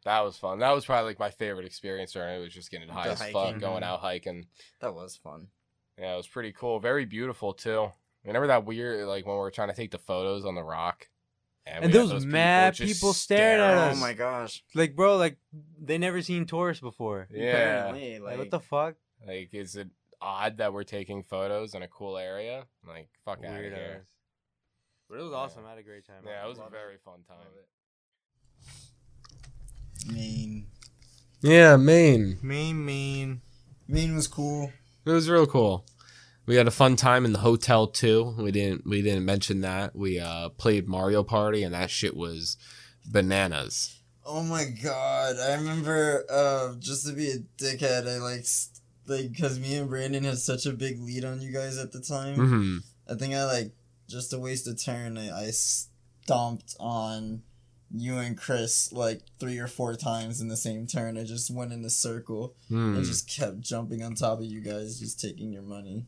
Speaker 4: that was fun. That was probably like my favorite experience during it. Was just getting high
Speaker 5: The
Speaker 4: as fuck,
Speaker 5: hiking.
Speaker 4: going out hiking.
Speaker 5: That was fun.
Speaker 4: Yeah, it was pretty cool. Very beautiful too. Remember that weird like when we were trying to take the photos on the rock,
Speaker 3: And
Speaker 4: we had
Speaker 3: those mad
Speaker 4: just
Speaker 3: people staring at
Speaker 4: staring.
Speaker 5: Oh my gosh.
Speaker 3: Like, bro, like they never seen tourists before.
Speaker 4: Yeah,
Speaker 5: Apparently,
Speaker 3: Like,
Speaker 5: like,
Speaker 3: what the fuck?
Speaker 4: like is it odd that we're taking photos in a cool area? Like fuck out of here.
Speaker 3: Weirdos. But it was
Speaker 4: Yeah.
Speaker 3: awesome. I had a great time.
Speaker 4: Yeah, it was a
Speaker 5: Love
Speaker 4: very fun time.
Speaker 5: I mean,
Speaker 2: Yeah, Maine.
Speaker 3: Mean, mean.
Speaker 5: Maine was cool.
Speaker 2: It was real cool. We had a fun time in the hotel too. We didn't we didn't mention that. We uh played Mario Party and that shit was bananas.
Speaker 5: Oh my god! I remember uh, just to be a dickhead. I like s- like because me and Brandon had such a big lead on you guys at the time.
Speaker 2: hmm
Speaker 5: I think I like just to waste a turn. I, I stomped on you and Chris like three or four times in the same turn. I just went in a circle
Speaker 2: Mm-hmm. Hmm.
Speaker 5: and just kept jumping on top of you guys, just taking your money.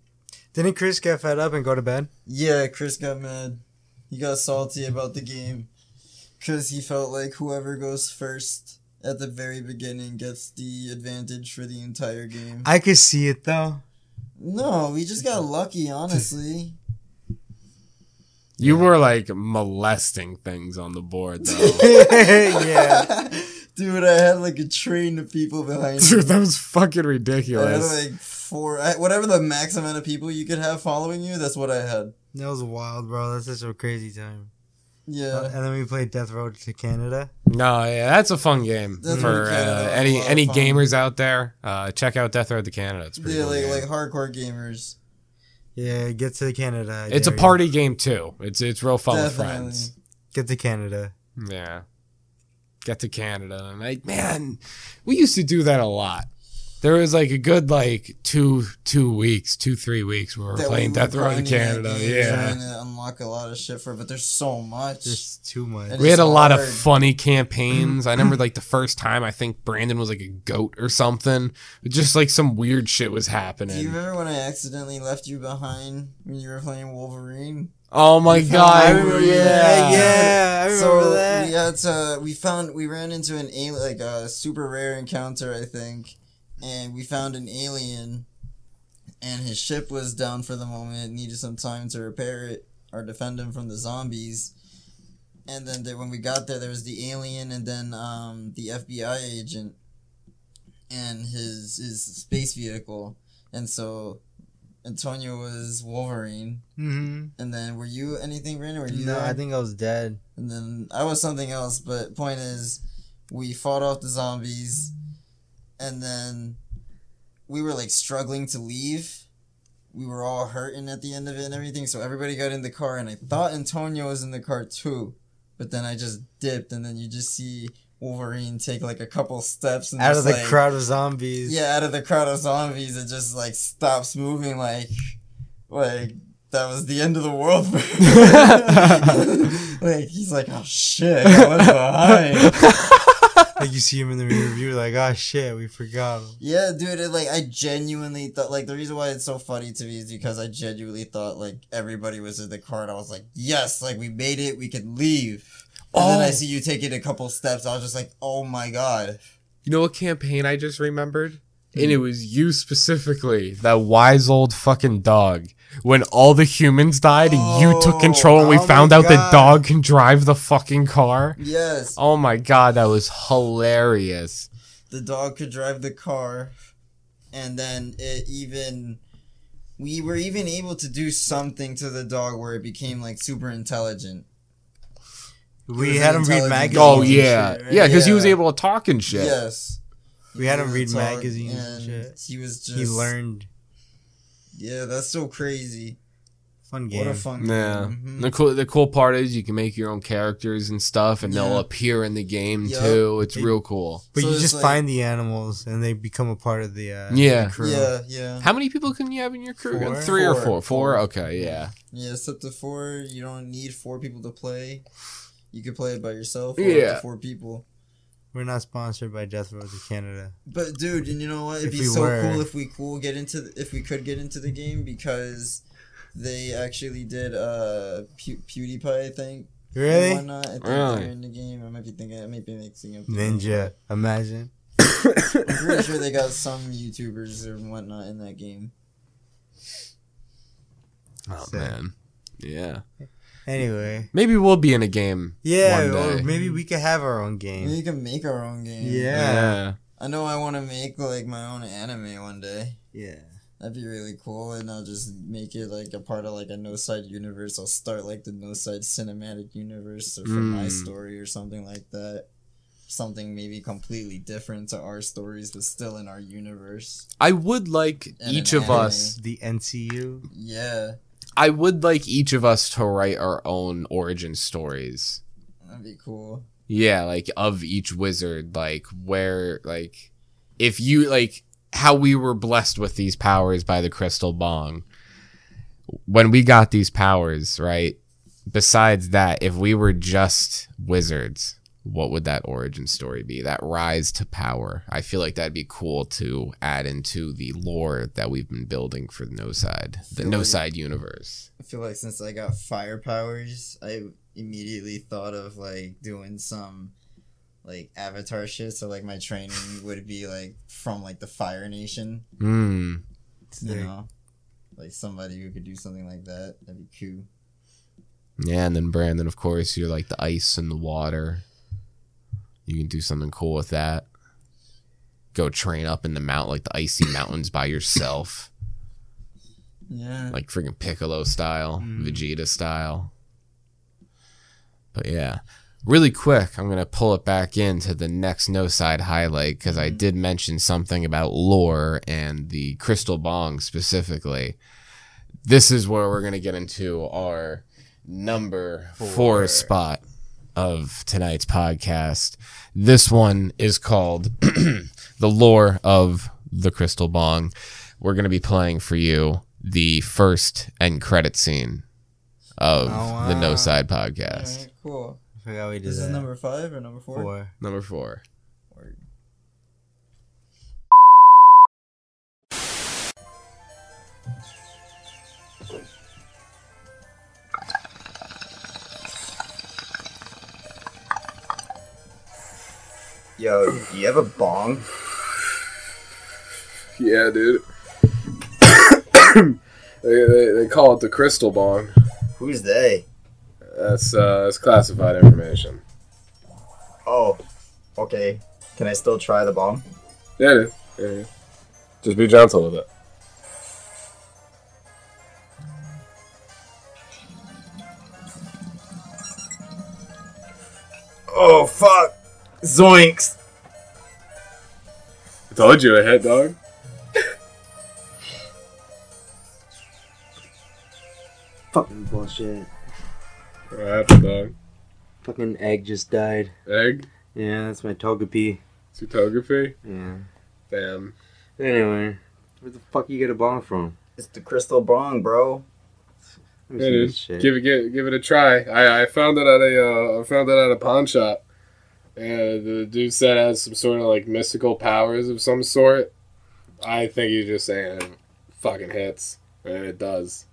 Speaker 3: Didn't Chris get fed up and go to bed?
Speaker 5: Yeah, Chris got mad. He got salty about the game because he felt like whoever goes first at the very beginning gets the advantage for the entire game.
Speaker 3: I could see it though.
Speaker 5: No, we just got lucky, honestly.
Speaker 2: You were like molesting things on the board though.
Speaker 3: yeah.
Speaker 5: Dude, I had like a train of people behind me.
Speaker 2: Dude, that was fucking
Speaker 5: I had
Speaker 2: ridiculous.
Speaker 5: like four, I, whatever the max amount of people you could have following you, that's what I had.
Speaker 3: That was wild, bro. That's just a crazy time.
Speaker 5: Yeah.
Speaker 3: And then we played Death Road to Canada.
Speaker 2: No, yeah, that's a fun game
Speaker 5: That's
Speaker 2: for
Speaker 5: really good.
Speaker 2: uh,
Speaker 5: That's a
Speaker 2: any
Speaker 5: lot of
Speaker 2: any
Speaker 5: fun.
Speaker 2: gamers out there. Uh, check out Death Road to Canada. It's a pretty
Speaker 5: Yeah,
Speaker 2: cool
Speaker 5: like,
Speaker 2: game.
Speaker 5: like hardcore gamers.
Speaker 3: Yeah, get to Canada. I
Speaker 2: it's a
Speaker 3: dare you.
Speaker 2: party game too. It's it's real fun with
Speaker 5: Definitely.
Speaker 2: friends.
Speaker 3: Get to Canada.
Speaker 2: Yeah. Get to Canada. And like, man, we used to do that a lot. There was like a good like two two weeks, two, three weeks where we were
Speaker 5: That
Speaker 2: playing
Speaker 5: we
Speaker 2: Death
Speaker 5: were
Speaker 2: Row in
Speaker 5: grinding that
Speaker 2: Canada.
Speaker 5: game,
Speaker 2: Yeah.
Speaker 5: Trying to unlock a lot of shit for, but there's so much.
Speaker 3: Just too much.
Speaker 5: And-
Speaker 2: We had a lot of
Speaker 5: hard.
Speaker 2: funny campaigns. I remember like the first time I think Brandon was like a goat or something. Just like some weird shit was
Speaker 5: Do you
Speaker 2: happening.
Speaker 5: remember when I accidentally left you behind when you were playing Wolverine?
Speaker 2: Oh my god.
Speaker 5: I remember
Speaker 2: yeah.
Speaker 5: that,
Speaker 3: yeah, I remember
Speaker 5: so
Speaker 3: that.
Speaker 5: we had to we found we ran into an alien like a super rare encounter I think, and we found an alien, and his ship was down for the moment. Needed some time to repair it or defend him from the zombies. And then there, when we got there, there was the alien and then um, the FBI agent and his his space vehicle. And so Antonio was Wolverine.
Speaker 3: Mm-hmm.
Speaker 5: And then were you anything, Brandon? Were you
Speaker 3: No,
Speaker 5: there?
Speaker 3: I think I was dead.
Speaker 5: And then I was something else, but point is, we fought off the zombies, and then we were like struggling to leave. We were all hurting at the end of it and everything, so everybody got in the car, and I thought Antonio was in the car too, but then I just dipped, and then you just see Wolverine take like a couple steps and
Speaker 3: Out of
Speaker 5: just,
Speaker 3: the
Speaker 5: like-
Speaker 3: crowd of zombies.
Speaker 5: yeah, out of the crowd of zombies, it just like stops moving, like, like that was the end of the world. For him. like he's like, oh shit, I was behind.
Speaker 3: Like you see him in the rear view, like, oh shit, we forgot him.
Speaker 5: yeah, dude, it, like I genuinely thought, like the reason why it's so funny to me is because I genuinely thought like everybody was in the car, and I was like, yes, like we made it, we could leave. And then I
Speaker 2: Oh.
Speaker 5: see you taking a couple steps. I was just like, oh my god.
Speaker 2: You know what campaign I just remembered? And it was you specifically, that wise old fucking dog. When all the humans died and you took
Speaker 5: Oh,
Speaker 2: control and we
Speaker 3: oh
Speaker 2: found
Speaker 3: my
Speaker 2: out that
Speaker 3: God.
Speaker 2: dog can drive the fucking car.
Speaker 5: Yes,
Speaker 2: Oh my god, that was hilarious.
Speaker 5: the dog could drive the car and then it even we were even able to do something to the dog where it became like super intelligent
Speaker 3: We
Speaker 5: was
Speaker 3: had
Speaker 5: an
Speaker 3: him read
Speaker 5: intelligent
Speaker 3: magazines.
Speaker 5: dog.
Speaker 2: Oh
Speaker 3: and
Speaker 2: yeah.
Speaker 3: shit, right?
Speaker 2: Yeah, because he was
Speaker 5: Yeah.
Speaker 2: able to talk and shit.
Speaker 5: yes
Speaker 3: We had him
Speaker 5: The
Speaker 3: read
Speaker 5: dog,
Speaker 3: magazines and shit.
Speaker 5: he was just
Speaker 3: He learned.
Speaker 5: yeah that's so crazy
Speaker 3: Fun game.
Speaker 5: what a fun
Speaker 2: Yeah.
Speaker 5: game. Mhm.
Speaker 2: The cool the cool part is you can make your own characters and stuff and they'll
Speaker 5: Yeah.
Speaker 2: appear in the game
Speaker 5: Yup.
Speaker 2: too. It's
Speaker 3: It-
Speaker 2: real cool.
Speaker 3: But
Speaker 5: So
Speaker 3: you
Speaker 5: it's
Speaker 3: just
Speaker 5: like-
Speaker 3: find the animals and they become a part of the, uh,
Speaker 2: Yeah.
Speaker 3: the crew.
Speaker 5: yeah yeah
Speaker 2: How many people can you have in your crew?
Speaker 3: Four.
Speaker 2: Three or
Speaker 5: Four.
Speaker 2: four? Four?
Speaker 5: Four.
Speaker 2: Okay, yeah.
Speaker 5: yeah it's up to four you don't need four people to play you could play it by yourself or up
Speaker 2: Yeah.
Speaker 5: to four people
Speaker 3: We're not sponsored by Death Row to Canada.
Speaker 5: But dude, and you know what? It'd
Speaker 3: If
Speaker 5: be
Speaker 3: we
Speaker 5: so
Speaker 3: were.
Speaker 5: cool if we cool get into the, if we could get into the game because They actually did uh, Pew- PewDiePie, I think.
Speaker 8: Really?
Speaker 5: Why not? I think
Speaker 2: Really?
Speaker 5: they're in the game. I might be thinking. I might be mixing up. the-
Speaker 8: Ninja. Imagine.
Speaker 5: I'm pretty sure they got some YouTubers and whatnot in that game.
Speaker 2: Oh
Speaker 8: Sick.
Speaker 2: man. Yeah.
Speaker 8: Anyway.
Speaker 2: Maybe we'll be in a game.
Speaker 8: Yeah,
Speaker 2: One
Speaker 8: or
Speaker 2: day.
Speaker 8: maybe we could have our own
Speaker 5: Maybe
Speaker 8: game.
Speaker 5: we can make our own game.
Speaker 8: Yeah.
Speaker 5: I know I want to make like my own anime one day.
Speaker 8: Yeah.
Speaker 5: That'd be really cool, and I'll just make it like a part of like a No Side universe. I'll start like the No Side cinematic universe or for my
Speaker 2: Mm.
Speaker 5: story or something like that. Something maybe completely different to our stories, but still in our universe.
Speaker 2: I would like
Speaker 5: And
Speaker 2: each of
Speaker 5: an anime.
Speaker 2: us
Speaker 8: The NCU.
Speaker 5: Yeah,
Speaker 2: I would like each of us to write our own origin stories.
Speaker 5: that'd be cool.
Speaker 2: Yeah, like of each wizard, like where, like if you like how we were blessed with these powers by the crystal bong. When we got these powers, right? Besides that, if we were just wizards, what would that origin story be? That rise to power. I feel like that'd be cool to add into the lore that we've been building for the No Side, the No Side universe.
Speaker 5: I feel like since I got fire powers, I immediately thought of like doing some like avatar shit. So like my training would be like from like the Fire Nation,
Speaker 2: Hmm.
Speaker 5: you
Speaker 8: Sick.
Speaker 5: know, like somebody who could do something like that. That'd be cool.
Speaker 2: Yeah, and then Brandon, of course, you're like the ice and the water. You can do something cool with that. Go train up in the mount like the icy mountains by yourself,
Speaker 5: Yeah,
Speaker 2: like freaking Piccolo style,
Speaker 8: Mm.
Speaker 2: Vegeta style. But yeah, really quick, I'm gonna pull it back into the next no side highlight because I did mention something about lore and the crystal bong specifically. This is where we're gonna get into our number four, spot of tonight's podcast. This one is called The Lore of the Crystal Bong. We're going to be playing for you the first end credit scene of
Speaker 8: Oh,
Speaker 2: the
Speaker 8: wow.
Speaker 2: No Side podcast.
Speaker 5: Alright, cool.
Speaker 8: I forgot we did
Speaker 5: This
Speaker 8: that.
Speaker 5: is number five or number four.
Speaker 8: four.
Speaker 2: Number four.
Speaker 5: Or-
Speaker 3: Yo, you have a bong?
Speaker 9: Yeah, dude. they, they, they call it the crystal bong.
Speaker 3: Who's they?
Speaker 9: That's uh, that's classified information.
Speaker 3: Oh, okay. Can I still try the bong?
Speaker 9: Yeah, dude. Yeah, dude. Just be gentle with it.
Speaker 3: Oh, fuck. Zoinks.
Speaker 9: I told you I hit, dog.
Speaker 3: Fucking bullshit.
Speaker 9: What happened, dog?
Speaker 3: Fucking egg just died.
Speaker 9: Egg?
Speaker 3: Yeah, that's my Togepi.
Speaker 9: Zutography?
Speaker 3: Yeah.
Speaker 9: Damn.
Speaker 3: Anyway, where the fuck you get a bong from? It's the crystal bong, bro. Let me
Speaker 9: Yeah,
Speaker 3: see
Speaker 9: dude.
Speaker 3: this shit.
Speaker 9: Give it, give, give it a try. I, I found it at a uh, I found it at a pawn shop, and the dude said it has some sort of like mystical powers of some sort. I think he's just saying it fucking hits, and it does.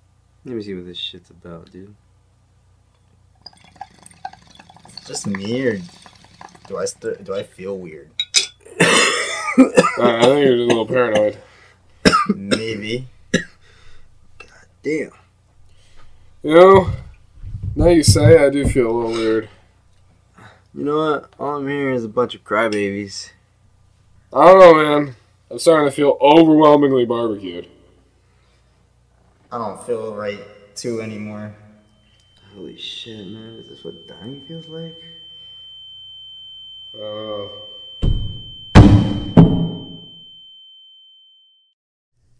Speaker 3: Let me see what this shit's about, dude.
Speaker 5: Just weird. Do I st- do I feel weird?
Speaker 9: I, I think you're just a little paranoid.
Speaker 5: Maybe.
Speaker 3: Damn.
Speaker 9: You know, now you say it, I do feel a little weird.
Speaker 3: You know what? All I'm hearing is a bunch of crybabies.
Speaker 9: I don't know, man. I'm starting to feel overwhelmingly barbecued.
Speaker 5: I don't feel right too anymore.
Speaker 3: Holy shit, man. Is this what dying feels like?
Speaker 9: Uh,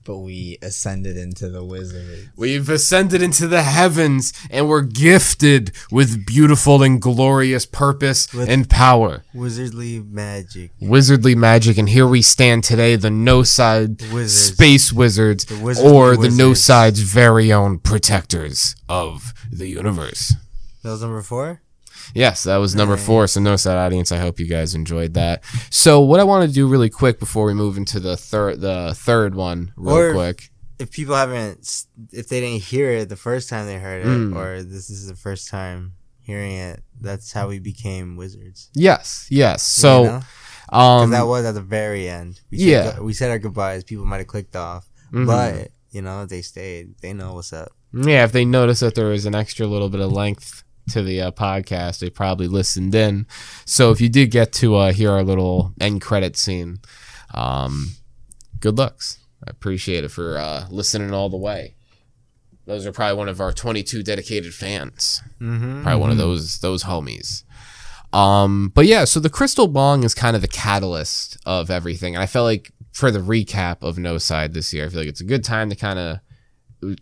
Speaker 10: But we ascended into the wizard.
Speaker 2: We've ascended into the heavens and we're gifted with beautiful and glorious purpose
Speaker 8: With-
Speaker 2: and power.
Speaker 8: Wizardly magic.
Speaker 2: Wizardly magic, and here we stand today, the No Side
Speaker 8: Wizards.
Speaker 2: Space Wizards,
Speaker 8: The wizardly
Speaker 2: or the No
Speaker 8: wizards.
Speaker 2: Side's very own protectors of the universe.
Speaker 8: That was number four?
Speaker 2: Yes, that was number four. So, no side audience. I hope you guys enjoyed that. So, what I want to do really quick before we move into the third, the third one, real
Speaker 8: Or-
Speaker 2: quick.
Speaker 3: if people haven't s- if they didn't hear it the first time they heard it
Speaker 9: Hmm.
Speaker 2: Mm.
Speaker 3: or this is the first time hearing it that's how we became wizards
Speaker 2: Yes, yes.
Speaker 3: you
Speaker 2: So,
Speaker 3: know? 'Cause
Speaker 2: um,
Speaker 3: that was at the very end we
Speaker 2: yeah.
Speaker 3: said, go- we said our goodbyes people might have clicked off
Speaker 2: mhm.
Speaker 3: but you know they stayed they know what's up
Speaker 2: yeah, if they noticed that there was an extra little bit of length to the uh, podcast, they probably listened in. So, if you did get to uh, hear our little end credit scene, um, good looks. I appreciate it for uh, listening all the way. Those are probably one of our 22 dedicated fans.
Speaker 3: mm-hmm.
Speaker 2: probably one of those those homies. Um, but yeah, so the crystal bong is kind of the catalyst of everything, and I felt like for the recap of No Side this year, I feel like it's a good time to kind of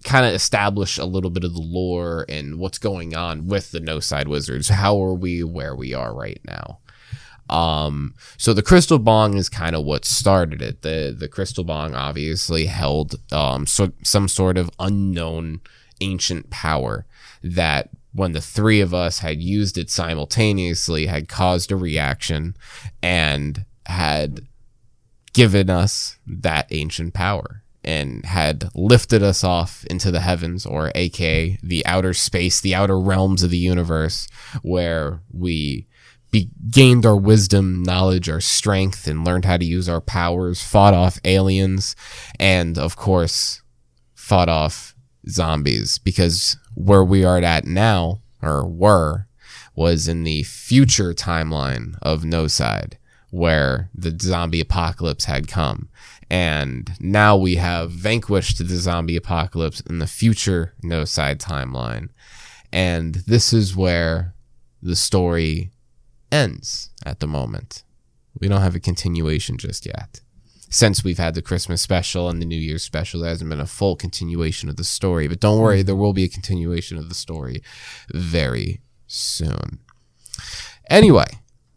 Speaker 2: kind of establish a little bit of the lore and what's going on with the No Side Wizards. How are we where we are right now? Um, so the crystal bong is kind of what started it. The the crystal bong obviously held um so, some sort of unknown ancient power that when the three of us had used it simultaneously had caused a reaction and had given us that ancient power and had lifted us off into the heavens or aka the outer space the outer realms of the universe where we be- gained our wisdom knowledge our strength and learned how to use our powers fought off aliens and of course fought off zombies because where we are at now or were was in the future timeline of no side where the zombie apocalypse had come and now we have vanquished the zombie apocalypse in the future no side timeline and this is where the story ends at the moment we don't have a continuation just yet since we've had the Christmas special and the New Year's special, there hasn't been a full continuation of the story. But don't worry, there will be a continuation of the story very soon. Anyway,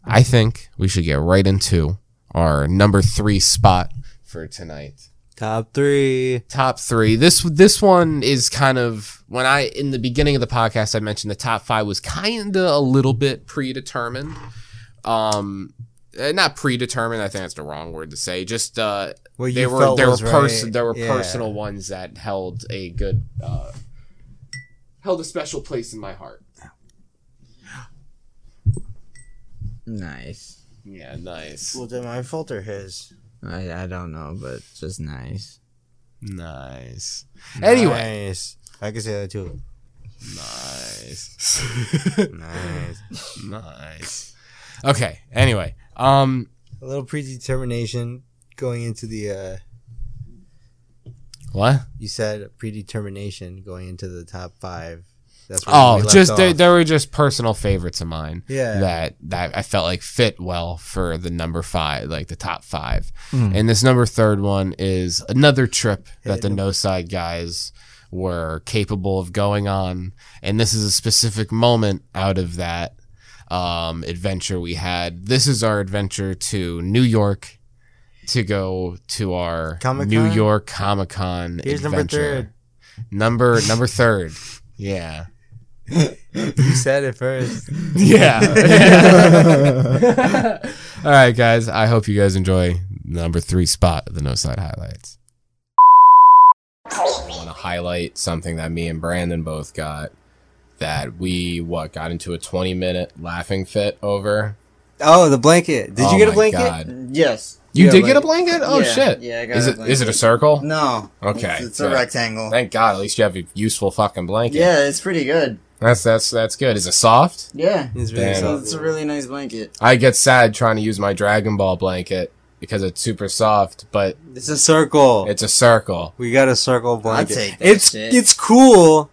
Speaker 2: I think we should get right into our number three spot for tonight
Speaker 3: top three
Speaker 2: top three. This this one is kind of when I in the beginning of the podcast I mentioned the top five was kind of a little bit predetermined. Um, eh, not predetermined. I think that's the wrong word to say. Just uh,
Speaker 3: What
Speaker 2: they
Speaker 3: you
Speaker 2: were
Speaker 3: felt
Speaker 2: there were
Speaker 3: was
Speaker 2: pers-
Speaker 3: right.
Speaker 2: there were
Speaker 3: Yeah.
Speaker 2: personal ones that held a good uh, held a special place in my heart.
Speaker 5: Nice.
Speaker 2: Yeah, nice,
Speaker 3: was it my fault or his
Speaker 5: I, I don't know, but just nice.
Speaker 2: nice. Anyway,
Speaker 3: nice. i can say that too
Speaker 2: nice.
Speaker 3: nice
Speaker 2: nice. Okay. Anyway, um.
Speaker 3: a little predetermination going into the uh
Speaker 2: What?
Speaker 3: You said predetermination going into the top five. That's where we
Speaker 2: Oh,
Speaker 3: left
Speaker 2: just they,
Speaker 3: off.
Speaker 2: they were just personal favorites of mine.
Speaker 3: Yeah.
Speaker 2: That that I felt like fit well for the number five, like the top five. And this number third one is another trip that the no side guys were capable of going on. And this is a specific moment out of that um, adventure we had. This is our adventure to New York to go to our
Speaker 3: Comic-Con?
Speaker 2: New York Comic Con.
Speaker 3: Here's number third.
Speaker 2: Number number third. Yeah.
Speaker 3: You said it first.
Speaker 2: Yeah. All right, guys. I hope you guys enjoy number three spot of the No Side Highlights. I want to highlight something that me and Brandon both got that we, what, got into a 20 minute laughing fit over.
Speaker 3: Oh, the blanket. Did
Speaker 2: Oh
Speaker 3: you get a
Speaker 2: my
Speaker 3: blanket?
Speaker 2: God.
Speaker 5: Yes.
Speaker 2: You
Speaker 5: Yeah,
Speaker 2: did
Speaker 5: like-
Speaker 2: get a blanket? Oh,
Speaker 5: yeah,
Speaker 2: shit.
Speaker 5: yeah, I got
Speaker 2: is
Speaker 5: a
Speaker 2: it is it a
Speaker 5: blanket.
Speaker 2: circle?
Speaker 5: No.
Speaker 2: Okay.
Speaker 5: It's, it's a
Speaker 2: good.
Speaker 5: rectangle.
Speaker 2: Thank God. At least you have a useful fucking blanket.
Speaker 5: yeah, it's pretty good.
Speaker 2: That's, that's, that's good. Is it soft?
Speaker 5: Yeah.
Speaker 3: It's
Speaker 2: Damn.
Speaker 3: really
Speaker 5: So
Speaker 3: soft.
Speaker 5: it's a really nice blanket.
Speaker 2: I get sad trying to use my Dragon Ball blanket because it's super soft, but
Speaker 3: It's a circle.
Speaker 2: it's a circle.
Speaker 3: we got a circle blanket.
Speaker 8: take that
Speaker 3: it's
Speaker 8: shit.
Speaker 3: it's cool,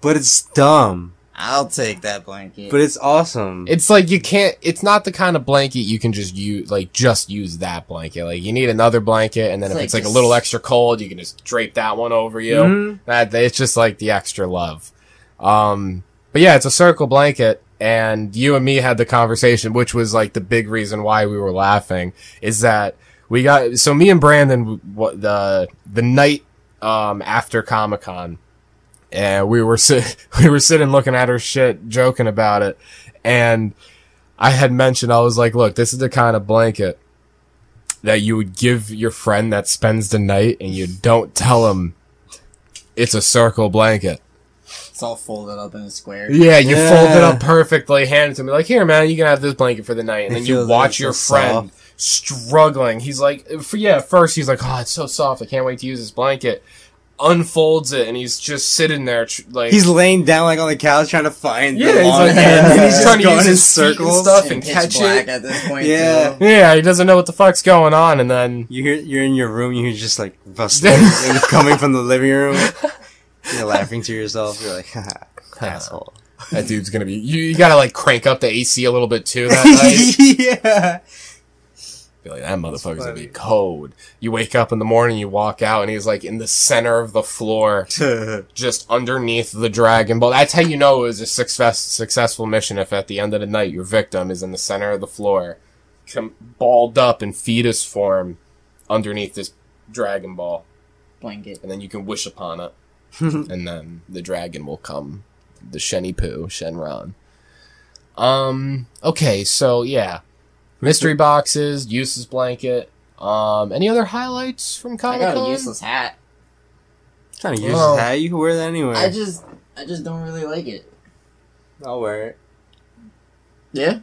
Speaker 3: but it's dumb.
Speaker 8: I'll take that blanket.
Speaker 3: But it's awesome.
Speaker 2: It's like you can't. It's not the kind of blanket you can just use. Like just use that blanket. Like you need another blanket, and then
Speaker 5: It's
Speaker 2: if
Speaker 5: like
Speaker 2: it's like a
Speaker 5: just-
Speaker 2: little extra cold, you can just drape that one over you.
Speaker 3: Mhm.
Speaker 2: That it's just like the extra love. Um, but yeah, it's a circle blanket. And you and me had the conversation, which was like the big reason why we were laughing is that we got, so me and Brandon, what the, the night, um, after Comic Con, and we were sit- we were sitting looking at her shit, joking about it, and I had mentioned I was like, "Look, this is the kind of blanket that you would give your friend that spends the night, and you don't tell him It's a circle blanket.
Speaker 8: It's all folded up in a square.
Speaker 2: Yeah, you
Speaker 3: Yeah.
Speaker 2: fold it up perfectly, hand it to me, like, here, man, you can have this blanket for the night. And
Speaker 3: It
Speaker 2: then you
Speaker 3: feels
Speaker 2: watch
Speaker 3: so
Speaker 2: your friend struggling. He's like, for, yeah, at first he's like, oh, it's so soft. I can't wait to use this blanket. Unfolds it, and he's just sitting there, tr- like,
Speaker 3: He's laying down like on the couch trying to find.
Speaker 2: yeah,
Speaker 3: the
Speaker 2: he's,
Speaker 3: long
Speaker 2: like,
Speaker 3: hand.
Speaker 2: he's,
Speaker 3: just
Speaker 2: trying to
Speaker 3: going
Speaker 2: use
Speaker 3: in
Speaker 2: his circles and
Speaker 3: circles.
Speaker 2: stuff and
Speaker 8: pitch
Speaker 2: catch
Speaker 8: black
Speaker 2: it.
Speaker 8: at this point.
Speaker 3: Yeah.
Speaker 8: too.
Speaker 2: Yeah, he doesn't know what the fuck's going on, and then
Speaker 3: You hear you're in your room. You hear just like Vesta coming from the living room. You're laughing to yourself. You're like, Haha, asshole.
Speaker 2: that dude's gonna be. You, you gotta like crank up the AC a little bit too that night.
Speaker 3: yeah.
Speaker 2: Be like, that motherfucker's gonna be cold. You wake up in the morning, you walk out, and he's like in the center of the floor, just underneath the Dragon Ball. That's how you know it was a success, successful mission if at the end of the night your victim is in the center of the floor, com- balled up in fetus form underneath this Dragon Ball.
Speaker 8: Blanket.
Speaker 2: And then you can wish upon it, and then the dragon will come. The Shenny Poo, Shenron. Um, okay, so yeah. Mystery boxes, useless blanket. Um, any other highlights from
Speaker 8: I
Speaker 2: Comic
Speaker 8: got a
Speaker 2: Con?
Speaker 8: useless hat.
Speaker 3: Trying to use
Speaker 2: Whoa.
Speaker 3: his hat. You can wear that anywhere.
Speaker 8: I just, I just don't really like it.
Speaker 3: I'll wear it.
Speaker 8: Yeah.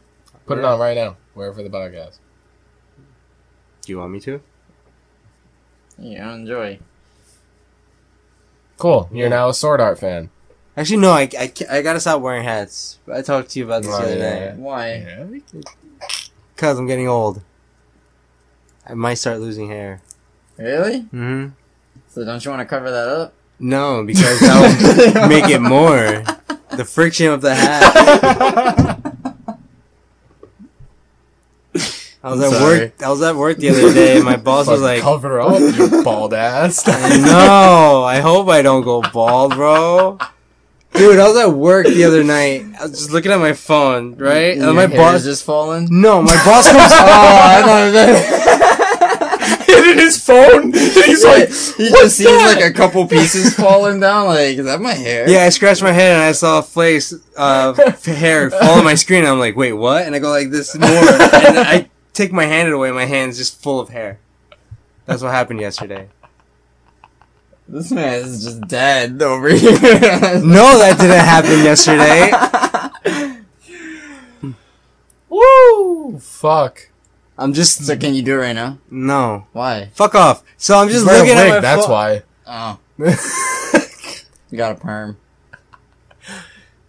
Speaker 2: Put it on right now, wherever the podcast.
Speaker 3: Do you want me to?
Speaker 8: You don't enjoy.
Speaker 2: Cool. You're
Speaker 3: Yeah.
Speaker 2: now a Sword Art fan.
Speaker 3: Actually, no. I, I, ca- I gotta stop wearing hats. I talked to you about this
Speaker 2: Oh,
Speaker 3: the other
Speaker 2: yeah.
Speaker 3: day.
Speaker 8: Why?
Speaker 2: Yeah.
Speaker 3: Cause I'm getting old. I might start losing hair.
Speaker 8: Really?
Speaker 3: Mm-hmm.
Speaker 8: So don't you want to cover that up?
Speaker 3: No, because that would make it more. The friction of the hat. I was at
Speaker 8: sorry.
Speaker 3: work. I was at work the other day. And my boss was like,
Speaker 2: cover up, you bald ass.
Speaker 3: "No, I hope I don't go bald, bro." Dude, I was at work the other night. I was just looking at my phone, right? And
Speaker 8: Your
Speaker 3: my
Speaker 8: hair
Speaker 3: boss.
Speaker 8: is just fallen.
Speaker 3: no, my boss comes. oh, I thought
Speaker 2: Hit in his phone. He's like,
Speaker 8: He
Speaker 2: What's
Speaker 8: just sees
Speaker 2: that?
Speaker 8: like a couple pieces falling down. Like, is that my hair?
Speaker 3: Yeah, I scratched my head and I saw a place uh, f- hair fall on my screen. And I'm like, wait, what? And I go like this more, and I take my hand away. My hand's just full of hair. That's what happened yesterday.
Speaker 8: This man is just dead over here.
Speaker 3: No, that didn't happen yesterday.
Speaker 2: woo, fuck.
Speaker 3: I'm just
Speaker 8: so can you do it right now?
Speaker 3: no.
Speaker 8: Why?
Speaker 3: Fuck off. So I'm just
Speaker 2: Wear a
Speaker 3: looking at
Speaker 2: wig,
Speaker 3: my
Speaker 2: that's
Speaker 3: pho-
Speaker 2: why.
Speaker 8: Oh, you got a perm.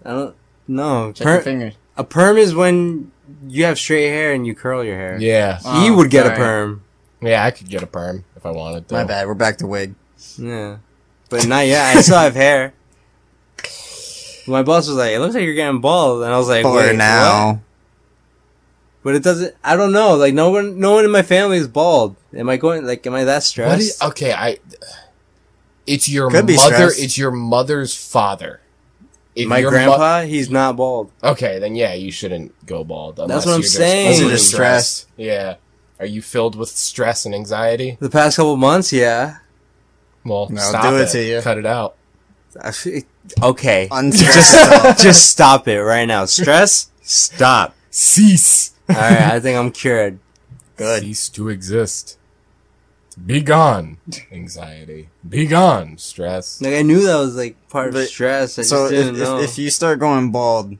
Speaker 3: I don't. No,
Speaker 8: Check your
Speaker 3: per-
Speaker 8: fingers.
Speaker 3: a perm is when you have straight hair and you curl your hair.
Speaker 2: Yeah.
Speaker 3: he
Speaker 8: Oh,
Speaker 3: would get
Speaker 8: sorry.
Speaker 3: a perm.
Speaker 2: Yeah, I could get a perm if I wanted to.
Speaker 8: My bad. We're back to wig.
Speaker 3: Yeah, but not yet. I still have hair. My boss was like, "It looks like you're getting bald," and I was like,
Speaker 8: For
Speaker 3: "Wait, what?"
Speaker 8: now.
Speaker 3: But it doesn't. I don't know. Like no one, no one in my family is bald. Am I going? Like, am I that stressed?
Speaker 2: What is okay? I. It's your
Speaker 8: Could be
Speaker 2: mother.
Speaker 8: stress.
Speaker 2: It's your mother's father. If
Speaker 3: my
Speaker 2: your mu-
Speaker 3: grandpa, he's not bald.
Speaker 2: okay, then yeah, you shouldn't go bald. unless
Speaker 3: what I'm
Speaker 2: you're just-
Speaker 3: saying.
Speaker 2: unless
Speaker 3: Unless
Speaker 8: you're stressed.
Speaker 2: Yeah. Are you filled with stress and anxiety?
Speaker 3: The past couple months, yeah.
Speaker 2: Well,
Speaker 8: No,
Speaker 2: stop
Speaker 8: do
Speaker 2: it.
Speaker 8: it to you.
Speaker 2: Cut it out.
Speaker 3: I feel- Okay,
Speaker 8: Unstressed.
Speaker 3: just stop it right now. Stress, stop.
Speaker 2: Cease.
Speaker 3: All right, I think I'm cured.
Speaker 8: Good.
Speaker 2: Cease to exist. Be gone, anxiety. Be gone, stress.
Speaker 3: Like I knew that was like part of
Speaker 8: But-
Speaker 3: stress. I
Speaker 8: So
Speaker 3: just
Speaker 8: if,
Speaker 3: didn't
Speaker 8: if,
Speaker 3: know.
Speaker 8: if you start going bald,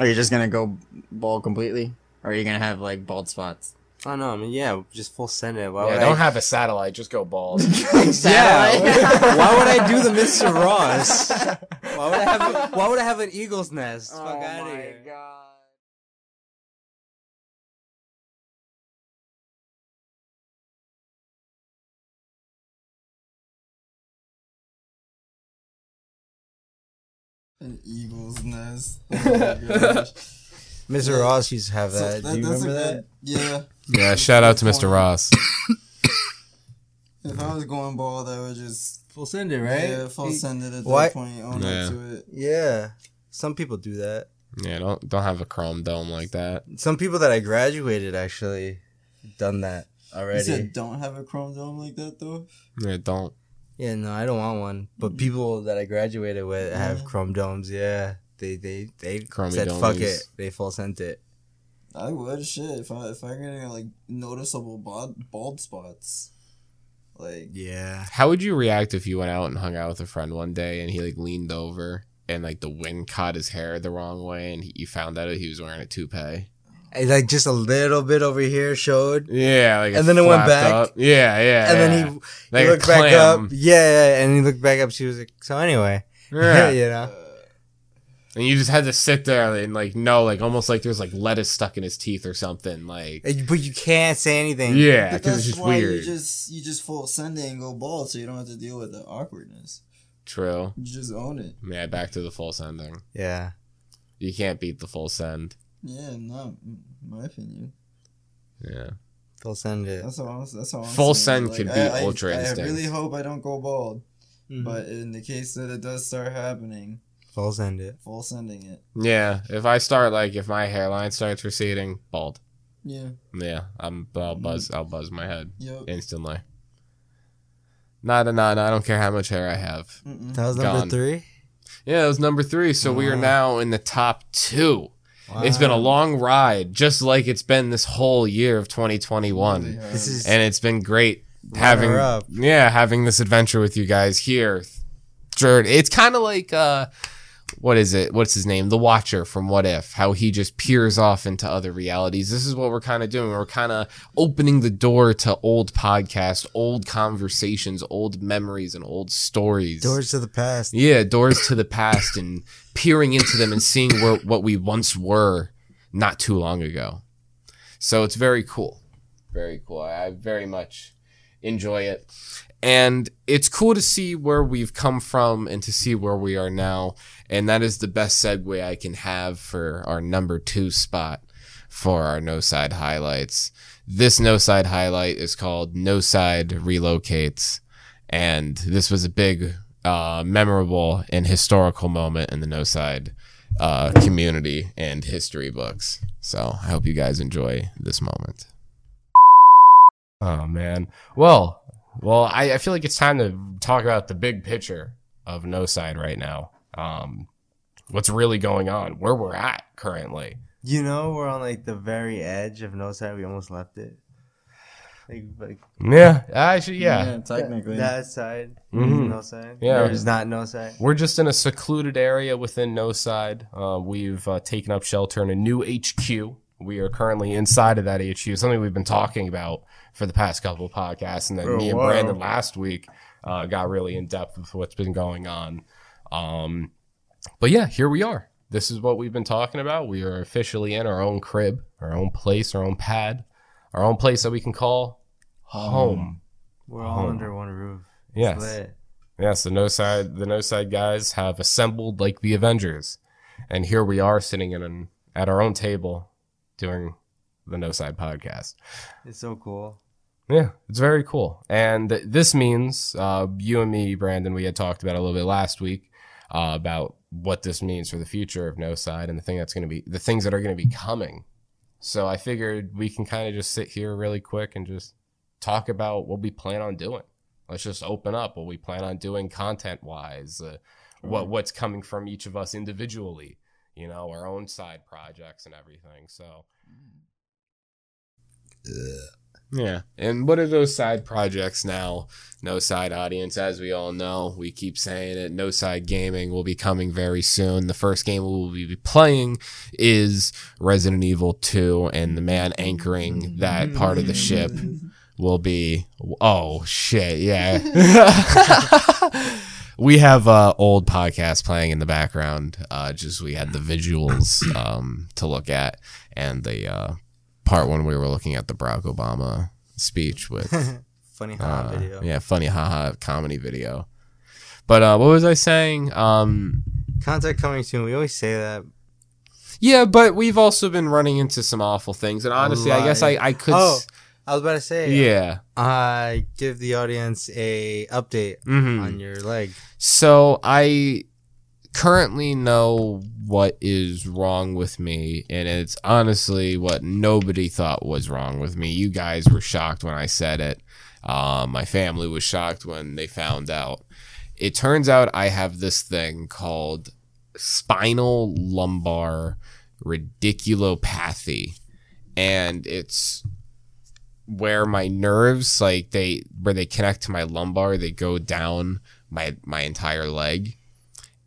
Speaker 8: are you just gonna go bald completely, or are you gonna have like bald spots?
Speaker 3: oh no, I mean yeah, just full send it. Why
Speaker 2: Yeah,
Speaker 3: would
Speaker 2: don't
Speaker 3: I?
Speaker 2: have a satellite. Just go bald.
Speaker 3: yeah, why would I do the Mr. Ross? Why would I have? A, why would I have an eagle's nest?
Speaker 2: Oh
Speaker 3: Fuck outta here.
Speaker 8: god. An eagle's nest. Oh
Speaker 3: Mr. Ross used to have that. do you remember that?
Speaker 8: Yeah.
Speaker 2: yeah. Shout out to Mr. Ross.
Speaker 8: If I was going bald, I would just
Speaker 3: Full send it, right?
Speaker 8: yeah, full send it at
Speaker 3: Why-
Speaker 8: that point, own
Speaker 2: Yeah.
Speaker 8: up to it.
Speaker 3: Yeah. Some people do that.
Speaker 2: Yeah, don't don't have a chrome dome like that.
Speaker 3: Some people that I graduated actually done that
Speaker 8: You
Speaker 3: already.
Speaker 8: said don't have a chrome dome like that though.
Speaker 2: Yeah, don't.
Speaker 3: yeah, no, I don't want one. But people that I graduated with have
Speaker 8: Mm-hmm. Yeah.
Speaker 3: chrome domes. Yeah, they they they
Speaker 2: Chromey
Speaker 3: said
Speaker 2: domes.
Speaker 3: fuck it. They full sent it.
Speaker 8: I would shit if I if I get like noticeable bald bald spots. Like,
Speaker 3: Yeah.
Speaker 2: How would you react if you went out and hung out with a friend one day and he like leaned over and like the wind caught his hair the wrong way and he, you found out he was wearing a toupee?
Speaker 3: And, like just a little bit over here showed,
Speaker 2: Yeah, like
Speaker 3: And then it went
Speaker 2: flapped
Speaker 3: back.
Speaker 2: up. Yeah, yeah.
Speaker 3: and
Speaker 2: yeah.
Speaker 3: then he,
Speaker 2: Like
Speaker 3: he
Speaker 2: a
Speaker 3: looked back up.
Speaker 2: clam.
Speaker 3: Yeah, yeah, and he looked back up. She was like, so anyway, yeah,
Speaker 2: Yeah.
Speaker 3: you know.
Speaker 2: and you just had to sit there and like no, like almost like there's like lettuce stuck in his teeth or something. Like
Speaker 3: And- But you can't say anything.
Speaker 2: yeah,
Speaker 8: but
Speaker 2: because it's
Speaker 8: that's
Speaker 2: just
Speaker 8: why
Speaker 2: weird.
Speaker 8: you just you just full send it and go bald, so you don't have to deal with the awkwardness.
Speaker 2: True.
Speaker 8: You just own it.
Speaker 2: Yeah, back to the full sending.
Speaker 3: Yeah.
Speaker 2: You can't beat the full send.
Speaker 8: Yeah, not in my opinion.
Speaker 2: Yeah.
Speaker 3: They'll send it.
Speaker 8: That's all. That's all. I'm
Speaker 2: Full
Speaker 8: saying.
Speaker 2: send can
Speaker 8: I-
Speaker 2: beat
Speaker 8: I,
Speaker 2: ultra
Speaker 8: I,
Speaker 2: instinct.
Speaker 8: really hope I don't go bald,
Speaker 5: Mm-hmm.
Speaker 3: Mhm.
Speaker 8: but in the case that it does start happening,
Speaker 3: They'll send it.
Speaker 8: full sending it.
Speaker 2: Yeah. If I start like if my hairline starts receding, bald.
Speaker 8: Yeah. Mm-hmm.
Speaker 2: Yeah, I'm. I'll buzz. I'll buzz my head
Speaker 8: Yep.
Speaker 2: instantly. Not a nod. I don't care how much hair I have.
Speaker 8: Mm-mm.
Speaker 3: That was number
Speaker 2: Gone.
Speaker 3: three.
Speaker 2: Yeah, that was number three. So we are
Speaker 3: Wow.
Speaker 2: now in the top two. It's been a long ride, just like it's been this whole year of 2021,
Speaker 8: Really hard.
Speaker 3: This is
Speaker 2: and it's been great having.
Speaker 3: Runner-up.
Speaker 2: Yeah, having this adventure with you guys here. Jared, It's kind of like uh, what is it? What's his name? The Watcher from What If? How he just peers off into other realities. This is what we're kind of doing. We're kind of opening the door to old podcasts, old conversations, old memories, and old stories.
Speaker 3: doors to the past.
Speaker 2: Yeah, doors to the past and peering into them and seeing where what we once were not too long ago. So it's very cool. Very cool. I I very much enjoy it. And it's cool to see where we've come from and to see where we are now. And that is the best segue I can have for our number two spot for our no side highlights. This no side highlight is called No Side Relocates and this was a big, uh, memorable and historical moment in the No Side uh, community and history books. So I hope you guys enjoy this moment. Oh man, well, well, I, I feel like it's time to talk about the big picture of No Side right now. Um, what's really going on? Where we're at currently?
Speaker 3: You know, we're on like the very edge of no side. We almost left it. Like, like
Speaker 2: Yeah, actually, yeah,
Speaker 8: technically.
Speaker 3: that side,
Speaker 2: Mhm.
Speaker 3: no side.
Speaker 2: Yeah.
Speaker 3: there's not no side.
Speaker 2: We're just in a secluded area within No Side. Uh, we've uh, taken up shelter in a new HQ. We are currently inside of that HQ, something we've been talking about for the past couple of podcasts. And then
Speaker 3: For a
Speaker 2: me and
Speaker 3: while.
Speaker 2: Brandon last week uh, got really in depth with what's been going on. Um, but yeah, here we are. This is what we've been talking about. We are officially in our own crib, our own place, our own pad, our own place that we can call home.
Speaker 3: We're all
Speaker 2: Oh.
Speaker 3: under one roof. It's
Speaker 2: Yes.
Speaker 3: lit.
Speaker 2: Yes, the no side the no side guys have assembled like the Avengers, and here we are sitting in an, at our own table doing the no side podcast.
Speaker 3: It's so cool.
Speaker 2: Yeah, it's very cool. And this means uh, you and me, Brandon, we had talked about it a little bit last week uh, about what this means for the future of no side and the thing that's going to be the things that are going to be coming. So I figured we can kind of just sit here really quick and just talk about what we plan on doing. Let's just open up what we plan on doing content wise, uh, what what's coming from each of us individually, you know, our own side projects and everything. So yeah. And what are those side projects now? No side audience, as we all know. We keep saying it. No side gaming will be coming very soon. The first game we will be playing is Resident Evil 2, and the man anchoring that part of the ship will be. Oh, shit. Yeah. we have uh, old podcast playing in the background. Uh, just we had the visuals um, to look at and the uh, part when we were looking at the Barack Obama speech with
Speaker 3: Funny
Speaker 2: uh,
Speaker 3: hot video.
Speaker 2: yeah, funny haha comedy video. But uh, what was I saying? Um,
Speaker 3: Contact coming soon. We always say that.
Speaker 2: yeah, but we've also been running into some awful things, and honestly, I guess I I could. s-
Speaker 3: I was about to say.
Speaker 2: yeah.
Speaker 3: I give the audience a update
Speaker 2: hmm
Speaker 3: on your leg.
Speaker 2: So I currently know what is wrong with me, and it's honestly what nobody thought was wrong with me. You guys were shocked when I said it. Uh, my family was shocked when they found out. It turns out I have this thing called spinal lumbar radiculopathy, and it's where my nerves like they where they connect to my lumbar they go down my my entire leg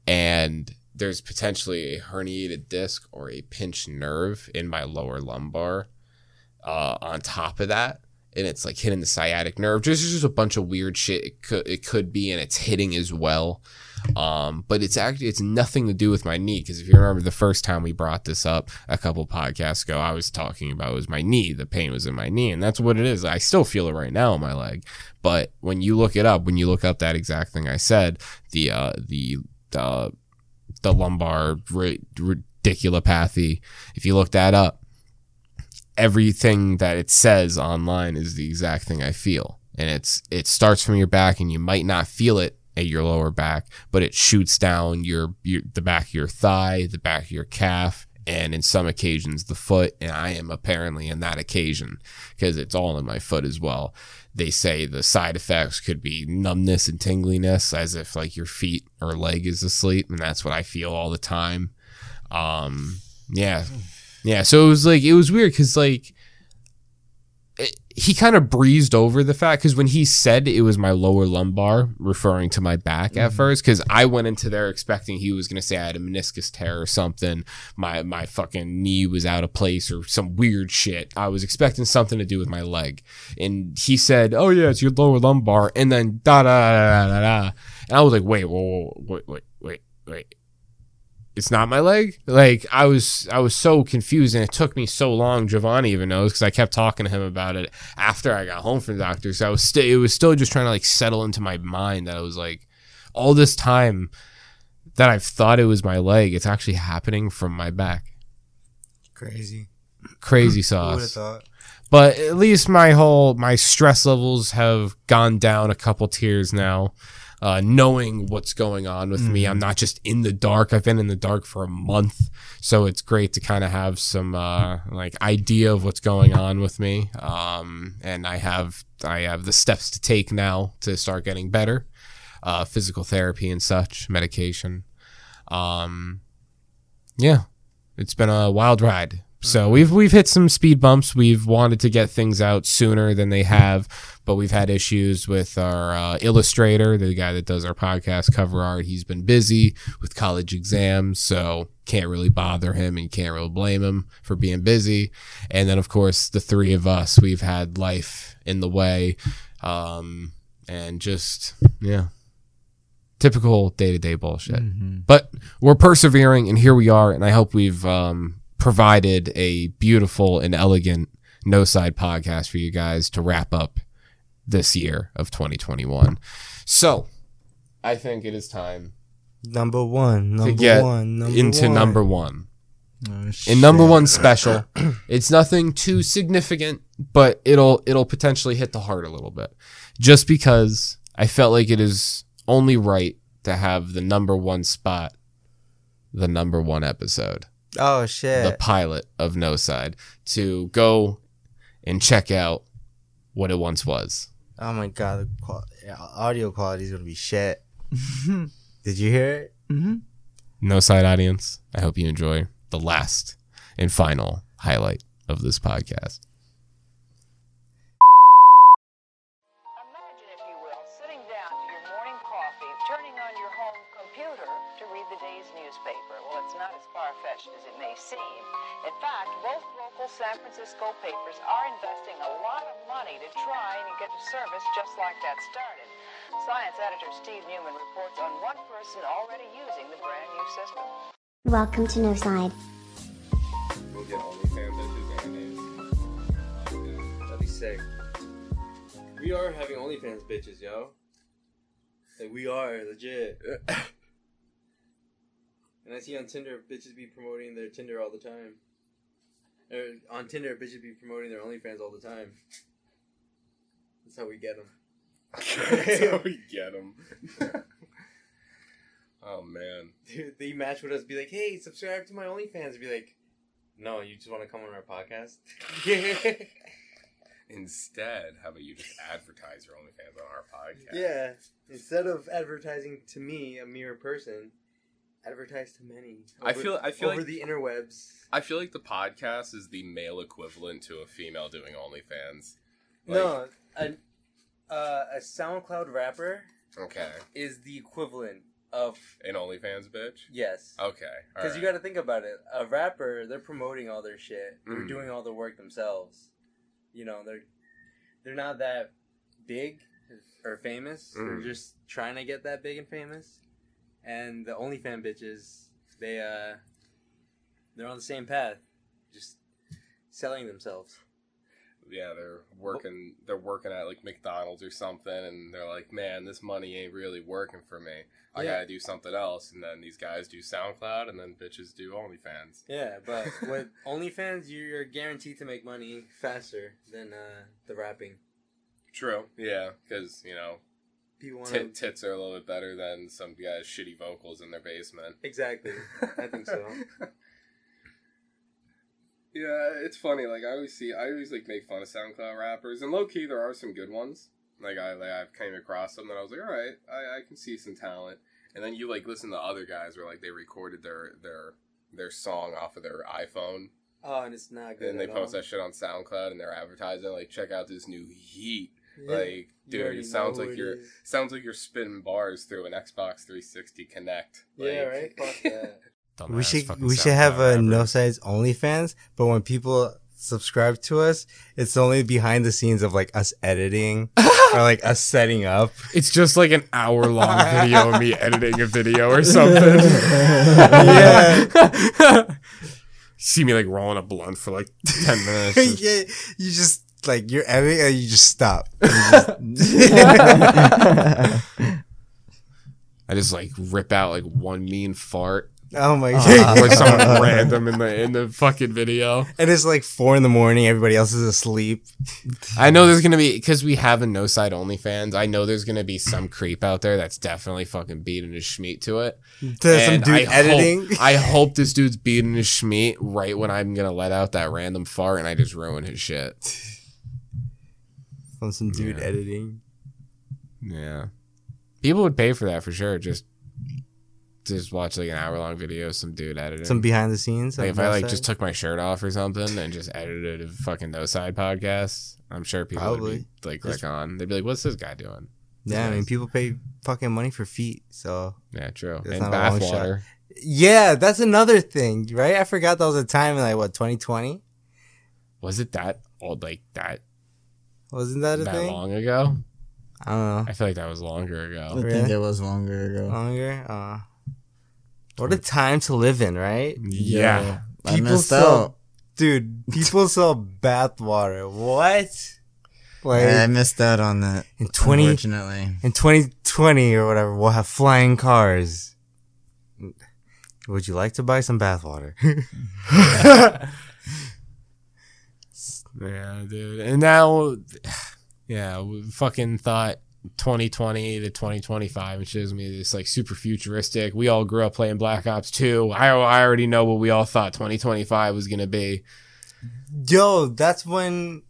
Speaker 2: and there's potentially a herniated disc or a pinched nerve in my lower lumbar uh, on top of that and it's like hitting the sciatic nerve just just a bunch of weird shit it could it could be and it's hitting as well um, but it's actually it's nothing to do with my knee because if you remember the first time we brought this up a couple podcasts ago, I was talking about it was my knee. The pain was in my knee, and that's what it is. I still feel it right now in my leg. But when you look it up, when you look up that exact thing I said, the uh, the the the lumbar ri- ridiculopathy. If you look that up, everything that it says online is the exact thing I feel. And it's it starts from your back and you might not feel it at your lower back, but it shoots down your, your the back of your thigh, the back of your calf, and in some occasions the foot, and I am apparently in that occasion because it's all in my foot as well. They say the side effects could be numbness and tingliness as if like your feet or leg is asleep and that's what I feel all the time. Um yeah, yeah, so it was like it was weird because like it, he kind of breezed over the fact because when he said it was my lower lumbar, referring to my back at first, because I went into there expecting he was gonna say I had a meniscus tear or something, my my fucking knee was out of place or some weird shit. I was expecting something to do with my leg, and he said, "Oh yeah, it's your lower lumbar," and then da da da da da, da. and I was like, "Wait, whoa, whoa, wait, wait, wait, wait." it's not my leg. Like I was, I was so confused, and it took me so long. Giovanni even knows because I kept talking to him about it after I got home from the doctor. So I was still, it was still just trying to like settle into my mind that I was like, all this time that I've thought it was my leg, it's actually happening from my back.
Speaker 3: Crazy.
Speaker 2: Crazy
Speaker 3: Who would have
Speaker 2: sauce.
Speaker 3: thought?
Speaker 2: But at least my whole my stress levels have gone down a couple tiers now. Uh, knowing what's going on with me, I'm not just in the dark. I've been in the dark for a month, so it's great to kind of have some uh, like idea of what's going on with me. Um, and I have I have the steps to take now to start getting better, uh, physical therapy and such, medication. Um, yeah, it's been a wild ride. So we've we've hit some speed bumps. We've wanted to get things out sooner than they have, but we've had issues with our uh, illustrator, the guy that does our podcast cover art. He's been busy with college exams, so can't really bother him and can't really blame him for being busy. And then of course the three of us, we've had life in the way, um, and just yeah, typical day to day bullshit but we're persevering and here we are and i hope we've um, provided a beautiful and elegant no side podcast for you guys to wrap up this year of 2021 so i think it is time
Speaker 3: Number one. Number
Speaker 2: get
Speaker 3: one. Number
Speaker 2: into
Speaker 3: one.
Speaker 2: number one
Speaker 5: Oh,
Speaker 2: and number one special it's nothing too significant but it'll it'll potentially hit the heart a little bit just because i felt like it is only right to have the number one spot the number one episode
Speaker 3: Oh
Speaker 2: the
Speaker 3: shit.
Speaker 2: pilot of No Side to go and check out what it once was.
Speaker 3: oh my god. The qual- yeah, audio quality is gonna be shit. Did you hear it?
Speaker 2: No Side audience, I hope you enjoy the last and final highlight of this podcast.
Speaker 11: Imagine, if you will, sitting down to your morning coffee, turning on your home computer to read the day's newspaper. Well, it's not as far fetched as it may seem. In fact, both local San Francisco papers are investing a lot of money to try and get a service just like that started. Science editor Steve Newman reports on one person already using the brand new system.
Speaker 6: Welcome to No Side.
Speaker 4: We'll get OnlyFans bitches and
Speaker 9: That'd be sick. We are having OnlyFans bitches, yo. Like we are legit. and I see on Tinder bitches be promoting their Tinder all the time. Or on Tinder bitches be promoting their OnlyFans all the time. That's how we get them.
Speaker 4: That's how we get them. oh man.
Speaker 9: Dude, they match with us, be like, "Hey, subscribe to my OnlyFans." Be like, "No, you just want to come on our podcast."
Speaker 4: Instead, how about you just advertise your OnlyFans on our podcast?
Speaker 9: Yeah. Instead of advertising to me, a mere person, advertise to many.
Speaker 4: I feel- I feel
Speaker 9: over
Speaker 4: like-
Speaker 9: the interwebs.
Speaker 4: I feel like the podcast is the male equivalent to a female doing OnlyFans.
Speaker 9: no, an, uh, a SoundCloud rapper
Speaker 4: Okay.
Speaker 9: is the equivalent of
Speaker 4: An OnlyFans bitch?
Speaker 9: yes.
Speaker 4: Okay.
Speaker 9: Because you got to think about it. A rapper, they're promoting all their shit. They're
Speaker 4: Mm.
Speaker 9: doing all the work themselves. You know, they're they're not that big or famous.
Speaker 4: Mm.
Speaker 9: They're just trying to get that big and famous. And the OnlyFans bitches, they uh, they're on the same path, just selling themselves.
Speaker 4: Yeah, they're working. They're working at like McDonald's or something, and they're like, "Man, this money ain't really working for me. I
Speaker 9: Yeah.
Speaker 4: gotta do something else." And then these guys do SoundCloud, and then bitches do OnlyFans.
Speaker 9: Yeah, but with OnlyFans, you're guaranteed to make money faster than uh, the rapping.
Speaker 4: True. Yeah, because you know,
Speaker 9: People want
Speaker 4: tit
Speaker 9: to
Speaker 4: tits are a little bit better than some guys' shitty vocals in their basement.
Speaker 9: exactly. I think so.
Speaker 4: Yeah, it's funny. Like I always see, I always like make fun of SoundCloud rappers, and low key there are some good ones. Like I, like, I've came across them, and I was like, all right, I, I can see some talent. And then you like listen to other guys where like they recorded their their their song off of their iPhone,
Speaker 9: Oh, and it's not good.
Speaker 4: and they
Speaker 9: at
Speaker 4: post
Speaker 9: all.
Speaker 4: that shit on SoundCloud, and they're advertising like, check out this new heat.
Speaker 9: Yeah.
Speaker 4: Like,
Speaker 9: You
Speaker 4: dude,
Speaker 9: already
Speaker 4: it sounds
Speaker 9: know
Speaker 4: like
Speaker 9: who it
Speaker 4: you're
Speaker 9: is.
Speaker 4: sounds like you're spinning bars through an Xbox 360 Connect. Like,
Speaker 9: yeah, right. Fuck that.
Speaker 3: we
Speaker 2: Dumbass
Speaker 3: should
Speaker 2: fucking
Speaker 3: we should have
Speaker 2: SoundCloud
Speaker 3: a no
Speaker 2: rappers.
Speaker 3: sides OnlyFans, but when people subscribe to us, it's only behind the scenes of like us editing or like us setting up.
Speaker 2: It's just like an hour long video of me editing a video or something. See me like rolling a blunt for like 10 minutes. Just-
Speaker 3: yeah, you just like you're editing and uh, you just stop.
Speaker 2: I just like rip out like one mean fart.
Speaker 3: oh my
Speaker 4: Uh,
Speaker 2: Or,
Speaker 3: god!
Speaker 2: like something random in the in the fucking video.
Speaker 3: and it's like four in the morning. Everybody else is asleep.
Speaker 2: I know there's gonna be because we have a no side only fans. I know there's gonna be some creep out there that's definitely fucking beating his schmeat to it.
Speaker 3: There's some
Speaker 2: And
Speaker 3: dude
Speaker 2: I
Speaker 3: editing.
Speaker 2: Hope, I hope this dude's beating his schmeat right when I'm gonna let out that random fart and I just ruin his shit.
Speaker 3: From some dude
Speaker 2: Yeah.
Speaker 3: editing.
Speaker 2: Yeah, people would pay for that for sure. Just just watch like an hour long video of some dude editing.
Speaker 3: Some behind the scenes.
Speaker 2: like
Speaker 3: on
Speaker 2: if I
Speaker 3: both
Speaker 2: like
Speaker 3: sides.
Speaker 2: just took my shirt off or something and just edited a fucking no side podcast, I'm sure people would be, like click on. They'd be like, "What's this guy doing?"
Speaker 3: yeah, I mean people pay fucking money for feet, so
Speaker 2: Yeah, true.
Speaker 3: That's
Speaker 2: and
Speaker 3: not a long
Speaker 2: bath water.
Speaker 3: Yeah, that's another thing, right? I forgot that was a time in like what 2020.
Speaker 2: Was it that old? Like that
Speaker 3: Wasn't that a
Speaker 2: that
Speaker 3: thing?
Speaker 2: long ago?
Speaker 3: I don't know.
Speaker 2: I feel like that was longer
Speaker 5: I
Speaker 2: ago.
Speaker 5: think
Speaker 3: Really?
Speaker 5: it was longer ago.
Speaker 3: Longer. Uh, what a time to live in, right?
Speaker 2: Mm. Yeah.
Speaker 5: I
Speaker 3: People
Speaker 5: missed
Speaker 3: sell-
Speaker 5: out.
Speaker 3: Dude, people sell bath water. What? Like
Speaker 5: I missed out on that.
Speaker 3: in 20
Speaker 5: Unfortunately,
Speaker 3: in 2020 or whatever, we'll have flying cars. Would you like to buy some bath water?
Speaker 2: Yeah, dude. And now, yeah, we fucking thought 2020 to 2025 and shit is gonna be this like super futuristic. We all grew up playing Black Ops 2. I, I already know what we all thought 2025 was gonna be.
Speaker 3: Yo, that's when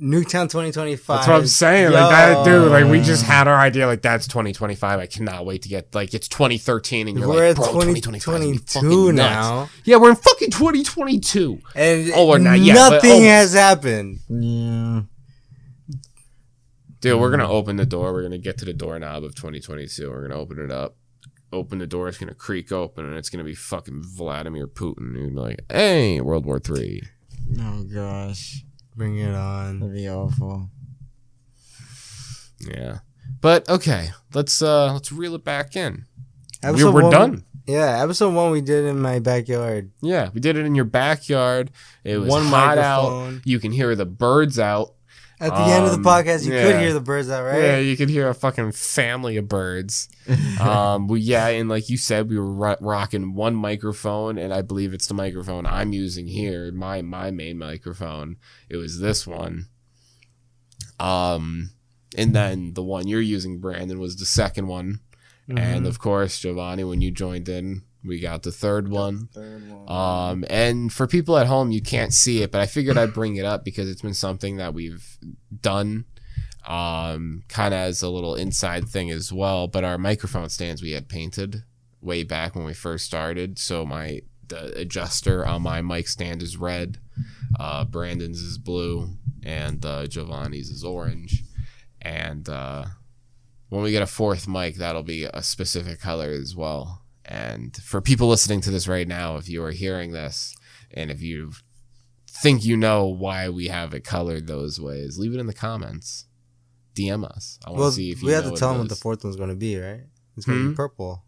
Speaker 3: Nuketown 2025.
Speaker 2: That's what I'm saying. Like that, dude. Like we
Speaker 3: Yo.
Speaker 2: just had our idea. Like that's 2025. I cannot wait to get. Like it's 2013, and you're
Speaker 3: We're
Speaker 2: like,
Speaker 3: at
Speaker 2: bro,
Speaker 3: 2022
Speaker 2: 2022 now.
Speaker 3: now,
Speaker 2: Yeah, we're in fucking 2022.
Speaker 3: and
Speaker 2: Oh, we're not yet, but
Speaker 3: nothing
Speaker 2: almost.
Speaker 3: has happened.
Speaker 5: yeah.
Speaker 2: Dude, we're
Speaker 3: Um,
Speaker 2: gonna open the door. We're gonna get to the doorknob of 2022. We're gonna open it up. Open the door. It's gonna creak open, and it's gonna be fucking Vladimir Putin. You're gonna be like, hey, World War Three.
Speaker 5: Oh gosh,
Speaker 3: Bring it on.
Speaker 5: that'd be awful.
Speaker 2: Yeah. But okay, let's uh let's reel it back in. We,
Speaker 3: Episode
Speaker 2: we're
Speaker 3: one-
Speaker 2: done.
Speaker 3: Yeah, episode one we did in my backyard.
Speaker 2: Yeah, we did it in your backyard. It was
Speaker 3: One
Speaker 2: hot
Speaker 3: microphone.
Speaker 2: out. You can hear the birds out.
Speaker 3: At the end of the
Speaker 2: Um,
Speaker 3: podcast, you
Speaker 2: yeah.
Speaker 3: could hear the birds out, right?
Speaker 2: Yeah, you could hear a fucking family of birds. um, we, yeah, and like you said, we were ro- rocking one microphone, and I believe it's the microphone I'm using here, my my main microphone. It was this one. Um, and then the one you're using, Brandon, was the second one,
Speaker 8: Mm-hmm.
Speaker 4: Mm-hmm.
Speaker 2: and of course, Giovanni, when you joined in, we got the third one.
Speaker 8: Third one.
Speaker 2: Um, and for people at home, you can't see it, but I figured I'd bring it up because it's been something that we've done, um, kind of as a little inside thing as well. But our microphone stands we had painted way back when we first started, so my the adjuster on my mic stand is red, uh, Brandon's is blue, and uh, Giovanni's is orange. And uh, when we get a fourth mic, that'll be a specific color as well. And for people listening to this right now, if you are hearing this and if you think you know why we have it colored those ways, leave it in the comments. DM us. I want to
Speaker 3: Well,
Speaker 2: see if you
Speaker 3: we have
Speaker 2: know
Speaker 3: to tell
Speaker 2: it
Speaker 3: them what the
Speaker 2: is.
Speaker 3: fourth one's going to be, right? It's going to
Speaker 2: Hmm?
Speaker 3: be purple.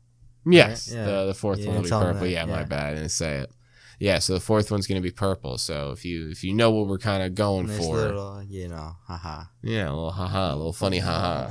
Speaker 2: Yes,
Speaker 3: Yeah.
Speaker 2: the the fourth
Speaker 3: You
Speaker 2: one will
Speaker 3: didn't
Speaker 2: be
Speaker 3: tell them
Speaker 2: purple.
Speaker 3: that,
Speaker 2: Yeah, my
Speaker 3: yeah.
Speaker 2: bad, I didn't say it. Yeah, so the fourth one's gonna be purple. So if you if you know what we're kind of going
Speaker 3: Nice
Speaker 2: for,
Speaker 3: little, you know, haha.
Speaker 2: yeah, a little haha, a little funny haha.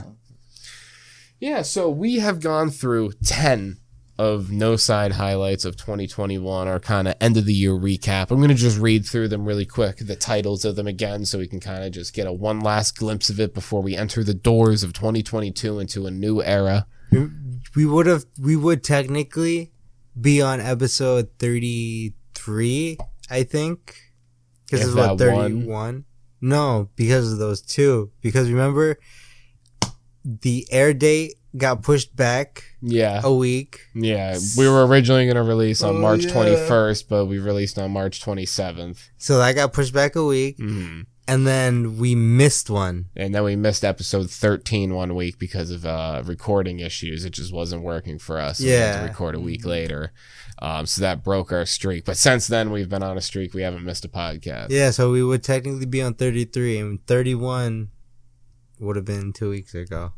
Speaker 2: Yeah, so we have gone through ten of no side highlights of 2021, our kind of end of the year recap. I'm gonna just read through them really quick, the titles of them again, so we can kind of just get a one last glimpse of it before we enter the doors of 2022 into a new era.
Speaker 3: We- We would have, we would technically be on episode thirty-three, I think,
Speaker 2: If
Speaker 3: because it's what
Speaker 2: that one-
Speaker 3: thirty-one. No, because of those two. Because remember, the air date got pushed back
Speaker 2: Yeah.
Speaker 3: a week.
Speaker 2: Yeah, we were originally going to release on
Speaker 3: Oh,
Speaker 2: March
Speaker 3: yeah.
Speaker 2: 21st, but we released on March 27th.
Speaker 3: So that got pushed back a week,
Speaker 2: Mm-hmm.
Speaker 3: and then we missed one.
Speaker 2: And then we missed episode 13 one week because of uh, recording issues. It just wasn't working for us. so we had to
Speaker 3: Yeah. Mm-hmm.
Speaker 2: record a week later. Um, so that broke our streak. But since then, we've been on a streak. We haven't missed a podcast.
Speaker 3: Yeah, so we would technically be on 33, and 31 would have been two weeks ago.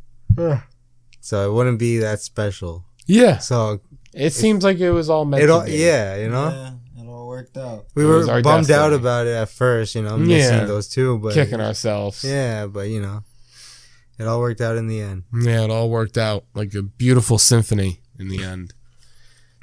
Speaker 3: So it wouldn't be that special.
Speaker 2: Yeah.
Speaker 3: So
Speaker 2: It seems like it was all meant
Speaker 3: it
Speaker 2: to
Speaker 3: all,
Speaker 2: be.
Speaker 3: yeah, you know,
Speaker 8: Yeah, it all worked out.
Speaker 3: we
Speaker 2: It
Speaker 3: were
Speaker 2: was our
Speaker 3: bummed out
Speaker 2: destiny.
Speaker 3: about it at first, you know, missing
Speaker 2: Yeah.
Speaker 3: those two, but
Speaker 2: Kicking ourselves.
Speaker 3: yeah, but you know, it all worked out in the end.
Speaker 2: Yeah, it all worked out like a beautiful symphony in the end.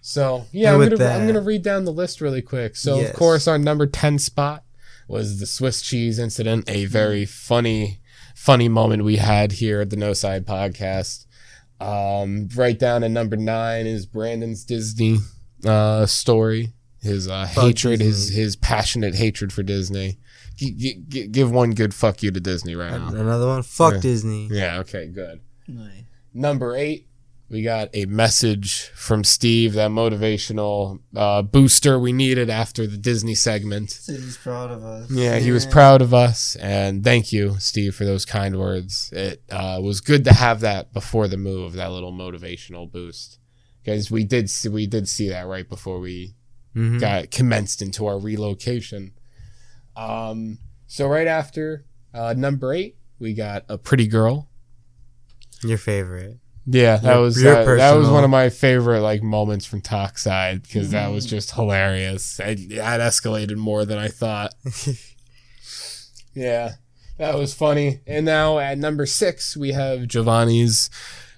Speaker 2: So yeah,
Speaker 3: And
Speaker 2: I'm
Speaker 3: with
Speaker 2: gonna, I'm
Speaker 3: that-
Speaker 2: gonna read down the list really quick. So of
Speaker 3: Yes.
Speaker 2: course, our number ten spot was the Swiss cheese incident, a very funny, funny moment we had here at the No Side Podcast. Um, right down at number nine is Brandon's Disney uh, story, his uh,
Speaker 3: Fuck
Speaker 2: hatred, his
Speaker 3: Disney.
Speaker 2: his passionate hatred for Disney. G- g- g- give one good fuck you to Disney right now.
Speaker 3: Another one, fuck
Speaker 2: Yeah.
Speaker 3: Disney.
Speaker 2: Yeah. Okay. Good.
Speaker 8: Nice.
Speaker 2: Number eight, we got a message from Steve, that motivational uh, booster we needed after the Disney segment.
Speaker 8: Said he's proud of us.
Speaker 2: Yeah, he was proud of us, and thank you, Steve, for those kind words. It uh, was good to have that before the move, that little motivational boost, because we did see, we did see that right before we
Speaker 8: Mm-hmm.
Speaker 3: Mhm.
Speaker 2: got commenced into our relocation. Um, so right after uh, number eight, we got a pretty girl
Speaker 3: Your favorite.
Speaker 2: yeah, that
Speaker 3: Your-
Speaker 2: was
Speaker 3: your
Speaker 2: that, that was
Speaker 3: personal-
Speaker 2: one of my favorite like moments from Talkside because that was just hilarious. I, that escalated more than I thought. yeah, that was funny. And now at number six, we have Giovanni's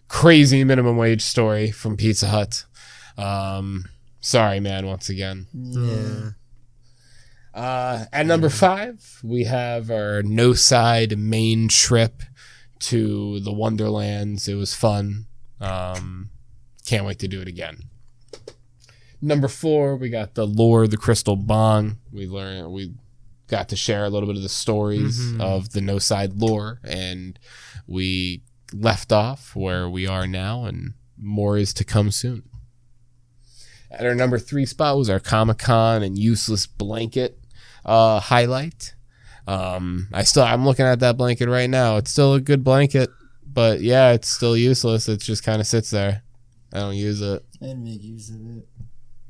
Speaker 2: crazy minimum wage story from Pizza Hut. Um, sorry, man, once again.
Speaker 3: Yeah.
Speaker 2: Uh, at number five, we have our no side main trip to the Wonderlands. It was fun. Um, can't wait to do it again. Number four, we got the lore, of the crystal bong. We learned we got to share a little bit of the stories
Speaker 3: Mhm.
Speaker 2: of the no side lore, and we left off where we are now, and more is to come soon. At our number three spot was our Comic Con and useless blanket uh, highlight. Um, I still I'm looking at that blanket right now. It's still a good blanket, but yeah, it's still useless. It just kind of sits there. I don't use it.
Speaker 8: And make use of it.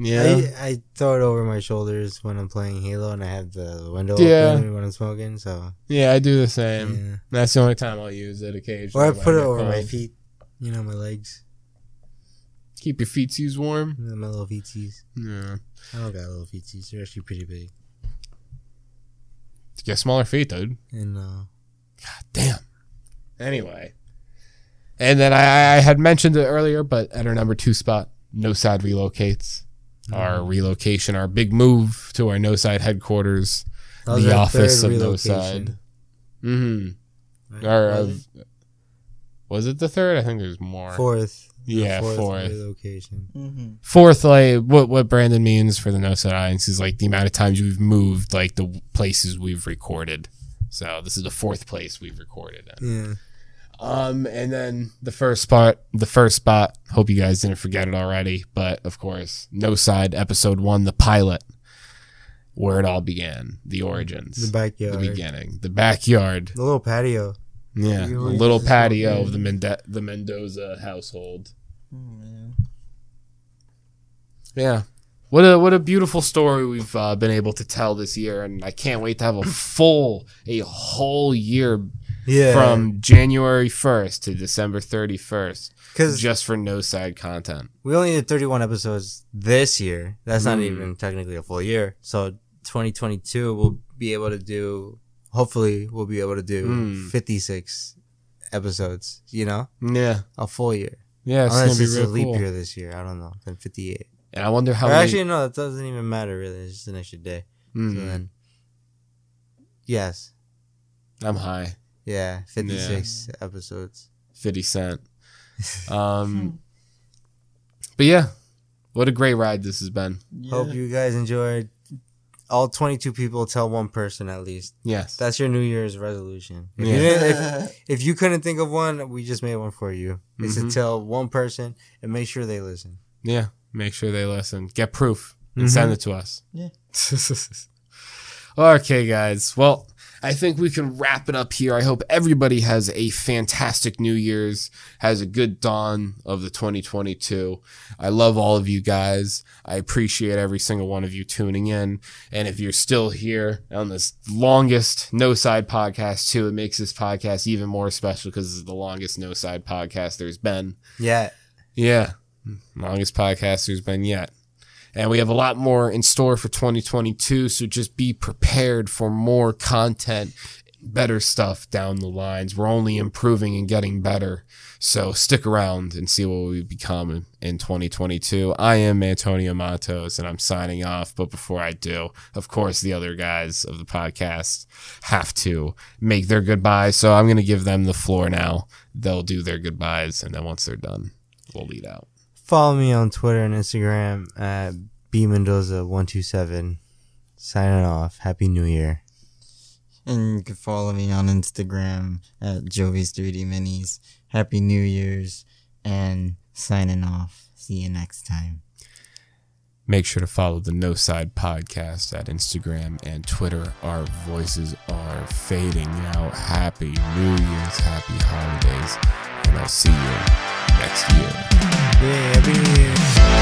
Speaker 2: Yeah,
Speaker 3: I, I throw it over my shoulders when I'm playing Halo and I have the window
Speaker 2: Yeah.
Speaker 3: open when I'm smoking, so
Speaker 2: yeah, I do the same.
Speaker 3: yeah.
Speaker 2: That's the only time I'll use it. Occasionally,
Speaker 3: Or I
Speaker 2: when
Speaker 3: put it
Speaker 2: I'm
Speaker 3: over my
Speaker 2: cold.
Speaker 3: feet, you know, my legs,
Speaker 2: Keep your feetsies warm.
Speaker 3: my little feetsies.
Speaker 2: Yeah,
Speaker 3: I don't got little feetsies. They're actually pretty big.
Speaker 2: get smaller feet, dude.
Speaker 3: And uh,
Speaker 2: Damn. Anyway. And then I, I had mentioned it earlier, but at our number two spot, No Side relocates. Our
Speaker 3: Mm.
Speaker 2: relocation, our big move to our No Side headquarters,
Speaker 3: that was
Speaker 2: the
Speaker 3: our
Speaker 2: office
Speaker 3: third
Speaker 2: of No
Speaker 3: relocation.
Speaker 2: Side. Mm
Speaker 3: Right?
Speaker 2: hmm. Or
Speaker 3: Was
Speaker 2: of. Was it the third? I think there's more.
Speaker 3: it? fourth. the
Speaker 2: Yeah, fourth.
Speaker 3: relocation.
Speaker 8: Mm-hmm.
Speaker 2: Fourth, like what what Brandon means for the No Side audience is like the amount of times we've moved, like the places we've recorded. So this is the fourth place we've recorded in.
Speaker 3: Yeah.
Speaker 2: Um, and then the first spot, the first spot. Hope you guys didn't forget it already, but of course, no side episode one, the pilot. where it all began, the origins,
Speaker 3: The backyard.
Speaker 2: the beginning, the backyard.
Speaker 3: The little patio.
Speaker 2: Yeah, the
Speaker 3: You always
Speaker 2: little
Speaker 3: just
Speaker 2: patio
Speaker 3: walk
Speaker 2: of the
Speaker 3: in.
Speaker 2: Mende- the Mendoza household.
Speaker 8: Oh, man.
Speaker 2: Yeah. What a what a beautiful story we've uh, been able to tell this year, and I can't wait to have a full a whole year
Speaker 3: Yeah.
Speaker 2: from January first to December thirty first,
Speaker 3: because
Speaker 2: just for no side content.
Speaker 3: we only did 31 episodes this year. That's not
Speaker 2: Mm.
Speaker 3: even technically a full year. So 2022 we'll be able to do. Hopefully, we'll be able to do
Speaker 2: Mm.
Speaker 3: 56 episodes. You know,
Speaker 2: Yeah,
Speaker 3: a full year.
Speaker 2: yeah, it's
Speaker 3: Unless
Speaker 2: gonna
Speaker 3: it's
Speaker 2: be
Speaker 3: a
Speaker 2: real
Speaker 3: leap
Speaker 2: cool.
Speaker 3: year this year. I don't know. Then 58.
Speaker 2: And I wonder how
Speaker 3: Or
Speaker 2: many-
Speaker 3: actually, no, that doesn't even matter really. It's just an extra day.
Speaker 2: Mm,
Speaker 3: So then, yes,
Speaker 2: I'm high,
Speaker 3: yeah, fifty-six episodes.
Speaker 2: fifty cent. Um, but yeah, what a great ride this has been.
Speaker 3: Hope you guys enjoyed. All twenty-two people tell one person at least.
Speaker 2: Yes,
Speaker 3: That's your New Year's resolution. If,
Speaker 2: Yeah.
Speaker 3: you didn't, if, if you couldn't think of one, we just made one for you. It's
Speaker 2: Mhm.
Speaker 3: to tell one person and make sure they listen.
Speaker 2: Yeah. Make sure they listen. Get proof and
Speaker 3: Mhm.
Speaker 2: send it to us.
Speaker 8: Yeah.
Speaker 2: okay, guys. Well, I think we can wrap it up here. I hope everybody has a fantastic New Year's, has a good dawn of the 2022. I love all of you guys. I appreciate every single one of you tuning in. And if you're still here on this longest No Side podcast, too, it makes this podcast even more special because it's the longest No Side podcast there's been.
Speaker 3: Yeah,
Speaker 2: Yeah. Longest podcast there's been yet. And we have a lot more in store for 2022. So just be prepared for more content, better stuff down the lines. We're only improving and getting better. So stick around and see what we become in- in 2022. I am Antonio Matos and I'm signing off. But before I do, of course, the other guys of the podcast have to make their goodbyes. So I'm going to give them the floor now. They'll do their goodbyes. And then once they're done, we'll lead out.
Speaker 3: follow me on Twitter and Instagram at b mendoza one two seven. Signing off. Happy New Year.
Speaker 5: And you can follow me on Instagram at Jovi's 3D Minis. Happy New Year's and signing off. See you next time.
Speaker 2: Make sure to follow the No Side Podcast at Instagram and Twitter. Our voices are fading out. Happy New Year's, happy holidays, and I'll see you next year.
Speaker 3: Yeah, happy New Year.